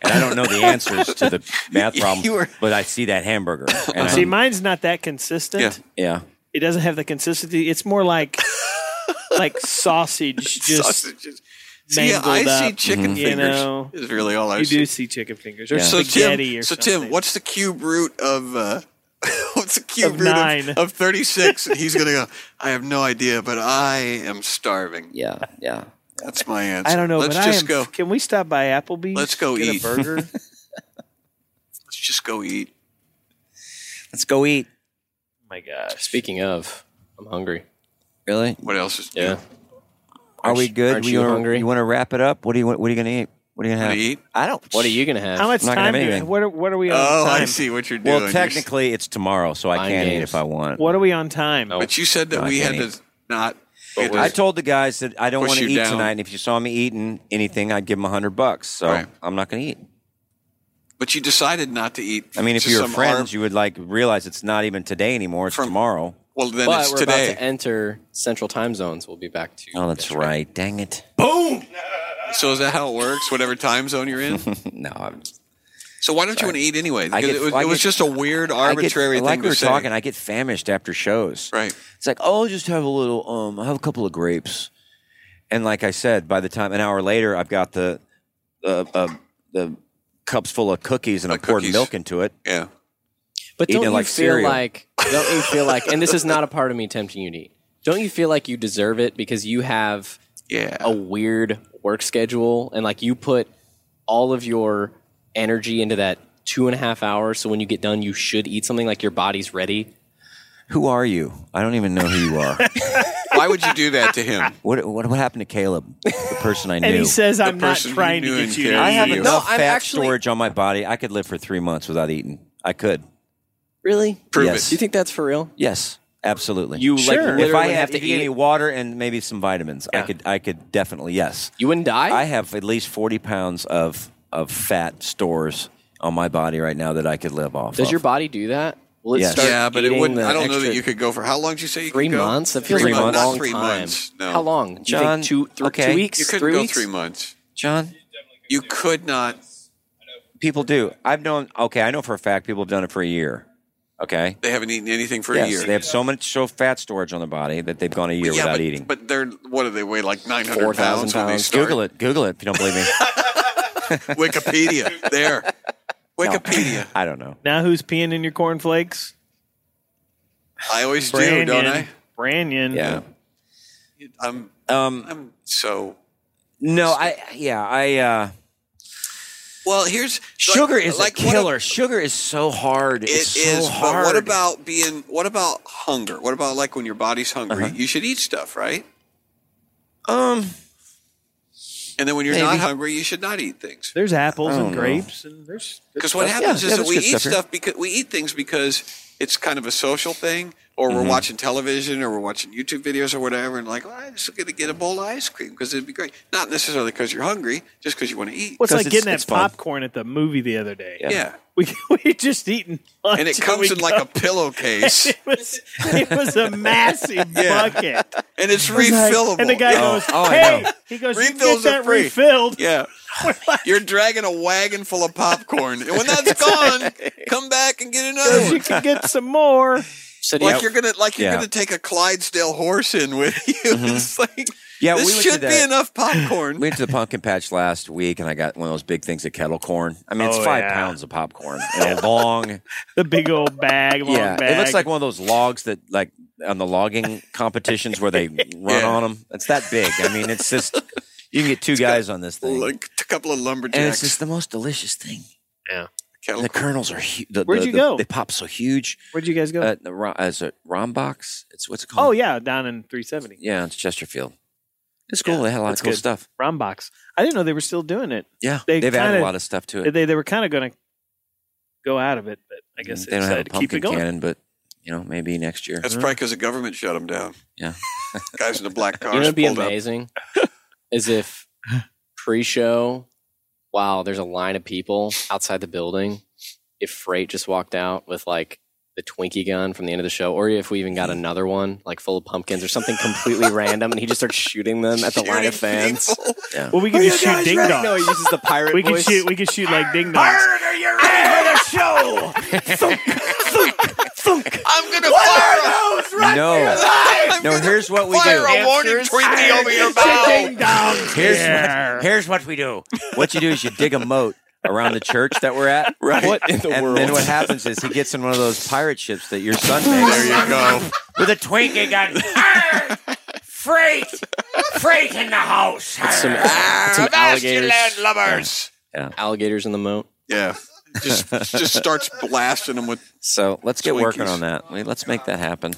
And I don't know the answers to the math problem, but I see that hamburger. And
See,
I'm-
mine's not that consistent.
yeah.
It doesn't have the consistency. It's more like like sausage, just
Sausages. See, yeah,
mangled
I see
up,
chicken
you
fingers
know.
is really all I
You
see.
do see chicken fingers or
Yeah. So
spaghetti
Tim,
or
so
something.
Tim, what's the cube root of uh, what's the cube
Of
root
nine.
of, of thirty six? and he's gonna go. I have no idea, but I am starving.
Yeah, yeah.
That's my answer.
I don't know,
Let's
but
just
I am,
go.
Can we stop by Applebee's?
Let's go
get
eat.
a burger. Oh
Let's just go eat.
Let's go eat.
my God.
Speaking of, I'm hungry.
Really?
What else is
Yeah.
Are we good?
Aren't
We
you
wanna-
hungry?
You want to wrap it up? What do you want? What are you going to eat? What are you going
What
to
do
have?
you eat?
I don't.
What are you gonna have?
How much
Not gonna
time
have
do we,
anything.
what are, what are we on
Oh,
time?
I see what you're doing.
Well,
You're-
technically, it's tomorrow, so I
Mind
can't eat
games.
if I want.
What are we on time?
but you said that
No, I
we had
can't
to not. we had to-
I told the guys that I don't
Push
want to
you
eat
down.
tonight, and if you saw me eating anything, I'd give them a hundred bucks. So
Right.
I'm not going to eat.
but you decided not to eat.
I mean, if
to
you were
some
friends,
arm-
you would like realize it's not even today anymore; it's tomorrow.
well, then
but
it's
we're
today.
about to enter central time zones. We'll be back to.
Oh, that's right. Dang it!
So is that how it works? Whatever time zone you're in.
no, I'm,
So why don't you want to eat anyway?
I
Because
get-
it was,
I
it was
get-
just a weird
I get-
arbitrary thing
like
to
we were
say.
talking, I get famished after shows.
Right.
It's like, oh, I'll just have a little. Um, I have a couple of grapes, and like I said, by the time an hour later, I've got the uh, uh, the cups full of cookies, and I poured
cookies.
milk into it.
Yeah.
But
Eating
don't
it
you
like
feel
cereal.
like? Don't you feel like? And this is not a part of me tempting you to eat. Don't you feel like you deserve it because you have
Yeah.
a
Oh,
weird work schedule and like you put all of your energy into that two and a half hours. So when you get done, you should eat something like your body's ready.
Who are you? I don't even know who you are.
Why would you do that to him?
What, what what happened to Caleb, the person I knew?
and he says, "I'm not
person who
trying
knew
to
and
get you."
cared
to
I have
eat."
you.
enough
No, I'm
fat
actually-
storage on my body. I could live for three months without eating. I could.
Really?
Prove
Yes.
Do you think that's for real?
Yes, absolutely.
You
Sure.
like
if
literally
I have
have
to eat any water and maybe some vitamins, I could. I could definitely. Yes,
you wouldn't die.
I have at least forty pounds of of fat stores on my body right now that I could live off.
Does
of.
your body do that? Will it
Yes.
start
yeah, but it
eating
wouldn't.
the
I don't know that
extra-
you could go for how long did you say you
Three
could go?
months? That feels
three
like a
months,
long
not three
time.
months. No,
How long? Do you
John,
think two, th-
okay.
two weeks?
You couldn't
three
go
weeks?
three months.
John?
You could not.
People do. I've known. Okay, I know for a fact people have done it for a year. Okay.
They haven't eaten anything for a
Yes,
year.
they have so much so fat storage on their body that they've gone a year
yeah,
without
but,
eating.
But they're what do they weigh? Like nine hundred
4,000
pounds. When they
pounds.
start?
Google it. Google it if you don't believe me.
Wikipedia. there. Wikipedia.
I don't know.
Now who's peeing in your cornflakes?
I always do,
Brandon.
don't I?
Branyan.
Yeah.
I'm
um
I'm so
No, I yeah, I uh
Well, here's
sugar
like-
is
like
a
what
killer. sugar is so hard.
It
it's
is.
so hard.
But what about being? What about hunger? What about like when your body's hungry? You should eat stuff, right?
Uh-huh. Um.
And then when you're
maybe.
not hungry, you should not eat things.
There's apples
I don't
and
know.
grapes, and there's
Because what
stuff.
happens is that we eat stuff, because we eat things because it's kind of a social thing, or we're
Mhm.
watching television, or we're watching YouTube videos, or whatever, and like, well, I'm just going to get a bowl of ice cream because it'd be great. Not necessarily because you're hungry, just because you want to eat.
Well, it's like getting that popcorn at the movie the other day.
Yeah. Yeah.
We, we just eaten lunch
And it comes
we
in like a
got-
pillowcase.
it, was, it was a massive
Yeah.
bucket.
And it's
It was like-
refillable.
and the guy
Oh,
goes,
oh, I
hey,
know.
he goes, you
Refills
get
are
that
free."
refilled.
Yeah. You're dragging a wagon full of popcorn, and when that's gone, come back and get another one.
You can get some more.
like you're gonna like you're
Yeah.
gonna take a Clydesdale horse in with you.
Mm-hmm.
It's like
Yeah,
this
we went to
should be
that-
enough popcorn.
We went to the pumpkin patch last week, and I got one of those big things of kettle corn. I mean, it's
Oh,
five
yeah.
pounds of popcorn and a long.
The big old bag, long
yeah,
bag.
it looks like one of those logs that like on the logging competitions where they run
Yeah.
on them. It's that big. I mean, it's just you can get two guys on this thing,
like a couple of lumberjacks.
and it's just the most delicious thing.
Yeah,
kettle
the kernels are huge. The,
Where'd
the-
you
the-
go?
They pop so huge.
Where'd you guys go?
Uh, the, Ro- uh, is it Rombox? It's what's it called?
oh, yeah, down in 370.
Yeah, it's Chesterfield. It's cool. they had a lot of
that's
cool
good.
stuff.
Rombox. I didn't know they were still doing it.
Yeah,
They
they have added
kinda-
a lot of stuff to
They,
it.
they, were kind of going to go out of it, but I guess
Mm,
they don't have a
decided to keep it
pumpkin
going.
cannon, but you know maybe next year.
That's probably because the government shut them down.
Yeah.
Guys in the black cars.
You know, it'd be
pulled up.
amazing is if pre-show, wow, there's a line of people outside the building. If Freight just walked out with like the Twinkie gun from the end of the show, or if we even got another one like full of pumpkins or something completely random, and he just starts shooting them at the line of fans.
Yeah.
Well, we can just shoot ding dongs.
No, he uses the pirate
we can
voice.
shoot. We can shoot like ding dongs.
I'm gonna fire
no, no. Here's what we do.
a warning Twinkie over your bow.
Here's what, here's what we do. What you do is you dig a moat around the church that we're at.
Right.
What in the
and
world?
then what happens is he gets in one of those pirate ships that your son made. There you
go.
With a Twinkie gun.
Freight! Freight in the house!
It's some, it's some alligators,
lovers!
alligators in the moat.
Yeah. Just just starts blasting them with
So let's get working
Twinkies.
on that. We- Let's make that happen.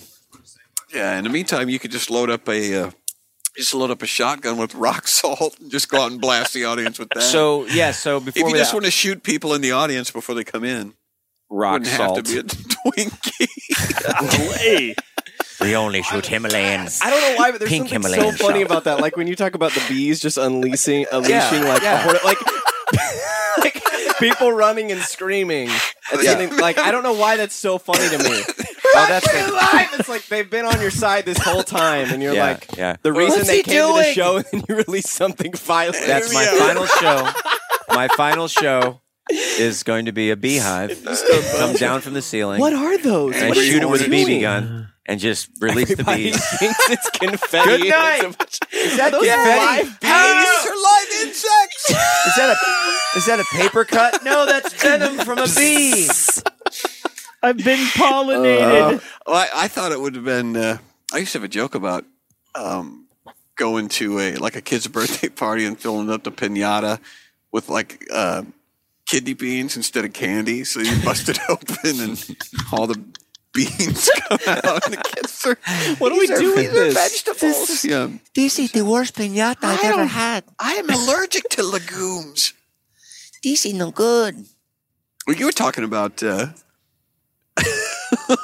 yeah. In the meantime, you could just load up a uh, just load up a shotgun with rock salt and just go out and blast the audience with that.
So yeah. So
if
before
you
we
just want to shoot people in the audience before they come in,
rock
wouldn't
salt,
have to be a Twinkie.
Hey,
We only shoot Himalayans.
I don't know why, but there's
Pink
something
Himalayan
so funny
salt.
about that. Like when you talk about the bees just unleashing, unleashing like,
yeah.
A horde, like, like people running and screaming. At
Yeah.
something, like I don't know why that's so funny to me. oh, that's life. It's like they've been on your side this whole time, and you're
yeah,
like
yeah.
the reason
What's
they
he
came to the
doing?
show, and then you release something violent.
That's my
Yeah.
final show. My final show is going to be a beehive. Come down from the ceiling
What are those?
and
What are
shoot
you
it with a
doing?
BB gun and just release
Everybody
the bees.
thinks it's confetti.
Good night.
Is that those
confetti?
live bees?
are live insects.
Is that a is that a paper cut? No, that's venom from a bee.
I've been
Uh,
pollinated.
Well, I, I thought it would have been. Uh, I used to have a joke about um, going to a like a kid's birthday party and filling up the pinata with like uh, kidney beans instead of candy, so you bust it open and all the beans come out. And the kids are
What do we do with this?
vegetables. yeah.
This is the worst pinata I've ever had.
I am allergic to legumes.
This is no good.
Well, you were talking about uh,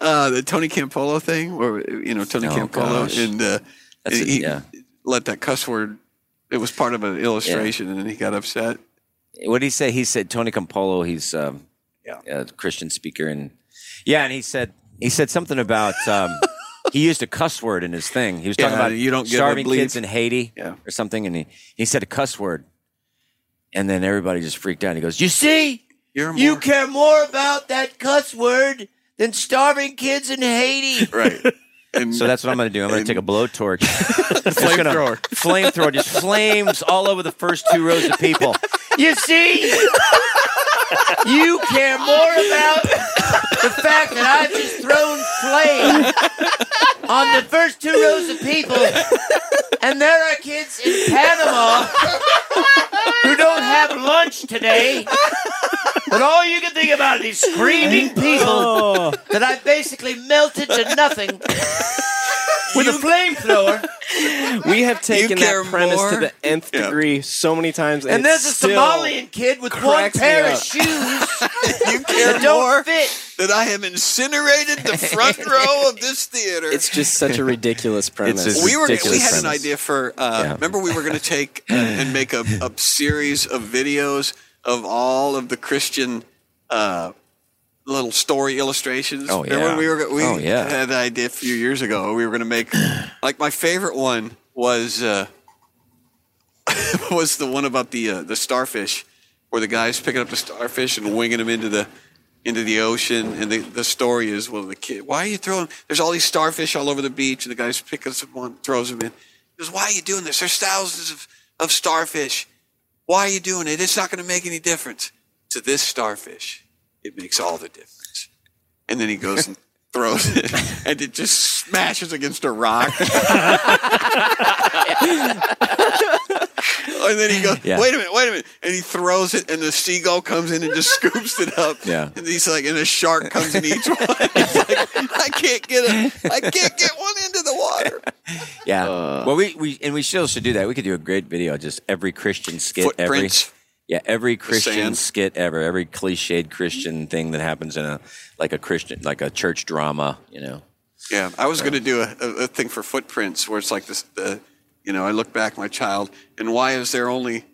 uh, the Tony Campolo thing, or you know Tony
Oh,
Campolo,
gosh.
and uh,
That's it,
he
yeah.
let that cuss word. It was part of an illustration, and then he got upset.
What did he say? He said Tony Campolo. He's um,
Yeah.
a Christian speaker, and yeah, and he said he said something about um, he used a cuss word in his thing. He was talking
Yeah,
about
you don't get a
starving
bleep.
kids in Haiti
Yeah.
or something, and he, he said a cuss word, and then everybody just freaked out. He goes, "You see,
You're more,
You care more about that cuss word than starving kids in Haiti.
right, and
So that's what I'm going to do. I'm going to take a blowtorch,
Flamethrower.
flamethrower, flamethrower, just flames all over the first two rows of people.
You see? you care more about the fact that I've just thrown flame
on the first two rows of people, and there are kids in Panama who don't have lunch today. But all you can think about are these screaming people
Oh.
that I basically melted to nothing with a flamethrower.
We have taken
care
that premise
more?
to the nth degree so many times,
And
it
there's a
still
Somalian kid with one
cracks me
pair of
up.
shoes
you care
that don't
more
fit.
that I have incinerated the front row of this theater.
It's just such a ridiculous premise.
we were we had
Ridiculous
an
premise.
idea for. Uh, Remember, we were going to take uh, and make a, a series of videos of all of the Christian uh, little story illustrations.
Oh,
Remember
yeah.
we were we
Oh, yeah.
had the idea a few years ago. We were going to make like my favorite one was uh, was the one about the uh, the starfish, where the guy's picking up the starfish and winging him into the into the ocean. And the, the story is, well, the kid, why are you throwing? There's all these starfish all over the beach, and the guy's picking up one, throws him in. He goes, why are you doing this? There's thousands of, of starfish. Why are you doing it? It's not going to make any difference. To this starfish, it makes all the difference. And then he goes and throws it, and it just smashes against a rock. and then he goes,
Yeah.
wait a minute, wait a minute. And he throws it, and the seagull comes in and just scoops it up.
Yeah.
And he's like, and a shark comes in each one. He's like, I can't get it. I can't get one into the water.
Yeah. well, we, we and we still should do that. We could do a great video. Just every Christian skit,
Footprints.
every yeah, every Christian
sand.
skit ever, every cliched Christian thing that happens in a like a Christian like a church drama. You know.
Yeah, I was going to do a, a, a thing for footprints where it's like this. The, you know, I look back, my child, and why is there only,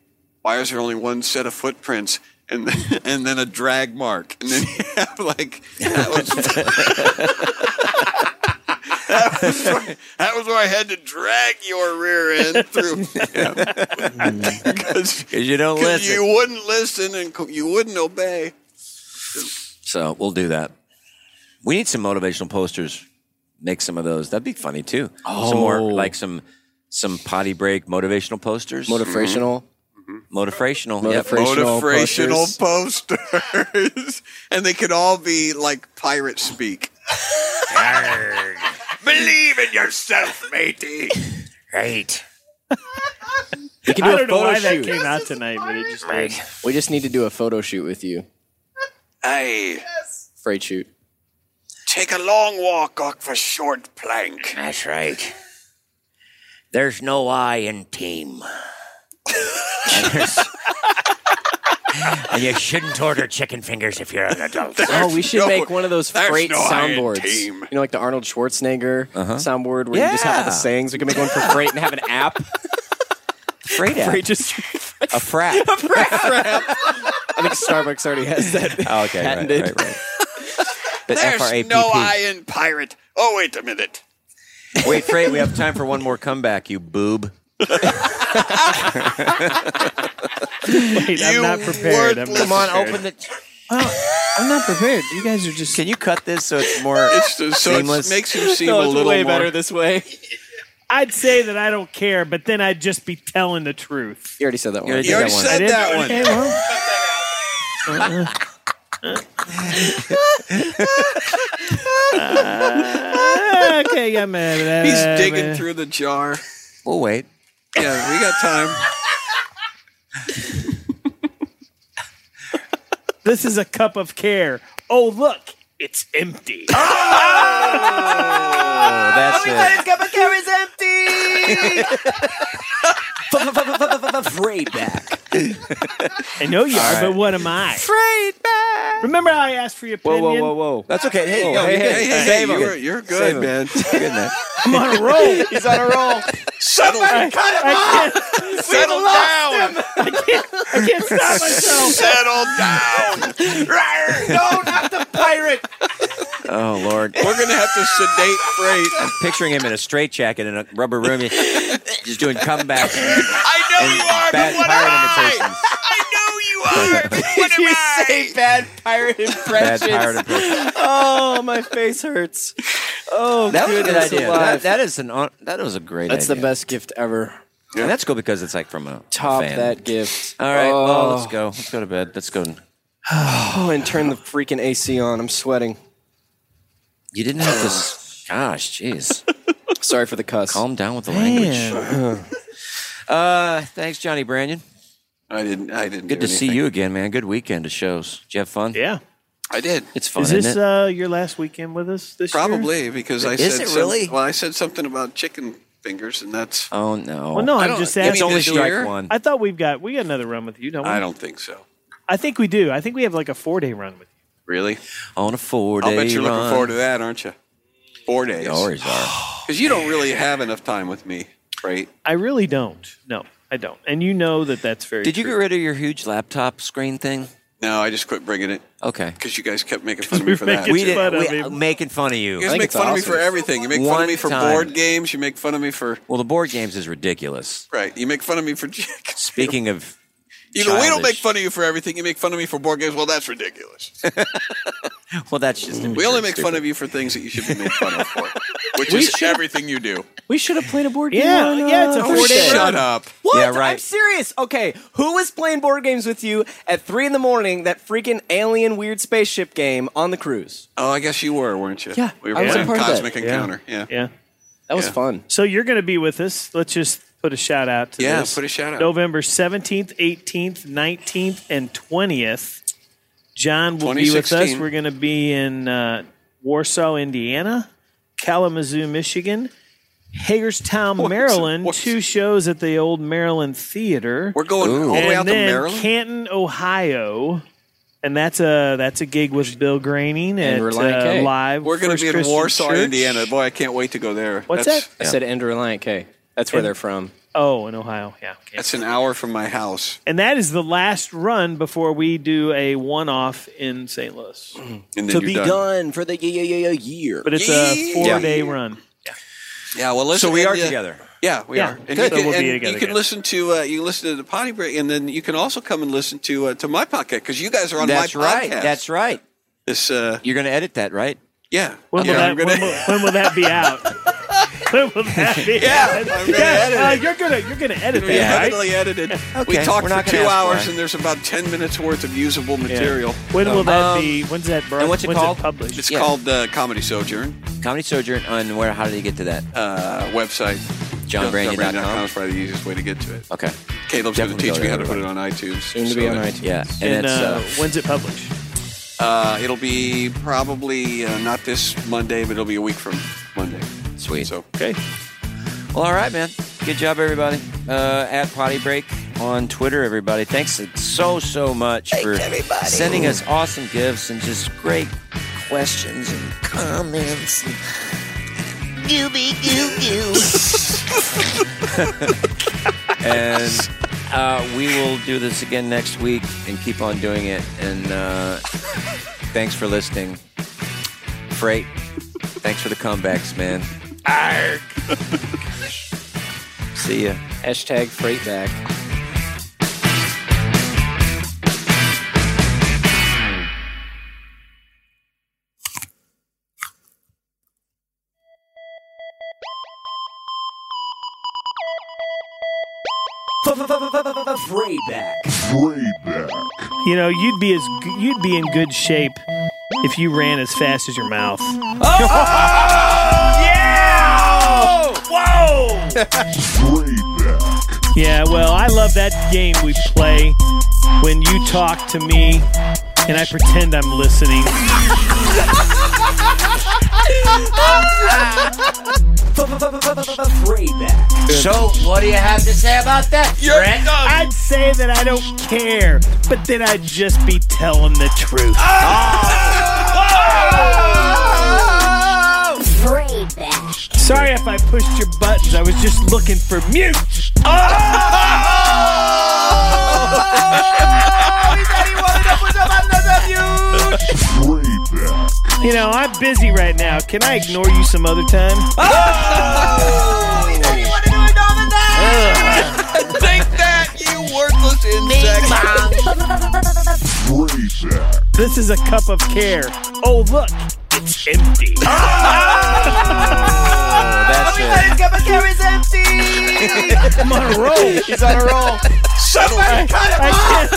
why is there only one set of footprints, and then, and then a drag mark, and then you have like that was, that, was where, that was where I had to drag your rear end through because
you don't listen.
you wouldn't listen and co- you wouldn't obey.
So we'll do that. We need some motivational posters. Make some of those. That'd be funny too. Some more
Oh.
like some some potty break motivational posters.
Motivational.
Motivational.
Motivational
motivational posters. and they could all be like pirate speak. Believe in yourself, matey.
Right.
We can do
I
a
don't know
photo
why that
shoot.
came out tonight, but it just
We just need to do a photo shoot with you.
Hey,
Freight shoot.
take a long walk off a short plank.
That's right.
There's no I in team. and you shouldn't order chicken fingers if you're an adult.
oh, we should make one of those
there's
freight
no
soundboards.
iron team.
You know, like the Arnold Schwarzenegger soundboard where you just have all
Uh-huh. Yeah.
the sayings. We can make one for freight and have an app.
Freight app.
Freight just.
A frat.
I think Starbucks already has that.
Oh, okay. Right,
Patented.
right, right. The
There's
FRAPP.
no I in pirate. Oh, wait a minute.
Wait, Freight, we have time for one more comeback, you boob.
Wait, I'm not prepared. I'm not
Come on,
prepared.
open the.
I'm not prepared. You guys are just.
Can you cut this so it's more
It's just, so it
seamless?
makes him seem
No,
a
it's
little
way
more.
better this way.
I'd say that I don't care, but then I'd just be telling the truth.
You already said that one.
already
You already
that one.
I
said
didn't-
that one.
Okay, well, uh, okay, I'm mad at that.
He's digging through the jar.
We'll wait.
Yeah, we got time.
This is a cup of care. Oh, look, it's empty.
Oh, that's it.
Cup of care is empty.
Freight back.
I know you are,
right.
but what am I?
Freight back.
Remember how I asked for your
Whoa,
opinion?
whoa, whoa, whoa.
That's okay. Hey, yo,
hey, hey,
you're good.
Hey, hey,
Save
hey,
him.
you're, you're good, man.
Good man.
I'm on a roll.
He's on a roll.
Settle,
I can't,
settle down.
I can't stop myself.
Settle down.
no, not the pirate.
Oh, Lord.
We're gonna have to sedate freight.
Picturing him in a straitjacket in a rubber room. Just doing comebacks.
I know
and
you are,
bad
but what
pirate
am I?
imitations.
I know you are. but What am I?
you say bad pirate
Bad
impressions.
pirate impressions.
oh, my face hurts. Oh,
That was a good
goodness
idea. That,
alive.
that is an on, that was a great
That's the
idea.
best gift ever.
And that's cool because it's like from a
Top
fan.
that gift.
All right,
Oh.
well, let's go. Let's go to bed. Let's go.
Oh, and turn the freaking AC on. I'm sweating.
You didn't have this. Gosh, jeez.
Sorry for the cuss.
Calm down with the language. uh, thanks, Johnny Brandon.
I didn't. I didn't.
Good
do
to see
anything.
you again, man. Good weekend of shows. Did you have fun?
Yeah,
I did.
It's fun.
Is this
isn't it?
uh, your last weekend with us this year?
Probably because I
Is
said
it
some-
really?
well, I said something about chicken fingers, and that's
oh no.
Well, no,
I
I'm
don't-
just
it's
asking.
only
this
strike
year.
one.
I thought we've got we got another run with you. Don't we?
I don't think so.
I think we do. I think we have like a four day run with
Really?
On a four day.
I'll bet you're looking
run.
forward to that, aren't you? Four days.
You always are.
Because you don't really have enough time with me, right?
you. I really don't. No, I don't. And you know that that's very.
Did you get
true.
rid of your huge laptop screen thing?
No, I just quit bringing it
Okay.
because you guys kept making fun of me for that.
we did, we, making fun of you.
You guys make fun of me for everything. You make fun
One
of me for
time.
board games. You make fun of me for
Well, the board games is ridiculous.
right. You make fun of me for chicken.
Speaking of,
You know, we don't
Childish.
make fun of you for everything. You make fun of me for board games. Well, that's ridiculous.
well, that's just
We only make fun of you for things that you should be made fun of for, which
We
is
should-
everything you do.
We should have played a board game.
Yeah,
on, uh,
yeah, it's a
Thursday.
four-day
Shut up.
What?
Yeah, right.
I'm serious. Okay, who was playing board games with you at three in the morning? That freaking alien weird spaceship game on the cruise.
Oh, I guess you were, weren't you?
Yeah,
we were
I was a
playing
part of that.
Cosmic Encounter. Yeah, yeah.
Yeah.
That was
Yeah.
fun.
So you're going to be with us. Let's just put a shout out to this.
put a shout out.
November 17th, 18th, 19th, and 20th. John will be with us.
2016.
We're going to be in uh, Warsaw, Indiana, Kalamazoo, Michigan, Hagerstown, Maryland,
whoops.
two shows at the old Maryland Theater.
We're going all the way
and
out to
then
Maryland.
Canton, Ohio. And that's a that's a gig with Bill Graining at
Reliant K.
uh, live.
We're going
First
to be in
Christian
Warsaw,
Church.
Indiana. Boy, I can't wait to go there.
What's
that's,
that?
I said Ender Reliant K. That's where
And-
they're from.
Oh, in Ohio. Yeah. okay.
That's an hour from my house,
And that is the last run before we do a one off in St. Louis.
and then you're done.
for the yeah yeah yeah year.
But it's a four day run.
Yeah, well, listen.
So we
and,
are
uh,
together.
Yeah, we
Yeah,
are. And
good.
you
So
can,
we'll be
and
together
you can
again.
listen to uh, you listen to the potty break, and then you can also come and listen to uh, to my podcast because you guys are on
That's
my
right.
podcast.
That's right.
this. Uh,
You're going to edit that, right?
yeah,
When,
yeah,
will,
I'm
that, when,
gonna,
will, when will that be out? when will that be out?
I'm gonna edit
uh,
it.
you're gonna you're gonna edit
We
that, right?
heavily edited. We
Okay,
talked
we're
for
not gonna
two
ask
hours,
why.
and there's about ten minutes worth of usable
Yeah.
material.
When will
Um,
that be? When's that broad,
and what's it
when's
called?
published?
It's
Yeah.
called uh, Comedy Sojourn
Comedy Sojourn on where? How did you get to that?
uh, website.
JohnBrandon.com.
is probably the easiest way to get to it.
Okay.
Caleb's going to
Uh, Definitely
teach
go
me how to
there,
put it on iTunes.
Soon to
so
be on
that-
iTunes.
Yeah.
and
And, that's
uh,
uh,
when's it published?
Uh, it'll be probably uh, not this Monday, but it'll be a week from Monday.
sweet.
So
Okay.
Well, all right, man. Good job, everybody. Uh, at Potty Break on Twitter, everybody. Thanks so, so much for sending us awesome gifts and just great questions and comments. And
Gooby goo goo.
and uh, we will do this again next week and keep on doing it. And uh, thanks for listening. Freight, thanks for the comebacks, man. See ya.
Hashtag freight back. Freight back.
You know you'd be as g- you'd be in good shape if you ran as fast as your mouth. Yeah, well, I love that game we play when you talk to me and I pretend I'm listening.
Freight back.
So, what do you have to say about that?
I'd say that I don't care, but then I'd just be telling the truth. Ah! Sorry if I pushed your buttons. I was just looking for mute. Ah! You know, I'm busy right now. Can I ignore you some other time? This is a cup of care. Oh, look, it's empty.
That's it.
I'm on a roll. He's on a roll.
settle down.
I can't,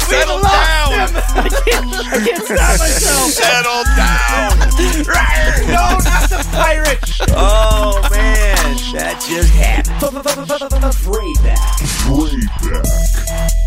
Settle down.
I can't stop myself.
Settle down.
Oh, man.
That just happened. F- f- f- f- f- f- Frayback. Frayback.